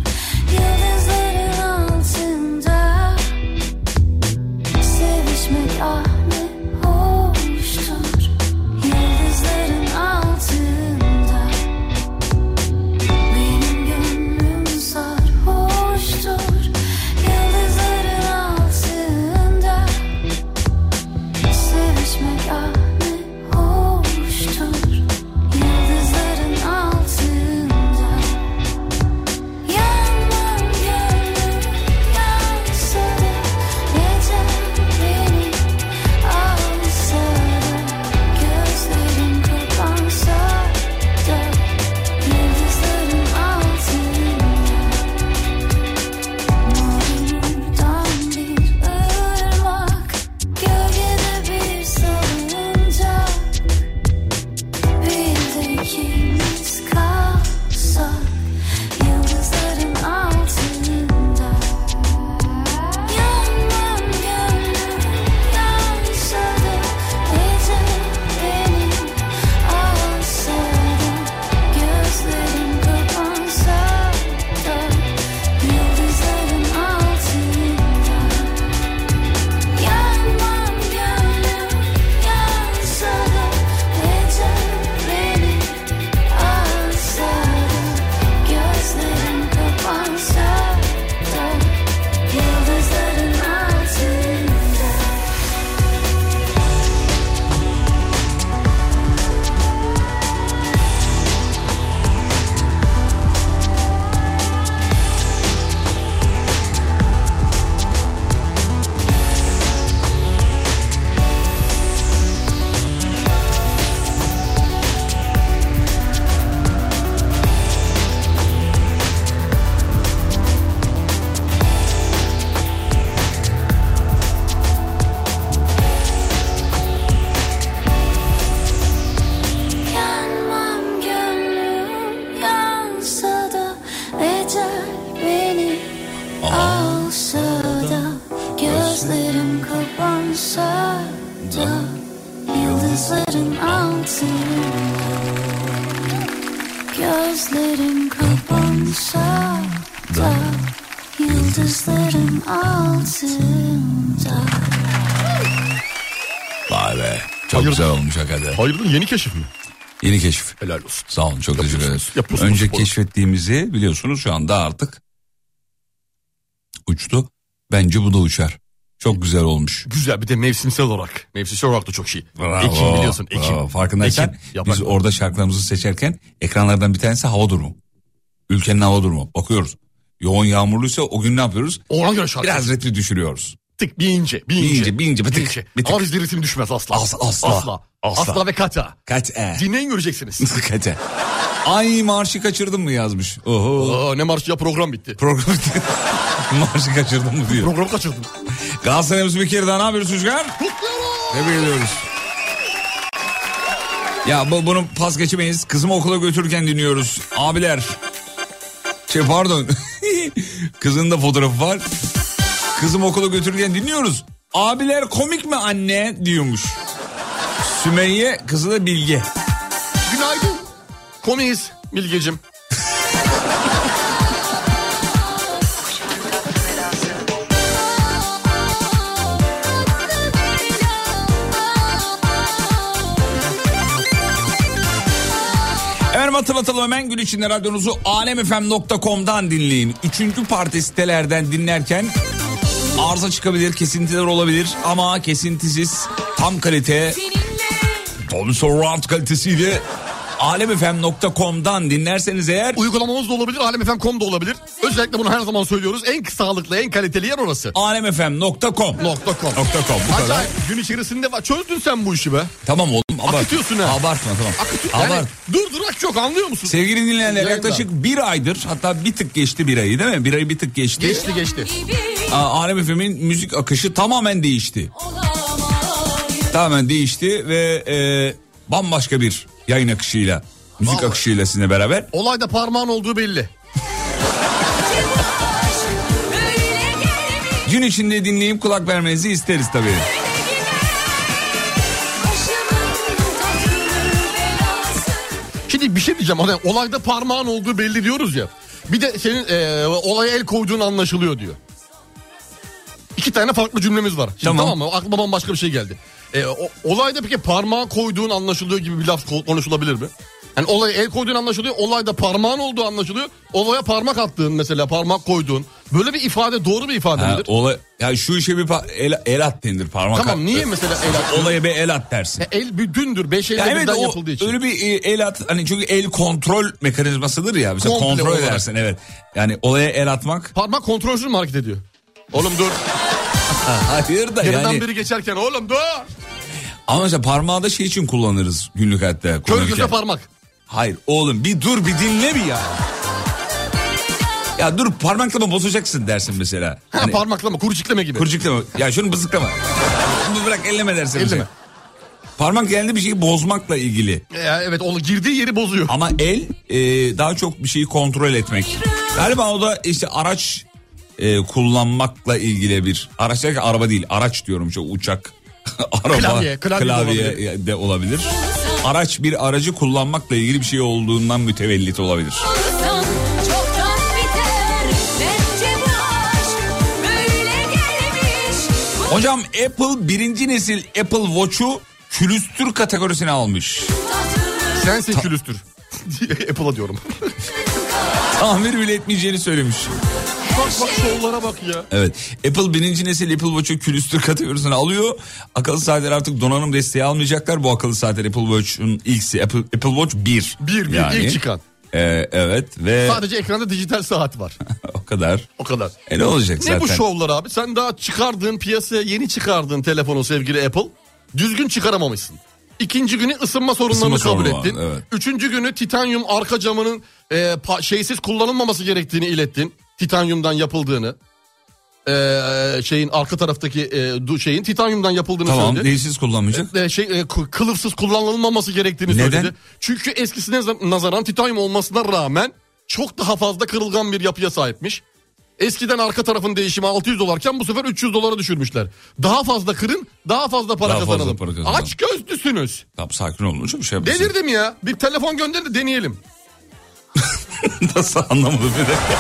Speaker 12: Yıldızların altında Sevişmek ah ne hoştur Yıldızların altında Benim gönlüm sarhoştur Yıldızların altında Sevişmek ah ne hoştur
Speaker 6: ufukta Yıldızların altında Gözlerin kapansa da Yıldızların altında
Speaker 4: Vay be. Çok güzel olmuş hakikaten.
Speaker 5: Hayırdır yeni keşif mi?
Speaker 4: Yeni keşif.
Speaker 5: Helal olsun.
Speaker 4: Sağ olun çok teşekkür ederiz.
Speaker 5: yapıyorsunuz
Speaker 4: Önce
Speaker 5: spor.
Speaker 4: keşfettiğimizi biliyorsunuz şu anda artık uçtu. Bence bu da uçar. Çok güzel olmuş.
Speaker 5: Güzel bir de mevsimsel olarak. Mevsimsel olarak da çok şey.
Speaker 4: Bravo,
Speaker 5: Ekim biliyorsun Ekim.
Speaker 4: bravo. Farkındaysan
Speaker 5: Ekim, yaprak.
Speaker 4: biz orada şarkılarımızı seçerken ekranlardan bir tanesi hava durumu. Ülkenin hava durumu. Bakıyoruz. Yoğun yağmurluysa o gün ne yapıyoruz?
Speaker 5: Ona göre şarkı.
Speaker 4: Biraz ritmi düşürüyoruz.
Speaker 5: Tık bir ince. Bir ince.
Speaker 4: Bir ince, bir ince, bir tık, bir tık.
Speaker 5: Ama bizde ritim düşmez asla.
Speaker 4: As- asla.
Speaker 5: Asla.
Speaker 4: Asla.
Speaker 5: Asla ve kata.
Speaker 4: Kaç e.
Speaker 5: Dinleyin göreceksiniz.
Speaker 4: Kaç e. Ay marşı kaçırdım mı yazmış. Oho.
Speaker 5: Aa, ne marşı ya program bitti.
Speaker 4: Program marşı kaçırdım mı diyor.
Speaker 5: Programı kaçırdım.
Speaker 4: Galatasaray'ımız bir kere daha ne yapıyoruz çocuklar? Tebrik ediyoruz. Ya bu, bunu pas geçemeyiz. Kızımı okula götürürken dinliyoruz. Abiler. Şey pardon. Kızın da fotoğrafı var. Kızım okula götürürken dinliyoruz. Abiler komik mi anne diyormuş. Sümeyye kızı da Bilge.
Speaker 5: Günaydın. Komiyiz Bilgecim.
Speaker 4: Efendim hatırlatalım hemen gün içinde radyonuzu alemfm.com'dan dinleyin. Üçüncü parti sitelerden dinlerken arıza çıkabilir, kesintiler olabilir ama kesintisiz tam kalite Tom Surround kalitesiyle alemfm.com'dan dinlerseniz eğer
Speaker 5: Uygulamamız da olabilir, alemfm.com da olabilir. Özellikle bunu her zaman söylüyoruz. En sağlıklı, en kaliteli yer orası.
Speaker 4: alemfm.com
Speaker 5: Nokta .com.
Speaker 4: Nokta com, bu kadar.
Speaker 5: Acayip, Gün içerisinde var. Çözdün sen bu işi be.
Speaker 4: Tamam oğlum abart.
Speaker 5: Akıtıyorsun ha.
Speaker 4: Abartma tamam.
Speaker 5: Akıtı,
Speaker 4: Abart.
Speaker 5: yani durdurak yok anlıyor musun?
Speaker 4: Sevgili dinleyenler
Speaker 5: Yayında.
Speaker 4: yaklaşık bir aydır hatta bir tık geçti bir ayı değil mi? Bir ayı bir tık geçti.
Speaker 5: geçti geçti.
Speaker 4: Aa, Alem FM'in müzik akışı tamamen değişti. Tamamen değişti ve e, bambaşka bir yayın akışıyla, müzik
Speaker 5: Vallahi.
Speaker 4: akışıyla sizinle beraber.
Speaker 5: Olayda parmağın olduğu belli.
Speaker 4: Gün içinde dinleyip kulak vermenizi isteriz tabii.
Speaker 5: Şimdi bir şey diyeceğim. Hani olayda parmağın olduğu belli diyoruz ya. Bir de senin e, olaya el koyduğun anlaşılıyor diyor. İki tane farklı cümlemiz var. Şimdi
Speaker 4: Tamam.
Speaker 5: tamam. mı? Aklıma bambaşka bir şey geldi. E, o- olayda peki parmağı koyduğun anlaşılıyor gibi bir laf ko- konuşulabilir mi? Yani olaya el koyduğun anlaşılıyor. Olayda parmağın olduğu anlaşılıyor. Olaya parmak attığın mesela parmak koyduğun. Böyle bir ifade doğru bir ifade
Speaker 4: Ha,
Speaker 5: midir?
Speaker 4: olay, ya şu işe bir pa- el, el at denir parmak
Speaker 5: Tamam
Speaker 4: at.
Speaker 5: niye mesela el at?
Speaker 4: Olaya bir el at dersin.
Speaker 5: E, El bir dündür. Beş elle
Speaker 4: Ya evet
Speaker 5: birden
Speaker 4: o
Speaker 5: yapıldığı için.
Speaker 4: öyle bir e, el at hani çünkü el kontrol mekanizmasıdır ya mesela
Speaker 5: Komple
Speaker 4: kontrol
Speaker 5: olarak.
Speaker 4: edersin evet. Yani olaya el atmak
Speaker 5: Parmak kontrolsüz mü hareket ediyor? Oğlum dur.
Speaker 4: hayır da
Speaker 5: Yanından
Speaker 4: yani
Speaker 5: biri geçerken oğlum dur.
Speaker 4: ama mesela parmağı da şey için kullanırız günlük hayatta.
Speaker 5: Kör
Speaker 4: kullanırken.
Speaker 5: göze parmak.
Speaker 4: Hayır oğlum bir dur bir dinle bir ya. Ya dur parmaklama bozacaksın dersin mesela.
Speaker 5: Ha,
Speaker 4: Hani,
Speaker 5: parmaklama, kurucikleme gibi.
Speaker 4: kurcuklama. Ya şunu bızıklama. Bunu bırak elleme dersin.
Speaker 5: Elleme.
Speaker 4: mesela. Parmak geldi bir şeyi bozmakla ilgili.
Speaker 5: Ee, evet, onu girdiği yeri bozuyor.
Speaker 4: Ama el e, daha çok bir şeyi kontrol etmek. Galiba o da işte araç e, kullanmakla ilgili bir. Araç derken araba değil araç diyorum işte uçak. araba,
Speaker 5: Klavye, klavye de
Speaker 4: de olabilir. Araç bir aracı kullanmakla ilgili bir şey olduğundan mütevellit olabilir. Hocam Apple birinci nesil Apple Watch'u külüstür kategorisine almış.
Speaker 5: Sensin külüstür. Apple'a diyorum.
Speaker 4: Tamir bile etmeyeceğini söylemiş.
Speaker 5: bak bak şovlara bak ya.
Speaker 4: Evet. Apple birinci nesil Apple Watch'u külüstür kategorisine alıyor. Akıllı saatler artık donanım desteği almayacaklar. Bu akıllı saatler Apple Watch'un ilksi Apple, Apple Watch 1.
Speaker 5: Bir, bir, ilk çıkan.
Speaker 4: E, evet ve
Speaker 5: Sadece ekranda dijital saat var.
Speaker 4: o kadar.
Speaker 5: O kadar.
Speaker 4: E ne olacak zaten?
Speaker 5: Ne bu şovlar abi? Sen daha çıkardığın piyasaya yeni çıkardığın telefonu sevgili Apple düzgün çıkaramamışsın. İkinci günü ısınma sorunlarını
Speaker 4: Isınma
Speaker 5: kabul
Speaker 4: sorunu var,
Speaker 5: ettin.
Speaker 4: evet.
Speaker 5: Üçüncü günü titanyum arka camının e, pa- şeysiz kullanılmaması gerektiğini ilettin. Titanyumdan yapıldığını. E, şeyin arka taraftaki e, du- şeyin titanyumdan yapıldığını
Speaker 4: Tamam
Speaker 5: söyledin.
Speaker 4: değilsiz kullanmayacak.
Speaker 5: E, şey e, k- kılıfsız kullanılmaması gerektiğini
Speaker 4: Neden?
Speaker 5: söyledi. Çünkü eskisine za- nazaran titanyum olmasına rağmen çok daha fazla kırılgan bir yapıya sahipmiş. Eskiden arka tarafın değişimi 600 dolarken bu sefer 300 dolara düşürmüşler. Daha fazla kırın daha fazla para
Speaker 4: Daha fazla
Speaker 5: kazanalım.
Speaker 4: para kazanalım.
Speaker 5: Aç gözlüsünüz.
Speaker 4: Tamam sakin olun hocam bir şey yapmasın.
Speaker 5: Delirdim ya. Bir telefon gönderin de deneyelim.
Speaker 4: Nasıl anlamadım bir dakika.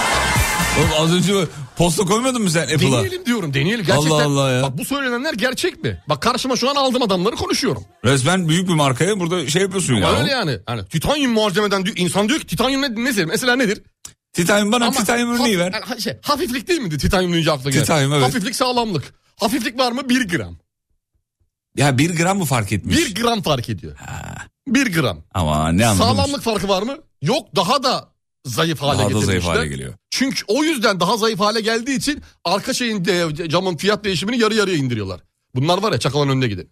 Speaker 4: Oğlum az önce posta koymadın mı sen Apple'a?
Speaker 5: Deneyelim diyorum deneyelim. Gerçekten.
Speaker 4: Allah Allah ya.
Speaker 5: Bak bu söylenenler gerçek mi? Bak karşıma şu an aldığım adamları konuşuyorum.
Speaker 4: Resmen büyük bir markaya burada şey yapıyorsun ya.
Speaker 5: Öyle yani. Hani titanyum malzemeden diyor, insan diyor ki titanyum ne, nedir? Mesela nedir?
Speaker 4: Titanyum bana titanyum örneği ver.
Speaker 5: yani ha- şey, hafiflik değil miydi titanyum deyince akla gelen?
Speaker 4: Titanyum, evet.
Speaker 5: Hafiflik sağlamlık. Hafiflik var mı? 1 gram.
Speaker 4: Ya bir gram mı fark etmiş?
Speaker 5: 1 gram fark ediyor. 1 gram.
Speaker 4: Ama ne anladım.
Speaker 5: Sağlamlık farkı var mı? Yok daha da zayıf hale
Speaker 4: Daha da
Speaker 5: getirmişler.
Speaker 4: zayıf hale geliyor.
Speaker 5: Çünkü o yüzden daha zayıf hale geldiği için arka şeyin de- camın fiyat değişimini yarı yarıya indiriyorlar. Bunlar var ya çakalan önde giden.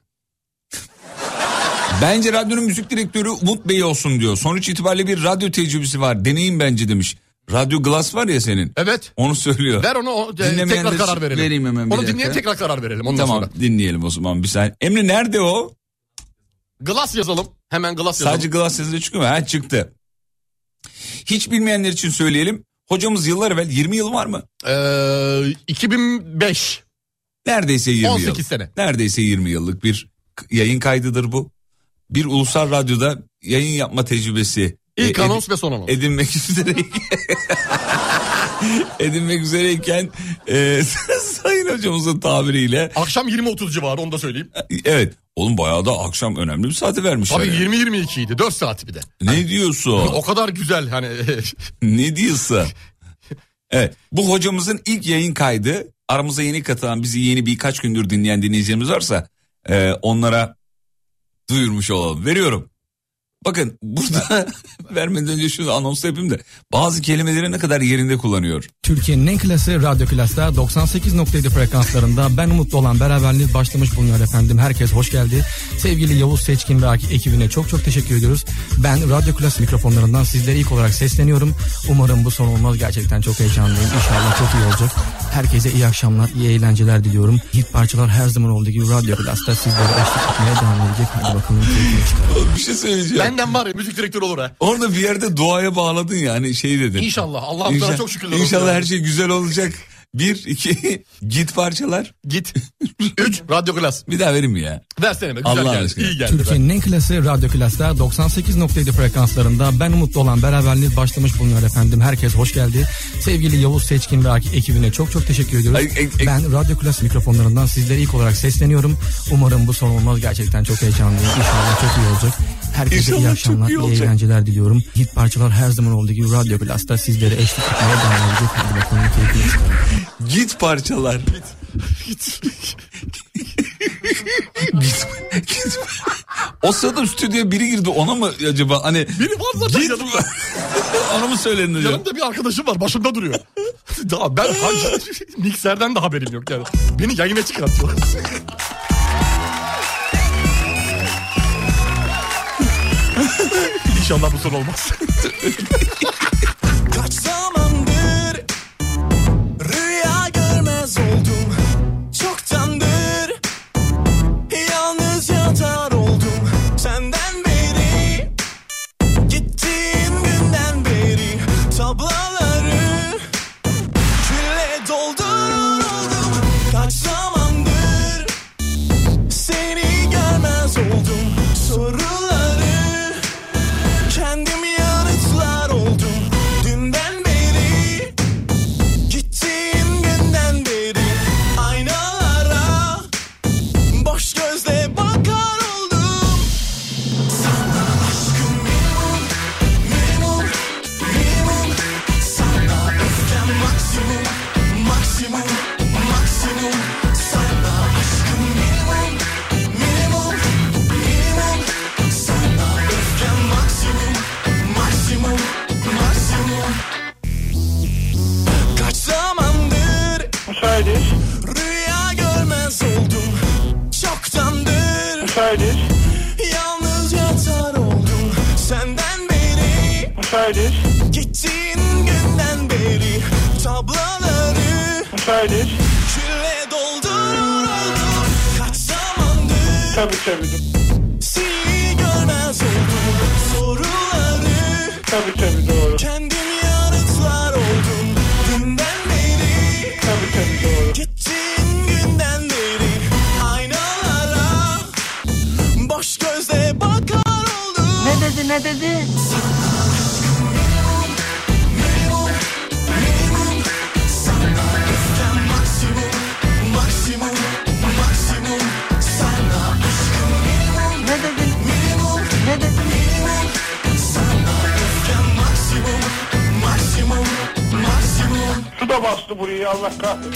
Speaker 4: Bence radyonun müzik direktörü Umut Bey olsun diyor. Sonuç itibariyle bir radyo tecrübesi var. Deneyin bence demiş. Radyo Glass var ya senin.
Speaker 5: Evet.
Speaker 4: Onu söylüyor.
Speaker 5: Ver onu o- e,
Speaker 4: Dinlemeyenler
Speaker 5: tekrar
Speaker 4: için
Speaker 5: karar verelim.
Speaker 4: vereyim hemen bir
Speaker 5: onu dinleyen
Speaker 4: dakika.
Speaker 5: tekrar karar verelim ondan
Speaker 4: tamam
Speaker 5: sonra.
Speaker 4: dinleyelim o zaman bir saniye. Emre nerede o?
Speaker 5: Glass yazalım. Hemen glass yazalım.
Speaker 4: Sadece Glass yazınca çıkıyor mu? Ha çıktı. Hiç bilmeyenler için söyleyelim. Hocamız yıllar evvel 20 yıl var mı?
Speaker 5: Ee, 2005.
Speaker 4: Neredeyse 20 yıl.
Speaker 5: 18 sene.
Speaker 4: Neredeyse 20 yıllık bir k- yayın kaydıdır bu. Bir ulusal radyoda yayın yapma tecrübesi.
Speaker 5: İlk
Speaker 4: e, edi-
Speaker 5: anons ve son anons.
Speaker 4: edinmek üzere edinmek üzereyken e, sayın hocamızın tabiriyle E,
Speaker 5: Akşam 20-30 civarı onu da söyleyeyim.
Speaker 4: evet oğlum bayağı da akşam önemli bir saate vermişler.
Speaker 5: Tabii
Speaker 4: yani.
Speaker 5: 20-22 idi 4 saati bir de.
Speaker 4: Ne diyorsun?
Speaker 5: O kadar güzel hani
Speaker 4: ne diyorsa. Evet bu hocamızın ilk yayın kaydı. Aramıza yeni katılan bizi yeni birkaç gündür dinleyen dinleyicilerimiz varsa e, onlara duyurmuş olalım. Veriyorum. Bakın burada vermeden önce şunu anons yapayım da bazı kelimeleri ne kadar yerinde kullanıyor.
Speaker 13: Türkiye'nin en klası Radyo Klas'ta 98.7 frekanslarında ben Umutlu olan beraberliğiniz başlamış bulunuyor efendim. Herkes hoş geldi. Sevgili Yavuz Seçkin ve ekibine çok çok teşekkür ediyoruz. Ben Radyo Klas mikrofonlarından sizlere ilk olarak sesleniyorum. Umarım bu son olmaz. Gerçekten çok heyecanlıyım. İnşallah çok iyi olacak. Herkese iyi akşamlar, iyi eğlenceler diliyorum. Hit parçalar her zaman olduğu gibi Radyo Klas'ta sizlere eşlik etmeye devam edecek. Hadi bakalım keyfini çıkarın.
Speaker 4: Bir şey söyleyeceğim.
Speaker 5: benden var ya müzik direktörü olur ha.
Speaker 4: Orada bir yerde duaya bağladın yani şey dedin.
Speaker 5: İnşallah Allah'ım sana
Speaker 4: İnşa-
Speaker 5: çok şükürler
Speaker 4: İnşallah
Speaker 5: olsun.
Speaker 4: her şey güzel olacak. Bir, iki, git parçalar.
Speaker 5: Git. 3 radyo klas.
Speaker 4: Bir daha verin mi ya?
Speaker 5: Versene be güzel
Speaker 4: Allah
Speaker 5: geldi.
Speaker 4: aşkına.
Speaker 5: İyi geldi. be.
Speaker 13: Türkiye'nin en klası Radyo Klas'ta 98.7 frekanslarında ben Umutlu olan beraberliğiniz başlamış bulunuyor efendim. Herkes hoş geldi. Sevgili Yavuz Seçkin ve ekibine çok çok teşekkür ediyoruz.
Speaker 4: Ay, ek- ek-
Speaker 13: Ben Radyo Klas mikrofonlarından sizlere ilk olarak sesleniyorum. Umarım bu son olmaz. Gerçekten çok heyecanlıyım. İnşallah çok iyi olacak. Herkese
Speaker 4: İnşallah
Speaker 13: iyi
Speaker 4: çok
Speaker 13: akşamlar,
Speaker 4: iyi
Speaker 13: iyi,
Speaker 4: olacak.
Speaker 13: eğlenceler diliyorum. Hit parçalar her zaman olduğu gibi Radyo Klas'ta sizlere eşlik etmeye devam edecek. Hadi bakalım keyfiniz çıkarın.
Speaker 4: Git parçalar. Git. git. git. O sırada stüdyoya biri girdi ona mı acaba hani
Speaker 5: Biri var zaten
Speaker 4: git
Speaker 5: yanımda.
Speaker 4: ona mı söyledin hocam?
Speaker 5: Yanımda bir arkadaşım var başımda duruyor. Daha ben mikserden de haberim yok yani. Beni yayına çıkartıyor. İnşallah bu son olmaz.
Speaker 3: Kaç zamandır rüya görmez oldum Çoktandır yalnız yatar oldum Senden beri gittiğin günden beri Tablaları külle doldurur oldum Kaç zamandır seni görmez oldum Soruları Kendim yanıtlar oldum Dünden beri Gittiğin günden beri Aynalara Boş gözle bakar oldum Sana aşkım minimum Minimum Minimum Sana öfkem maksimum Maksimum Maksimum Sana aşkım minimum Minimum Minimum Sana öfkem maksimum Maksimum Maksimum Kaç zamandır Müsaitiz Rüya görmez oldum Çoktandır Müsaitiz Yalnız yatar oldum Senden beri Müsaitiz Gittiğin günden beri Tablaları Müsaitiz Külle doldurur oldum Kaç zamandır Tabii tabii Seni görmez oldum Soruları Kendim yanıtlar oldum Dünden beri Boş gözle bakar oldum. Ne dedi ne dedi? Ne dedin? Ne dedin? Sana öfkem maksimum, maksimum, maksimum. Bu da bastı burayı Allah kahretsin.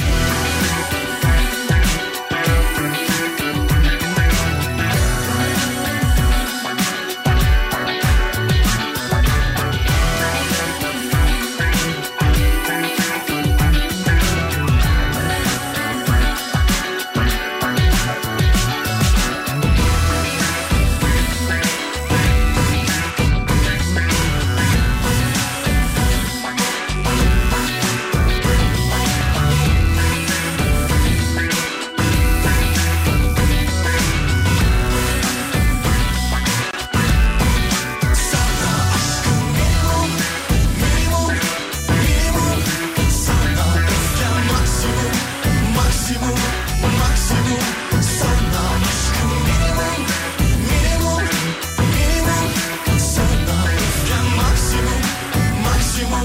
Speaker 3: Maksimum,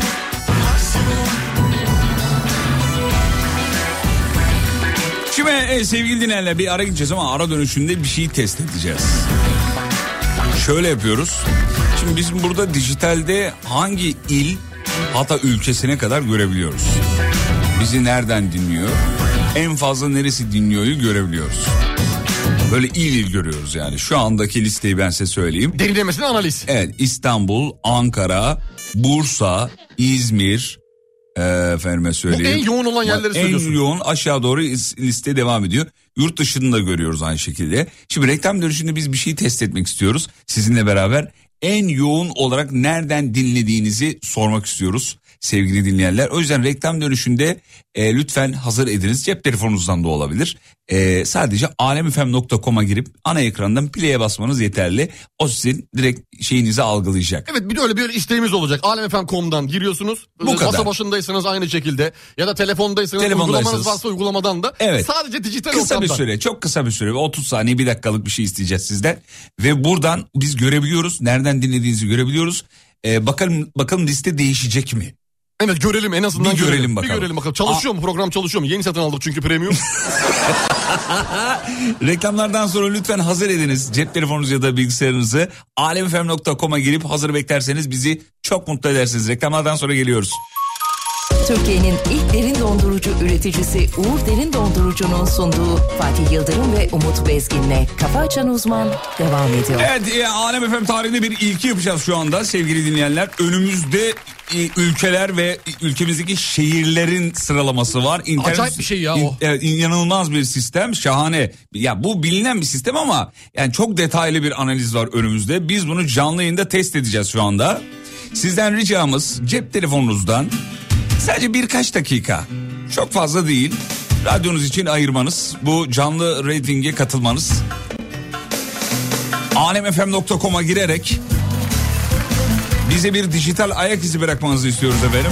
Speaker 3: maksimum
Speaker 4: Şimdi e, sevgili dinleyenler bir ara gideceğiz ama ara dönüşünde bir şeyi test edeceğiz. Şöyle yapıyoruz. Şimdi biz burada dijitalde hangi il hatta ülkesine kadar görebiliyoruz. Bizi nereden dinliyor? En fazla neresi dinliyoryu görebiliyoruz. Böyle il il görüyoruz yani. Şu andaki listeyi ben size söyleyeyim.
Speaker 5: Derinlemesine analiz.
Speaker 4: Evet İstanbul, Ankara, Bursa, İzmir, e, efendime söyleyeyim.
Speaker 5: en yoğun olan yerleri söylüyorsun.
Speaker 4: En yoğun aşağı doğru is- liste devam ediyor. Yurt dışını da görüyoruz aynı şekilde. Şimdi reklam dönüşünde biz bir şey test etmek istiyoruz. Sizinle beraber en yoğun olarak nereden dinlediğinizi sormak istiyoruz sevgili dinleyenler. O yüzden reklam dönüşünde e, lütfen hazır ediniz. Cep telefonunuzdan da olabilir. E, sadece alemfm.com'a girip ana ekrandan play'e basmanız yeterli. O sizin direkt şeyinizi algılayacak.
Speaker 5: Evet bir de öyle bir isteğimiz olacak. Alemfm.com'dan giriyorsunuz.
Speaker 4: Bu kadar.
Speaker 5: Masa başındaysanız aynı şekilde. Ya da telefondaysanız,
Speaker 4: Telefondaysanız.
Speaker 5: uygulamanız varsa uygulamadan da.
Speaker 4: Evet.
Speaker 5: Sadece dijital
Speaker 4: kısa
Speaker 5: ortamdan.
Speaker 4: bir süre çok kısa bir süre 30 saniye bir dakikalık bir şey isteyeceğiz sizden ve buradan biz görebiliyoruz nereden dinlediğinizi görebiliyoruz Ee, bakalım bakalım liste değişecek mi?
Speaker 5: Evet görelim en azından
Speaker 4: Bir görelim bakalım.
Speaker 5: Bir görelim bakalım. Çalışıyor mu program çalışıyor mu? Yeni satın aldık çünkü premium.
Speaker 4: Reklamlardan sonra lütfen hazır ediniz cep telefonunuzu ya da bilgisayarınızı alemfm.com'a girip hazır beklerseniz bizi çok mutlu edersiniz. Reklamlardan sonra geliyoruz.
Speaker 1: Türkiye'nin ilk derin dondurucu üreticisi Uğur Derin Dondurucu'nun sunduğu Fatih Yıldırım ve Umut Bezgin'le Kafa Açan Uzman devam ediyor.
Speaker 4: Evet e, Alem Efem tarihinde bir ilki yapacağız şu anda sevgili dinleyenler. Önümüzde e, ülkeler ve ülkemizdeki şehirlerin sıralaması var.
Speaker 5: Acayip bir şey ya o.
Speaker 4: in- evet, inanılmaz bir sistem şahane. Ya bu bilinen bir sistem ama yani çok detaylı bir analiz var önümüzde. Biz bunu canlı yayında test edeceğiz şu anda. Sizden ricamız cep telefonunuzdan sadece birkaç dakika çok fazla değil radyonuz için ayırmanız bu canlı reytinge katılmanız alemfm.com'a girerek bize bir dijital ayak izi bırakmanızı istiyoruz efendim.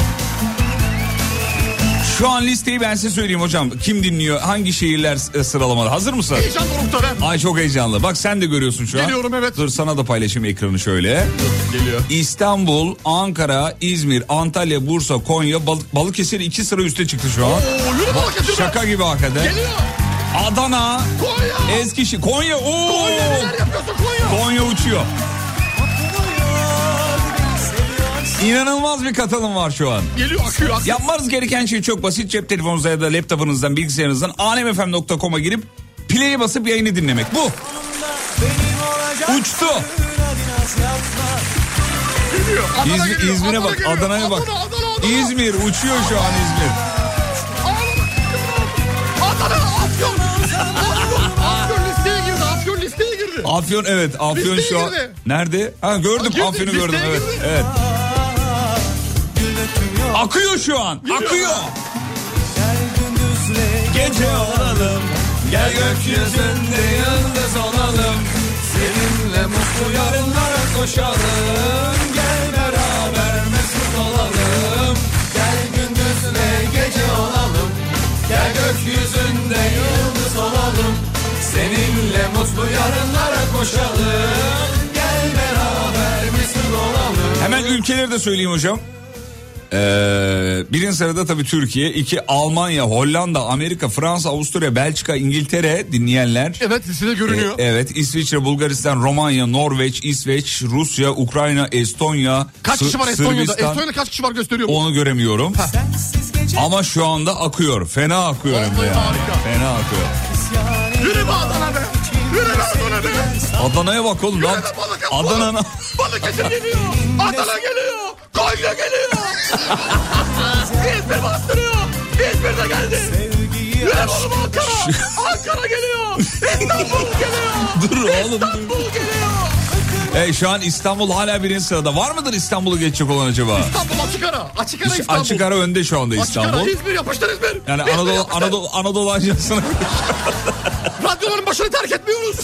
Speaker 4: Şu an listeyi ben size söyleyeyim hocam. Kim dinliyor? Hangi şehirler s- e, sıralamada? Hazır mısın?
Speaker 5: Heyecan dorukta ben.
Speaker 4: Ay çok heyecanlı. Bak sen de görüyorsun şu an.
Speaker 5: Geliyorum, evet.
Speaker 4: Dur sana da paylaşayım ekranı şöyle.
Speaker 5: Geliyor.
Speaker 4: İstanbul, Ankara, İzmir, Antalya, Bursa, Konya, Bal- Balıkesir iki sıra üste çıktı şu an.
Speaker 5: yürü Balıkesir be.
Speaker 4: Şaka gibi hakikaten.
Speaker 5: Geliyor.
Speaker 4: Adana,
Speaker 5: Konya.
Speaker 4: Eskişehir, Konya. Oo!
Speaker 3: Konya neler yapıyorsun Konya?
Speaker 4: Konya uçuyor. İnanılmaz bir katılım var şu an.
Speaker 5: Geliyor akıyor. akıyor.
Speaker 4: Yapmanız gereken şey çok basit. Cep telefonunuzdan ya da laptopunuzdan, bilgisayarınızdan anemfm.com'a girip play'e basıp yayını dinlemek. Bu. Uçtu.
Speaker 5: Geliyor. Adana
Speaker 4: İz-
Speaker 5: geliyor.
Speaker 4: İzmir'e
Speaker 5: Adana
Speaker 4: bak,
Speaker 5: geliyor.
Speaker 4: Adana'ya bak.
Speaker 5: Adana, Adana, Adana.
Speaker 4: İzmir uçuyor şu an İzmir.
Speaker 5: Adana, Afyon. Afyon, Afyon listeye girdi. Afyon listeye girdi.
Speaker 4: Afyon evet, Afyon
Speaker 5: Listeye
Speaker 4: şu an.
Speaker 5: girdi.
Speaker 4: Nerede? Ha gördüm,
Speaker 5: girdi,
Speaker 4: Afyon'u
Speaker 5: listeye
Speaker 4: gördüm evet.
Speaker 5: girdi.
Speaker 4: Evet. Akıyor şu an. Akıyor.
Speaker 3: Gece olalım Gel gökyüzünde yıldız olalım Seninle mutlu yarınlara koşalım Gel beraber mesut olalım Gel gündüzle gece olalım Gel gökyüzünde yıldız olalım Seninle mutlu yarınlara koşalım Buluşalım gel beraber Mesut olalım.
Speaker 4: Hemen ülkeleri de söyleyeyim hocam. Ee, birinci sırada tabii Türkiye, iki Almanya, Hollanda, Amerika, Fransa, Avusturya, Belçika, İngiltere dinleyenler.
Speaker 5: Evet listede görünüyor.
Speaker 4: Ee, evet İsviçre, Bulgaristan, Romanya, Norveç, İsveç, Rusya, Ukrayna, Estonya.
Speaker 5: Kaç
Speaker 4: Sı-
Speaker 5: kişi var Estonya'da?
Speaker 4: Sırbistan.
Speaker 5: Estonya'da kaç kişi var gösteriyor mu?
Speaker 4: Onu göremiyorum. Ama şu anda akıyor. Fena akıyor hem de yani. Fena akıyor.
Speaker 5: Yürü be Adana'da. Yürü be Adana'da.
Speaker 4: Adana'ya bak oğlum lan. Adana.
Speaker 5: Balıkesir geliyor. Adana geliyor. Konya geliyor. İzmir bastırıyor. İzmir de geldi. Yürü be oğlum Ankara. Ankara geliyor. İstanbul geliyor.
Speaker 4: Dur oğlum.
Speaker 5: İstanbul geliyor.
Speaker 4: E, şu an İstanbul hala birinci sırada. Var mıdır İstanbul'u geçecek olan acaba?
Speaker 5: İstanbul açık ara. Açık ara
Speaker 4: İşte
Speaker 5: İstanbul.
Speaker 4: Açık ara şey- önde şu anda İstanbul.
Speaker 5: Açık ara İzmir yapıştır İzmir.
Speaker 4: Yani
Speaker 5: İzmir
Speaker 4: Anadolu
Speaker 5: yapıştır.
Speaker 4: Anadolu Anadolu Ajansı'na
Speaker 5: Radyoların başını terk etmiyoruz.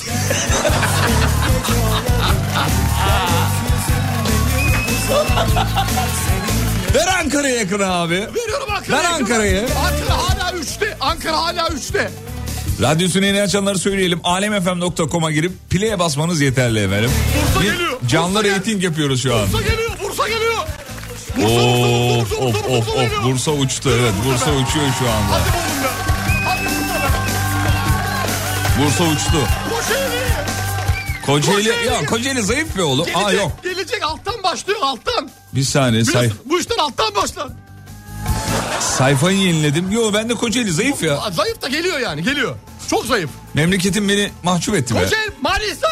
Speaker 4: ver Ankara'ya yakın abi.
Speaker 5: Veriyorum Ankara'yı.
Speaker 4: Ver Ankara'yı.
Speaker 5: Ankara hala üçte. Ankara hala üçte.
Speaker 4: Radyosunu yeni açanları söyleyelim. Alemfm.com'a girip play'e basmanız yeterli efendim.
Speaker 5: Bursa
Speaker 4: Bir
Speaker 5: geliyor.
Speaker 4: canlı reyting yapıyoruz şu an.
Speaker 5: Bursa geliyor. Bursa geliyor.
Speaker 4: Bursa, of, of, of, of. Bursa uçtu evet. Bursa uçuyor şu anda. Bursa uçtu.
Speaker 5: Koşeli.
Speaker 4: Kocaeli,
Speaker 5: Kocaeli.
Speaker 4: ya Kocaeli zayıf be oğlum.
Speaker 5: Gelecek.
Speaker 4: Aa yok.
Speaker 5: Gelecek alttan başlıyor alttan.
Speaker 4: Bir saniye say,
Speaker 5: Biliyorsun, bu işler alttan başlar.
Speaker 4: sayfayı yeniledim. Yo ben de Kocaeli zayıf ya.
Speaker 5: Aa, Zayıf da geliyor yani geliyor. Çok zayıf.
Speaker 4: Memleketim beni mahcup etti be.
Speaker 5: Kocaeli Manisa.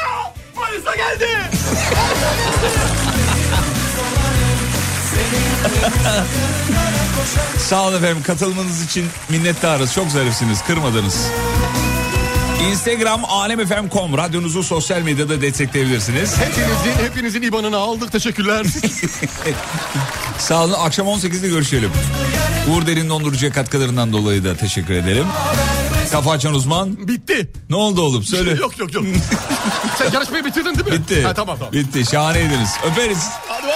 Speaker 5: Manisa geldi.
Speaker 4: Sağ olun efendim katılmanız için minnettarız. Çok zarifsiniz kırmadınız. Instagram alemfm.com radyonuzu sosyal medyada destekleyebilirsiniz.
Speaker 5: hepinizin, hepinizin IBAN'ını aldık. Teşekkürler.
Speaker 4: Sağ olun akşam 18'de görüşelim. Uğur Derin Dondurucu'ya katkılarından dolayı da teşekkür edelim. Kafa açan uzman.
Speaker 5: Bitti.
Speaker 4: Ne oldu oğlum söyle.
Speaker 5: yok yok yok. Sen yarışmayı bitirdin değil mi?
Speaker 4: Bitti.
Speaker 5: Ha, tamam tamam.
Speaker 4: Bitti şahaneydiniz. Öperiz.
Speaker 5: Hadi bay.